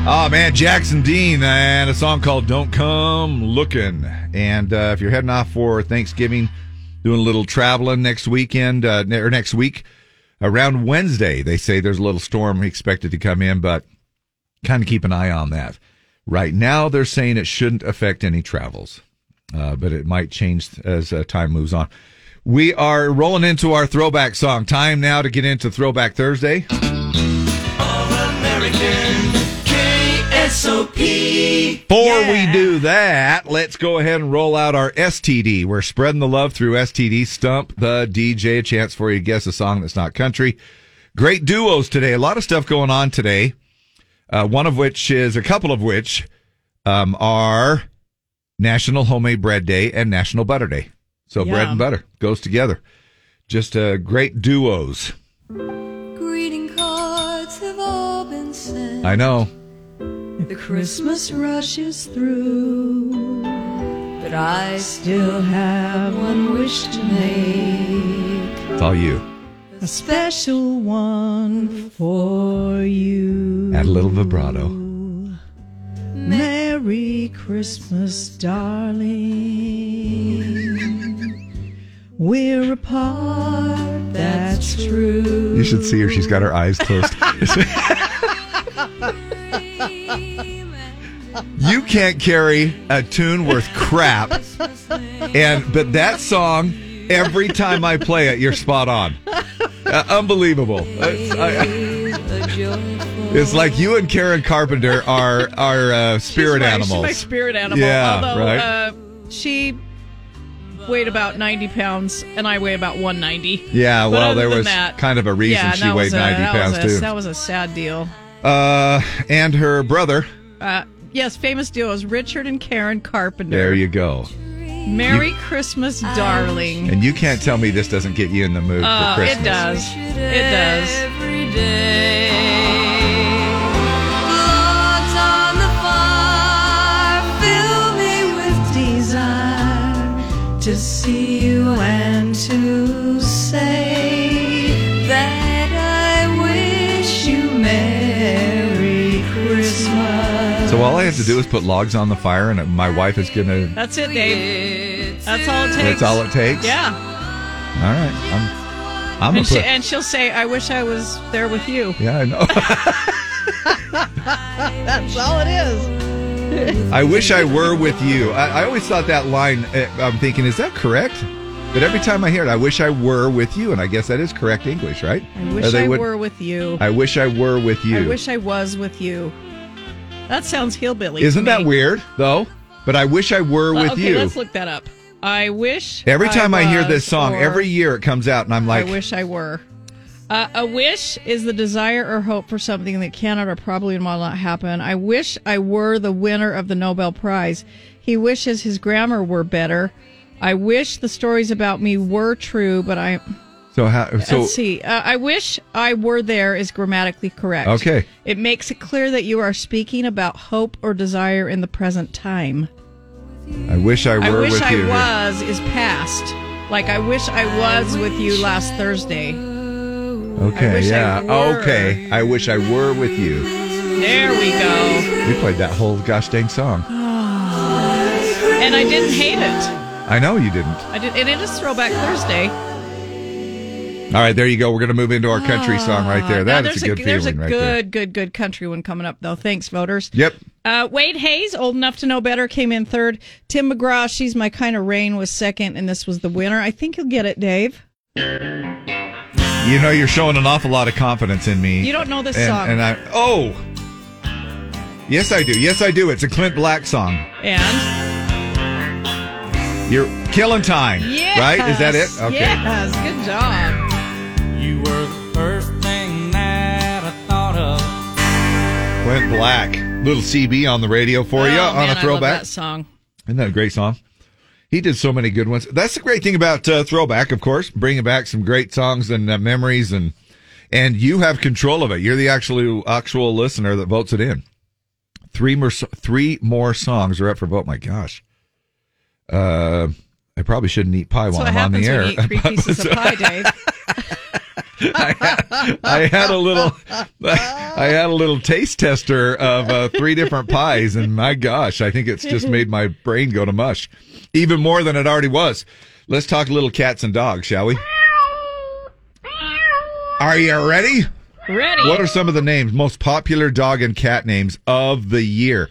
[SPEAKER 1] Oh man, Jackson Dean and a song called "Don't Come Looking." And uh, if you're heading off for Thanksgiving, doing a little traveling next weekend uh, ne- or next week around Wednesday, they say there's a little storm expected to come in, but kind of keep an eye on that. Right now, they're saying it shouldn't affect any travels, uh, but it might change as uh, time moves on. We are rolling into our throwback song. Time now to get into Throwback Thursday.
[SPEAKER 18] KSOP.
[SPEAKER 1] Before we do that, let's go ahead and roll out our STD. We're spreading the love through STD. Stump the DJ, a chance for you to guess a song that's not country. Great duos today. A lot of stuff going on today. Uh, one of which is a couple of which um, are National Homemade Bread Day and National Butter Day. So bread
[SPEAKER 8] Yum.
[SPEAKER 1] and butter goes together. Just uh, great duos.
[SPEAKER 8] Greeting cards have all been sent.
[SPEAKER 1] I know.
[SPEAKER 8] The Christmas rush is through, but I still have one wish to make.
[SPEAKER 1] It's all you.
[SPEAKER 8] A special one for you.
[SPEAKER 1] Add a little vibrato.
[SPEAKER 8] Merry Christmas, darling. We're apart, that's true.
[SPEAKER 1] You should see her. She's got her eyes
[SPEAKER 2] <laughs>
[SPEAKER 1] closed. you can't carry a tune worth crap. And but that song, every time I play it, you're spot on. Uh, unbelievable. It's, I- it's like you and Karen Carpenter are are uh, spirit
[SPEAKER 2] She's my- she's
[SPEAKER 1] animals.
[SPEAKER 2] my spirit animal.
[SPEAKER 1] Yeah,
[SPEAKER 2] Although,
[SPEAKER 1] right.
[SPEAKER 2] uh, she weighed about 90 pounds and I weigh about 190.
[SPEAKER 1] Yeah,
[SPEAKER 2] But
[SPEAKER 1] well,
[SPEAKER 2] other
[SPEAKER 1] there
[SPEAKER 2] than
[SPEAKER 1] was
[SPEAKER 2] that-
[SPEAKER 1] kind of a reason
[SPEAKER 2] Yeah,
[SPEAKER 1] she
[SPEAKER 2] that
[SPEAKER 1] weighed
[SPEAKER 2] was a-
[SPEAKER 1] 90
[SPEAKER 2] that
[SPEAKER 1] pounds,
[SPEAKER 2] was a-
[SPEAKER 1] too.
[SPEAKER 2] That was a sad deal.
[SPEAKER 1] uh, and her brother.
[SPEAKER 2] Uh, yes, famous duos Richard and Karen Carpenter.
[SPEAKER 1] There you go.
[SPEAKER 2] Merry Christmas, darling.
[SPEAKER 1] And you can't tell me this doesn't get you in the mood
[SPEAKER 2] Oh,
[SPEAKER 1] for Christmas.
[SPEAKER 2] it does. It does.
[SPEAKER 8] Every day. Logs on the fire fill me with desire to see you and to say that I wish you Merry Christmas.
[SPEAKER 1] So all I have to do is put logs on the fire, and my wife is gonna.
[SPEAKER 2] That's it, Dave. That's all it takes.
[SPEAKER 1] That's all it takes?
[SPEAKER 2] Yeah.
[SPEAKER 1] All right, I'm. I'm gonna
[SPEAKER 2] and, she,
[SPEAKER 1] put.
[SPEAKER 2] and she'll say, I wish I was there with you.
[SPEAKER 1] Yeah, I know. <laughs>
[SPEAKER 2] That's all it is.
[SPEAKER 1] I wish I were with you. I, I always thought that line. uh, I'm thinking, is that correct? But every time I hear it, I wish I were with you, and I guess that is correct English, right?
[SPEAKER 2] I wish
[SPEAKER 1] Or they
[SPEAKER 2] I
[SPEAKER 1] would-
[SPEAKER 2] were with you.
[SPEAKER 1] I wish I were with you.
[SPEAKER 2] I wish I was with you. That sounds hillbilly. to
[SPEAKER 1] Isn't that
[SPEAKER 2] me.
[SPEAKER 1] weird though? But I wish I were
[SPEAKER 2] Well,
[SPEAKER 1] with
[SPEAKER 2] okay,
[SPEAKER 1] you.
[SPEAKER 2] let's look that up. I wish.
[SPEAKER 1] Every time I, hear
[SPEAKER 2] was,
[SPEAKER 1] this song,
[SPEAKER 2] or
[SPEAKER 1] every year it comes out, and I'm like,
[SPEAKER 2] I wish I were. Uh, a wish is the desire or hope for something that cannot or probably will not happen. I wish I were the winner of the Nobel Prize. He wishes his grammar were better. I wish the stories about me were true, but I.
[SPEAKER 1] So how? So
[SPEAKER 2] Let's see. Uh, I wish I were there is grammatically correct.
[SPEAKER 1] Okay.
[SPEAKER 2] It makes it clear that you are speaking about hope or desire in the present time.
[SPEAKER 1] I wish I were
[SPEAKER 2] I wish
[SPEAKER 1] with
[SPEAKER 2] I
[SPEAKER 1] you.
[SPEAKER 2] was is past. Like I wish I was with you last Thursday.
[SPEAKER 1] Okay,
[SPEAKER 2] I wish I
[SPEAKER 1] yeah.
[SPEAKER 2] were.
[SPEAKER 1] Okay, I wish I were with you.
[SPEAKER 2] There we go.
[SPEAKER 1] We played that whole gosh dang song.
[SPEAKER 2] And I didn't hate it.
[SPEAKER 1] I know you didn't.
[SPEAKER 2] I did, and it is Throwback Thursday.
[SPEAKER 1] All right, there you go. We're going to move into our country song right there.
[SPEAKER 2] Ah, Now,
[SPEAKER 1] That is
[SPEAKER 2] there's
[SPEAKER 1] a good
[SPEAKER 2] there's
[SPEAKER 1] feeling
[SPEAKER 2] a
[SPEAKER 1] right
[SPEAKER 2] good,
[SPEAKER 1] there.
[SPEAKER 2] good, good, country one coming up though. Thanks, voters.
[SPEAKER 1] Yep.
[SPEAKER 2] Uh, Wade Hayes, old enough to know better, came in third. Tim McGraw, she's my kind of rain, was second, and this was the winner. I think you'll get it, Dave.
[SPEAKER 1] You know, you're showing an awful lot of confidence in me.
[SPEAKER 2] You don't know this
[SPEAKER 1] And-
[SPEAKER 2] song.
[SPEAKER 1] And I oh, yes, I do. Yes, I do. It's a Clint Black song.
[SPEAKER 2] And
[SPEAKER 1] You're killing time,
[SPEAKER 2] yes,
[SPEAKER 1] right? Is that it? Okay.
[SPEAKER 2] Yes, good job.
[SPEAKER 18] You were the first thing that I thought of.
[SPEAKER 1] Clint Black, little CB on the radio for you
[SPEAKER 2] Oh,
[SPEAKER 1] on
[SPEAKER 2] man, I
[SPEAKER 1] a
[SPEAKER 2] love
[SPEAKER 1] throwback.
[SPEAKER 2] that song.
[SPEAKER 1] Isn't that a great song? He did so many good ones. That's the great thing about uh, throwback, of course, bringing back some great songs and uh, memories, and and you have control of it. You're the actual actual listener that votes it in. Three more so- three more songs are up for vote. My gosh, uh, I probably shouldn't eat pie
[SPEAKER 2] That's
[SPEAKER 1] while
[SPEAKER 2] what
[SPEAKER 1] I'm on
[SPEAKER 2] happens
[SPEAKER 1] the air.
[SPEAKER 2] when you eat three
[SPEAKER 1] <laughs>
[SPEAKER 2] pieces of pie, Dave.
[SPEAKER 1] I had a little, I had a little taste tester of uh, three different pies, and my gosh, I think it's just made my brain go to mush, even more than it already was. Let's talk little cats and dogs, shall we? Are you ready?
[SPEAKER 2] Ready.
[SPEAKER 1] What are some of the names, most popular dog and cat names of the year?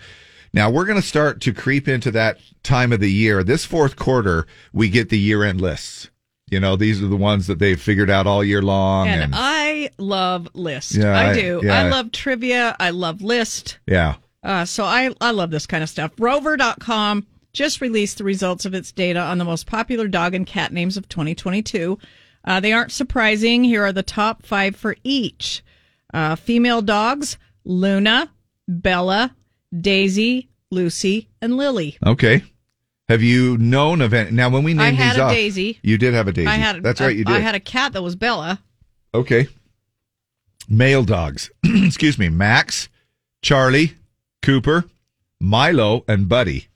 [SPEAKER 1] Now we're going to start to creep into that time of the year. This fourth quarter, we get the year end lists. You know, these are the ones that they've figured out all year long.
[SPEAKER 2] and,
[SPEAKER 1] and-
[SPEAKER 2] I love lists.
[SPEAKER 1] Yeah,
[SPEAKER 2] I,
[SPEAKER 1] I-
[SPEAKER 2] do.
[SPEAKER 1] yeah.
[SPEAKER 2] I love trivia. I love list.
[SPEAKER 1] yeah.
[SPEAKER 2] Uh, so I, I love this kind of stuff. Rover.com just released the results of its data on the most popular dog and cat names of 2022. Uh, they aren't surprising. Here are the top five for each uh, female dogs Luna, Bella, Daisy, Lucy, and Lily.
[SPEAKER 1] Okay. Have you known of any? Now, when we
[SPEAKER 2] I
[SPEAKER 1] named
[SPEAKER 2] had
[SPEAKER 1] these
[SPEAKER 2] a
[SPEAKER 1] off,
[SPEAKER 2] Daisy.
[SPEAKER 1] You did have a Daisy.
[SPEAKER 2] I had
[SPEAKER 1] That's right. You did.
[SPEAKER 2] I had a cat that was Bella.
[SPEAKER 1] okay. Male dogs. <clears throat> Excuse me. Max, Charlie, Cooper, Milo, and Buddy.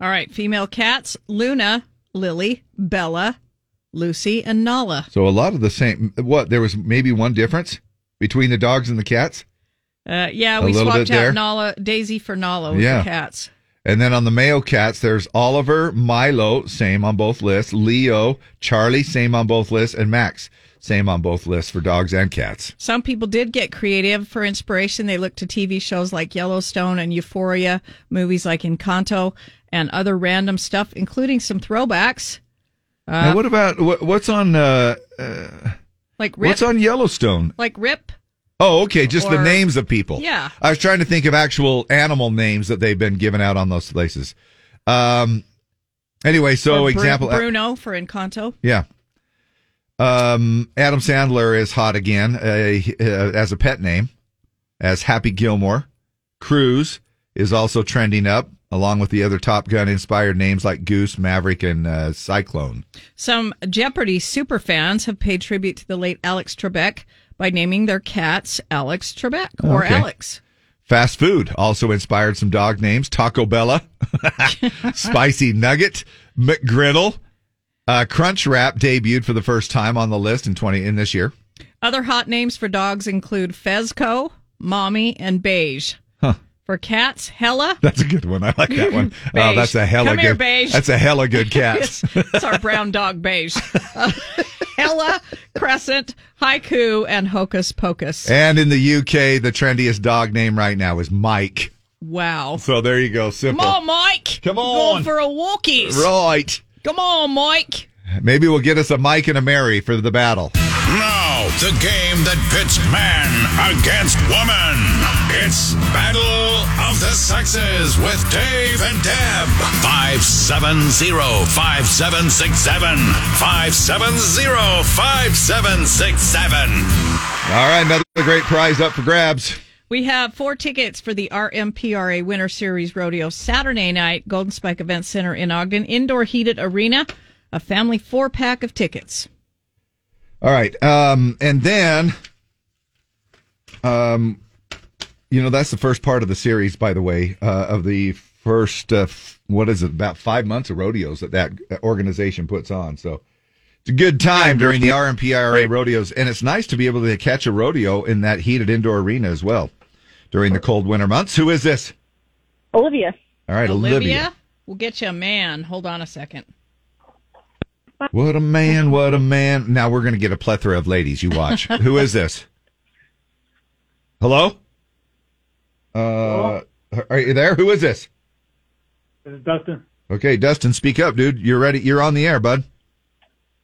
[SPEAKER 2] All right, female cats Luna, Lily, Bella, Lucy, and Nala.
[SPEAKER 1] So a lot of the same. What? There was maybe one difference between the dogs and the cats.
[SPEAKER 2] Uh, yeah,
[SPEAKER 1] A
[SPEAKER 2] we
[SPEAKER 1] little
[SPEAKER 2] swapped out
[SPEAKER 1] bit there.
[SPEAKER 2] Nala Daisy for Nala with
[SPEAKER 1] Yeah.
[SPEAKER 2] the cats.
[SPEAKER 1] And then on the male cats, there's Oliver, Milo, same on both lists. Leo, Charlie, same on both lists, and Max, same on both lists for dogs and cats.
[SPEAKER 2] Some people did get creative for inspiration. They looked to TV shows like Yellowstone and Euphoria, movies like Encanto, and other random stuff, including some throwbacks. Uh,
[SPEAKER 1] now, what about what, what's on? Uh, uh,
[SPEAKER 2] like Rip,
[SPEAKER 1] what's on Yellowstone?
[SPEAKER 2] like Rip.
[SPEAKER 1] Oh, okay. Just the
[SPEAKER 2] Or-
[SPEAKER 1] names of people.
[SPEAKER 2] Yeah.
[SPEAKER 1] I was trying to think of actual animal names that they've been given out on those places. Um. Anyway, so
[SPEAKER 2] or Bru-
[SPEAKER 1] example. uh,
[SPEAKER 2] Bruno for Encanto.
[SPEAKER 1] yeah. Um. Adam Sandler is hot again uh, he- uh, as a pet name, as Happy Gilmore. Cruz is also trending up along with the other Top Gun inspired names like Goose, Maverick, and uh, Cyclone.
[SPEAKER 2] Some Jeopardy super fans have paid tribute to the late Alex Trebek by naming their cats Alex Trebek or
[SPEAKER 1] Oh, Okay.
[SPEAKER 2] Alex.
[SPEAKER 1] Fast food also inspired some dog names Taco Bella, <laughs> Spicy Nugget, McGriddle. Uh, Crunch Wrap debuted for the first time on the list in 20 in this year. <laughs>
[SPEAKER 2] Other hot names for dogs include Fezco, Mommy, and Beige.
[SPEAKER 1] Huh.
[SPEAKER 2] For cats,
[SPEAKER 1] <laughs>
[SPEAKER 2] Hella.
[SPEAKER 1] That's a good one. I like that
[SPEAKER 2] <laughs>
[SPEAKER 1] one. Oh,
[SPEAKER 2] Beige.
[SPEAKER 1] that's a hella
[SPEAKER 2] Come
[SPEAKER 1] good.
[SPEAKER 2] here, Beige.
[SPEAKER 1] That's a hella
[SPEAKER 2] <laughs>
[SPEAKER 1] good cat.
[SPEAKER 2] That's our brown dog beige. Uh, Hella, Crescent, Haiku, and Hocus Pocus.
[SPEAKER 1] and in the UK, the trendiest dog name right now is Mike.
[SPEAKER 2] Wow.
[SPEAKER 1] So there you go.
[SPEAKER 2] Come
[SPEAKER 1] Simple.
[SPEAKER 2] on, Mike.
[SPEAKER 1] Come
[SPEAKER 2] We're
[SPEAKER 1] on.
[SPEAKER 2] Going for a walkies.
[SPEAKER 1] Right.
[SPEAKER 2] Come on, Mike.
[SPEAKER 1] Maybe we'll get us a Mike and a Mary for the battle.
[SPEAKER 9] Now, the game that pits man against woman. It's Battle of the Sexes with Dave and Deb. 570-5767. 570-5767.
[SPEAKER 1] All right, another great prize up for grabs.
[SPEAKER 2] We have four tickets for the RMPRA Winter Series Rodeo Saturday night, Golden Spike Event Center in Ogden, indoor heated arena, a family four pack of tickets.
[SPEAKER 1] All right. Um, and then, um, you know, that's the first part of the series, by the way, uh, of the first, uh, f- what is it, about five months of rodeos that that organization puts on. So it's a good time during the RMPRA rodeos. And it's nice to be able to catch a rodeo in that heated indoor arena as well during the cold winter months. Who is this?
[SPEAKER 10] Olivia.
[SPEAKER 1] All right, Olivia.
[SPEAKER 2] we'll get you a man. Hold on a second.
[SPEAKER 1] What a man, what a man. Now we're going to get a plethora of ladies. You
[SPEAKER 19] <laughs>
[SPEAKER 1] watch. Who is this? Hello? Uh, are you there? Who is this?
[SPEAKER 19] This is Dustin.
[SPEAKER 1] Okay, Dustin, speak up, dude. You're ready. You're on the air, bud.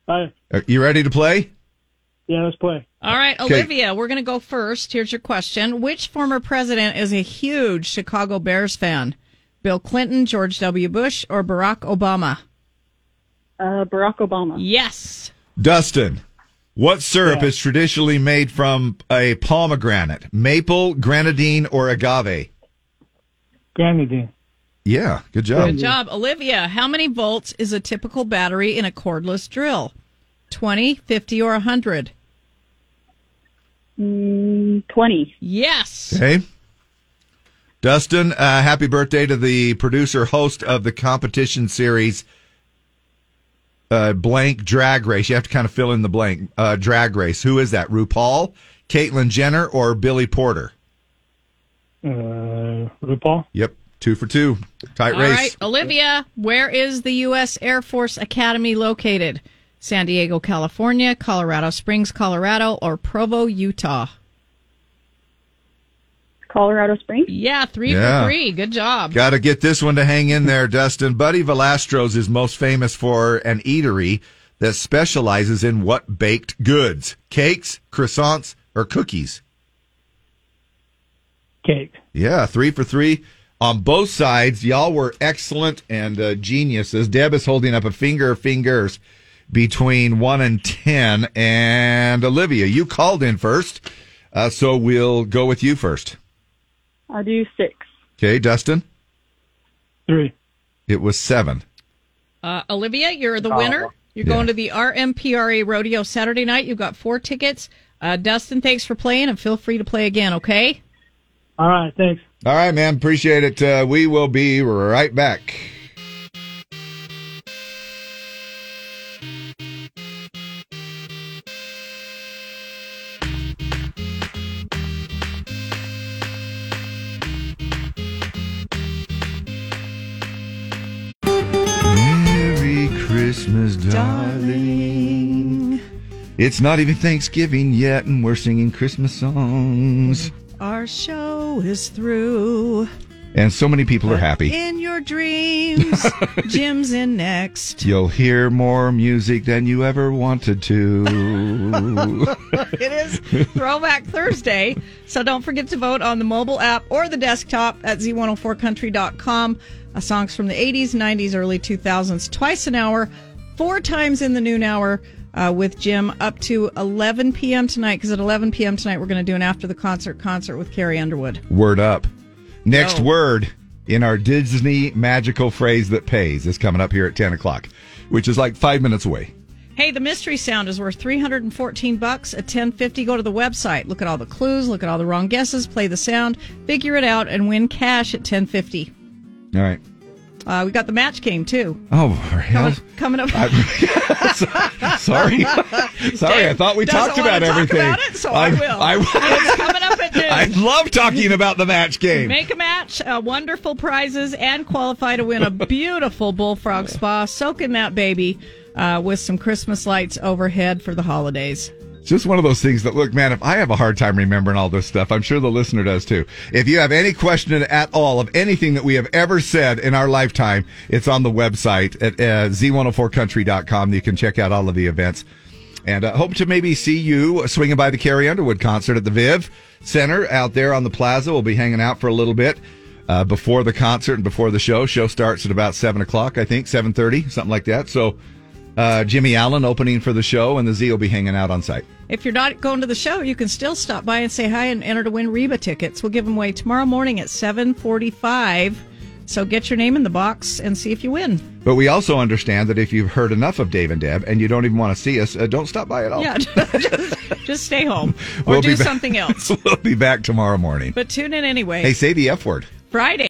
[SPEAKER 19] Hi.
[SPEAKER 1] Are you ready to play?
[SPEAKER 19] Yeah, let's play.
[SPEAKER 2] All right,
[SPEAKER 1] Okay.
[SPEAKER 2] Olivia, we're going to go first. Here's your question. Which former president is a huge Chicago Bears fan? Bill Clinton, George W. Bush, or Barack Obama?
[SPEAKER 10] Uh, Barack Obama.
[SPEAKER 2] Yes.
[SPEAKER 1] Dustin, what syrup is traditionally made from a pomegranate? Maple, grenadine, or agave?
[SPEAKER 19] Grenadine.
[SPEAKER 1] Yeah, good job.
[SPEAKER 2] Good job, Olivia. How many volts is a typical battery in a cordless drill? 20, 50, or 100?
[SPEAKER 10] Mm, 20.
[SPEAKER 2] Yes.
[SPEAKER 1] Okay. Dustin, uh, happy birthday to the producer host of the competition series uh, Blank Drag Race. You have to kind of fill in the blank. Uh, drag Race. Who is that? RuPaul, Caitlyn Jenner, or Billy Porter?
[SPEAKER 19] Uh, RuPaul.
[SPEAKER 1] Yep. Two for two. Tight
[SPEAKER 2] All
[SPEAKER 1] race.
[SPEAKER 2] right, Olivia, where is the U.S. Air Force Academy located? San Diego, California, Colorado Springs, Colorado, or Provo, Utah?
[SPEAKER 10] Colorado Springs?
[SPEAKER 2] Yeah, three
[SPEAKER 1] Yeah.
[SPEAKER 2] for three. Good job.
[SPEAKER 1] Got to get this one to hang in there, Dustin. Buddy Velastro's is most famous for an eatery that specializes in what baked goods? Cakes, croissants, or cookies?
[SPEAKER 19] Cake.
[SPEAKER 1] Yeah, three for three on both sides. Y'all were excellent and uh, geniuses. Deb is holding up a finger, fingers between one and ten. And Olivia, you called in first, uh, so we'll go with you first.
[SPEAKER 10] I'll do six.
[SPEAKER 1] Okay, Dustin.
[SPEAKER 19] Three.
[SPEAKER 1] It was seven.
[SPEAKER 2] Uh, Olivia, you're the
[SPEAKER 1] Oh.
[SPEAKER 2] winner. You're
[SPEAKER 1] Yeah.
[SPEAKER 2] going to the RMPRA Rodeo Saturday night. You've got four tickets. Uh, Dustin, thanks for playing, and feel free to play again, okay?
[SPEAKER 19] All right, thanks.
[SPEAKER 1] All right, man. Appreciate it. Uh, we will be right back. Merry Christmas, darling. It's not even Thanksgiving yet, and we're singing Christmas songs.
[SPEAKER 2] Our show is through.
[SPEAKER 1] And so many people are happy.
[SPEAKER 2] In your
[SPEAKER 1] <laughs>
[SPEAKER 2] dreams, Jim's in next.
[SPEAKER 1] You'll hear more music than you ever wanted
[SPEAKER 2] <laughs>
[SPEAKER 1] to.
[SPEAKER 2] it is Throwback Thursday. So don't forget to vote on the mobile app or the desktop at z104country.com. Uh, songs from the 80s, 90s, early 2000s, twice an hour, four times in the noon hour uh, with Jim up to 11 p.m. tonight. Because at 11 p.m. tonight, we're going to do an after the concert concert with Carrie Underwood.
[SPEAKER 1] word up. Next
[SPEAKER 2] No.
[SPEAKER 1] word in our Disney magical phrase that pays is coming up here at 10 o'clock, which is like five minutes away.
[SPEAKER 2] Hey, the mystery sound is worth 314 bucks at 1050. Go to the website, look at all the clues, look at all the wrong guesses, play the sound, figure it out, and win cash at 1050.
[SPEAKER 1] All right.
[SPEAKER 2] Uh, we got the match game too.
[SPEAKER 1] Oh, for
[SPEAKER 2] <laughs>
[SPEAKER 1] hell.
[SPEAKER 2] coming up.
[SPEAKER 1] Sorry. Sorry, I thought we
[SPEAKER 2] Doesn't
[SPEAKER 1] talked
[SPEAKER 2] wanna
[SPEAKER 1] about
[SPEAKER 2] talk
[SPEAKER 1] everything.
[SPEAKER 2] about it, so I
[SPEAKER 1] I'm-
[SPEAKER 2] will.
[SPEAKER 1] I, <laughs>
[SPEAKER 2] It's coming up at noon.
[SPEAKER 1] I love talking about the match game.
[SPEAKER 2] Make a match, uh, wonderful prizes, and qualify
[SPEAKER 1] <laughs>
[SPEAKER 2] to win a beautiful bullfrog spa. Soak in that baby uh, with some Christmas lights overhead for the holidays.
[SPEAKER 1] It's just one of those things that look, man, if I have a hard time remembering all this stuff, I'm sure the listener does too. If you have any question at all of anything that we have ever said in our lifetime, it's on the website at uh, z104country.com. You can check out all of the events. And uh, hope to maybe see you swinging by the Carrie Underwood concert at the Viv Center out there on the plaza. We'll be hanging out for a little bit uh, before the concert and before the show. Show starts at about seven o'clock, I think, seven thirty, something like that. So Uh, Jimmy Allen opening for the show, and the Z will be hanging out on site.
[SPEAKER 2] If you're not going to the show, you can still stop by and say hi and enter to win Reba tickets. We'll give them away tomorrow morning at 7:45. So get your name in the box and see if you win.
[SPEAKER 1] But we also understand that if you've heard enough of Dave and Deb and you don't even want to see us, uh, don't stop by at all.
[SPEAKER 2] Yeah, <laughs> just, just stay home
[SPEAKER 1] We'll
[SPEAKER 2] or do
[SPEAKER 1] be back- <laughs>
[SPEAKER 2] something else.
[SPEAKER 1] we'll be back tomorrow morning.
[SPEAKER 2] But tune in anyway.
[SPEAKER 1] Hey, say the F word.
[SPEAKER 2] Friday.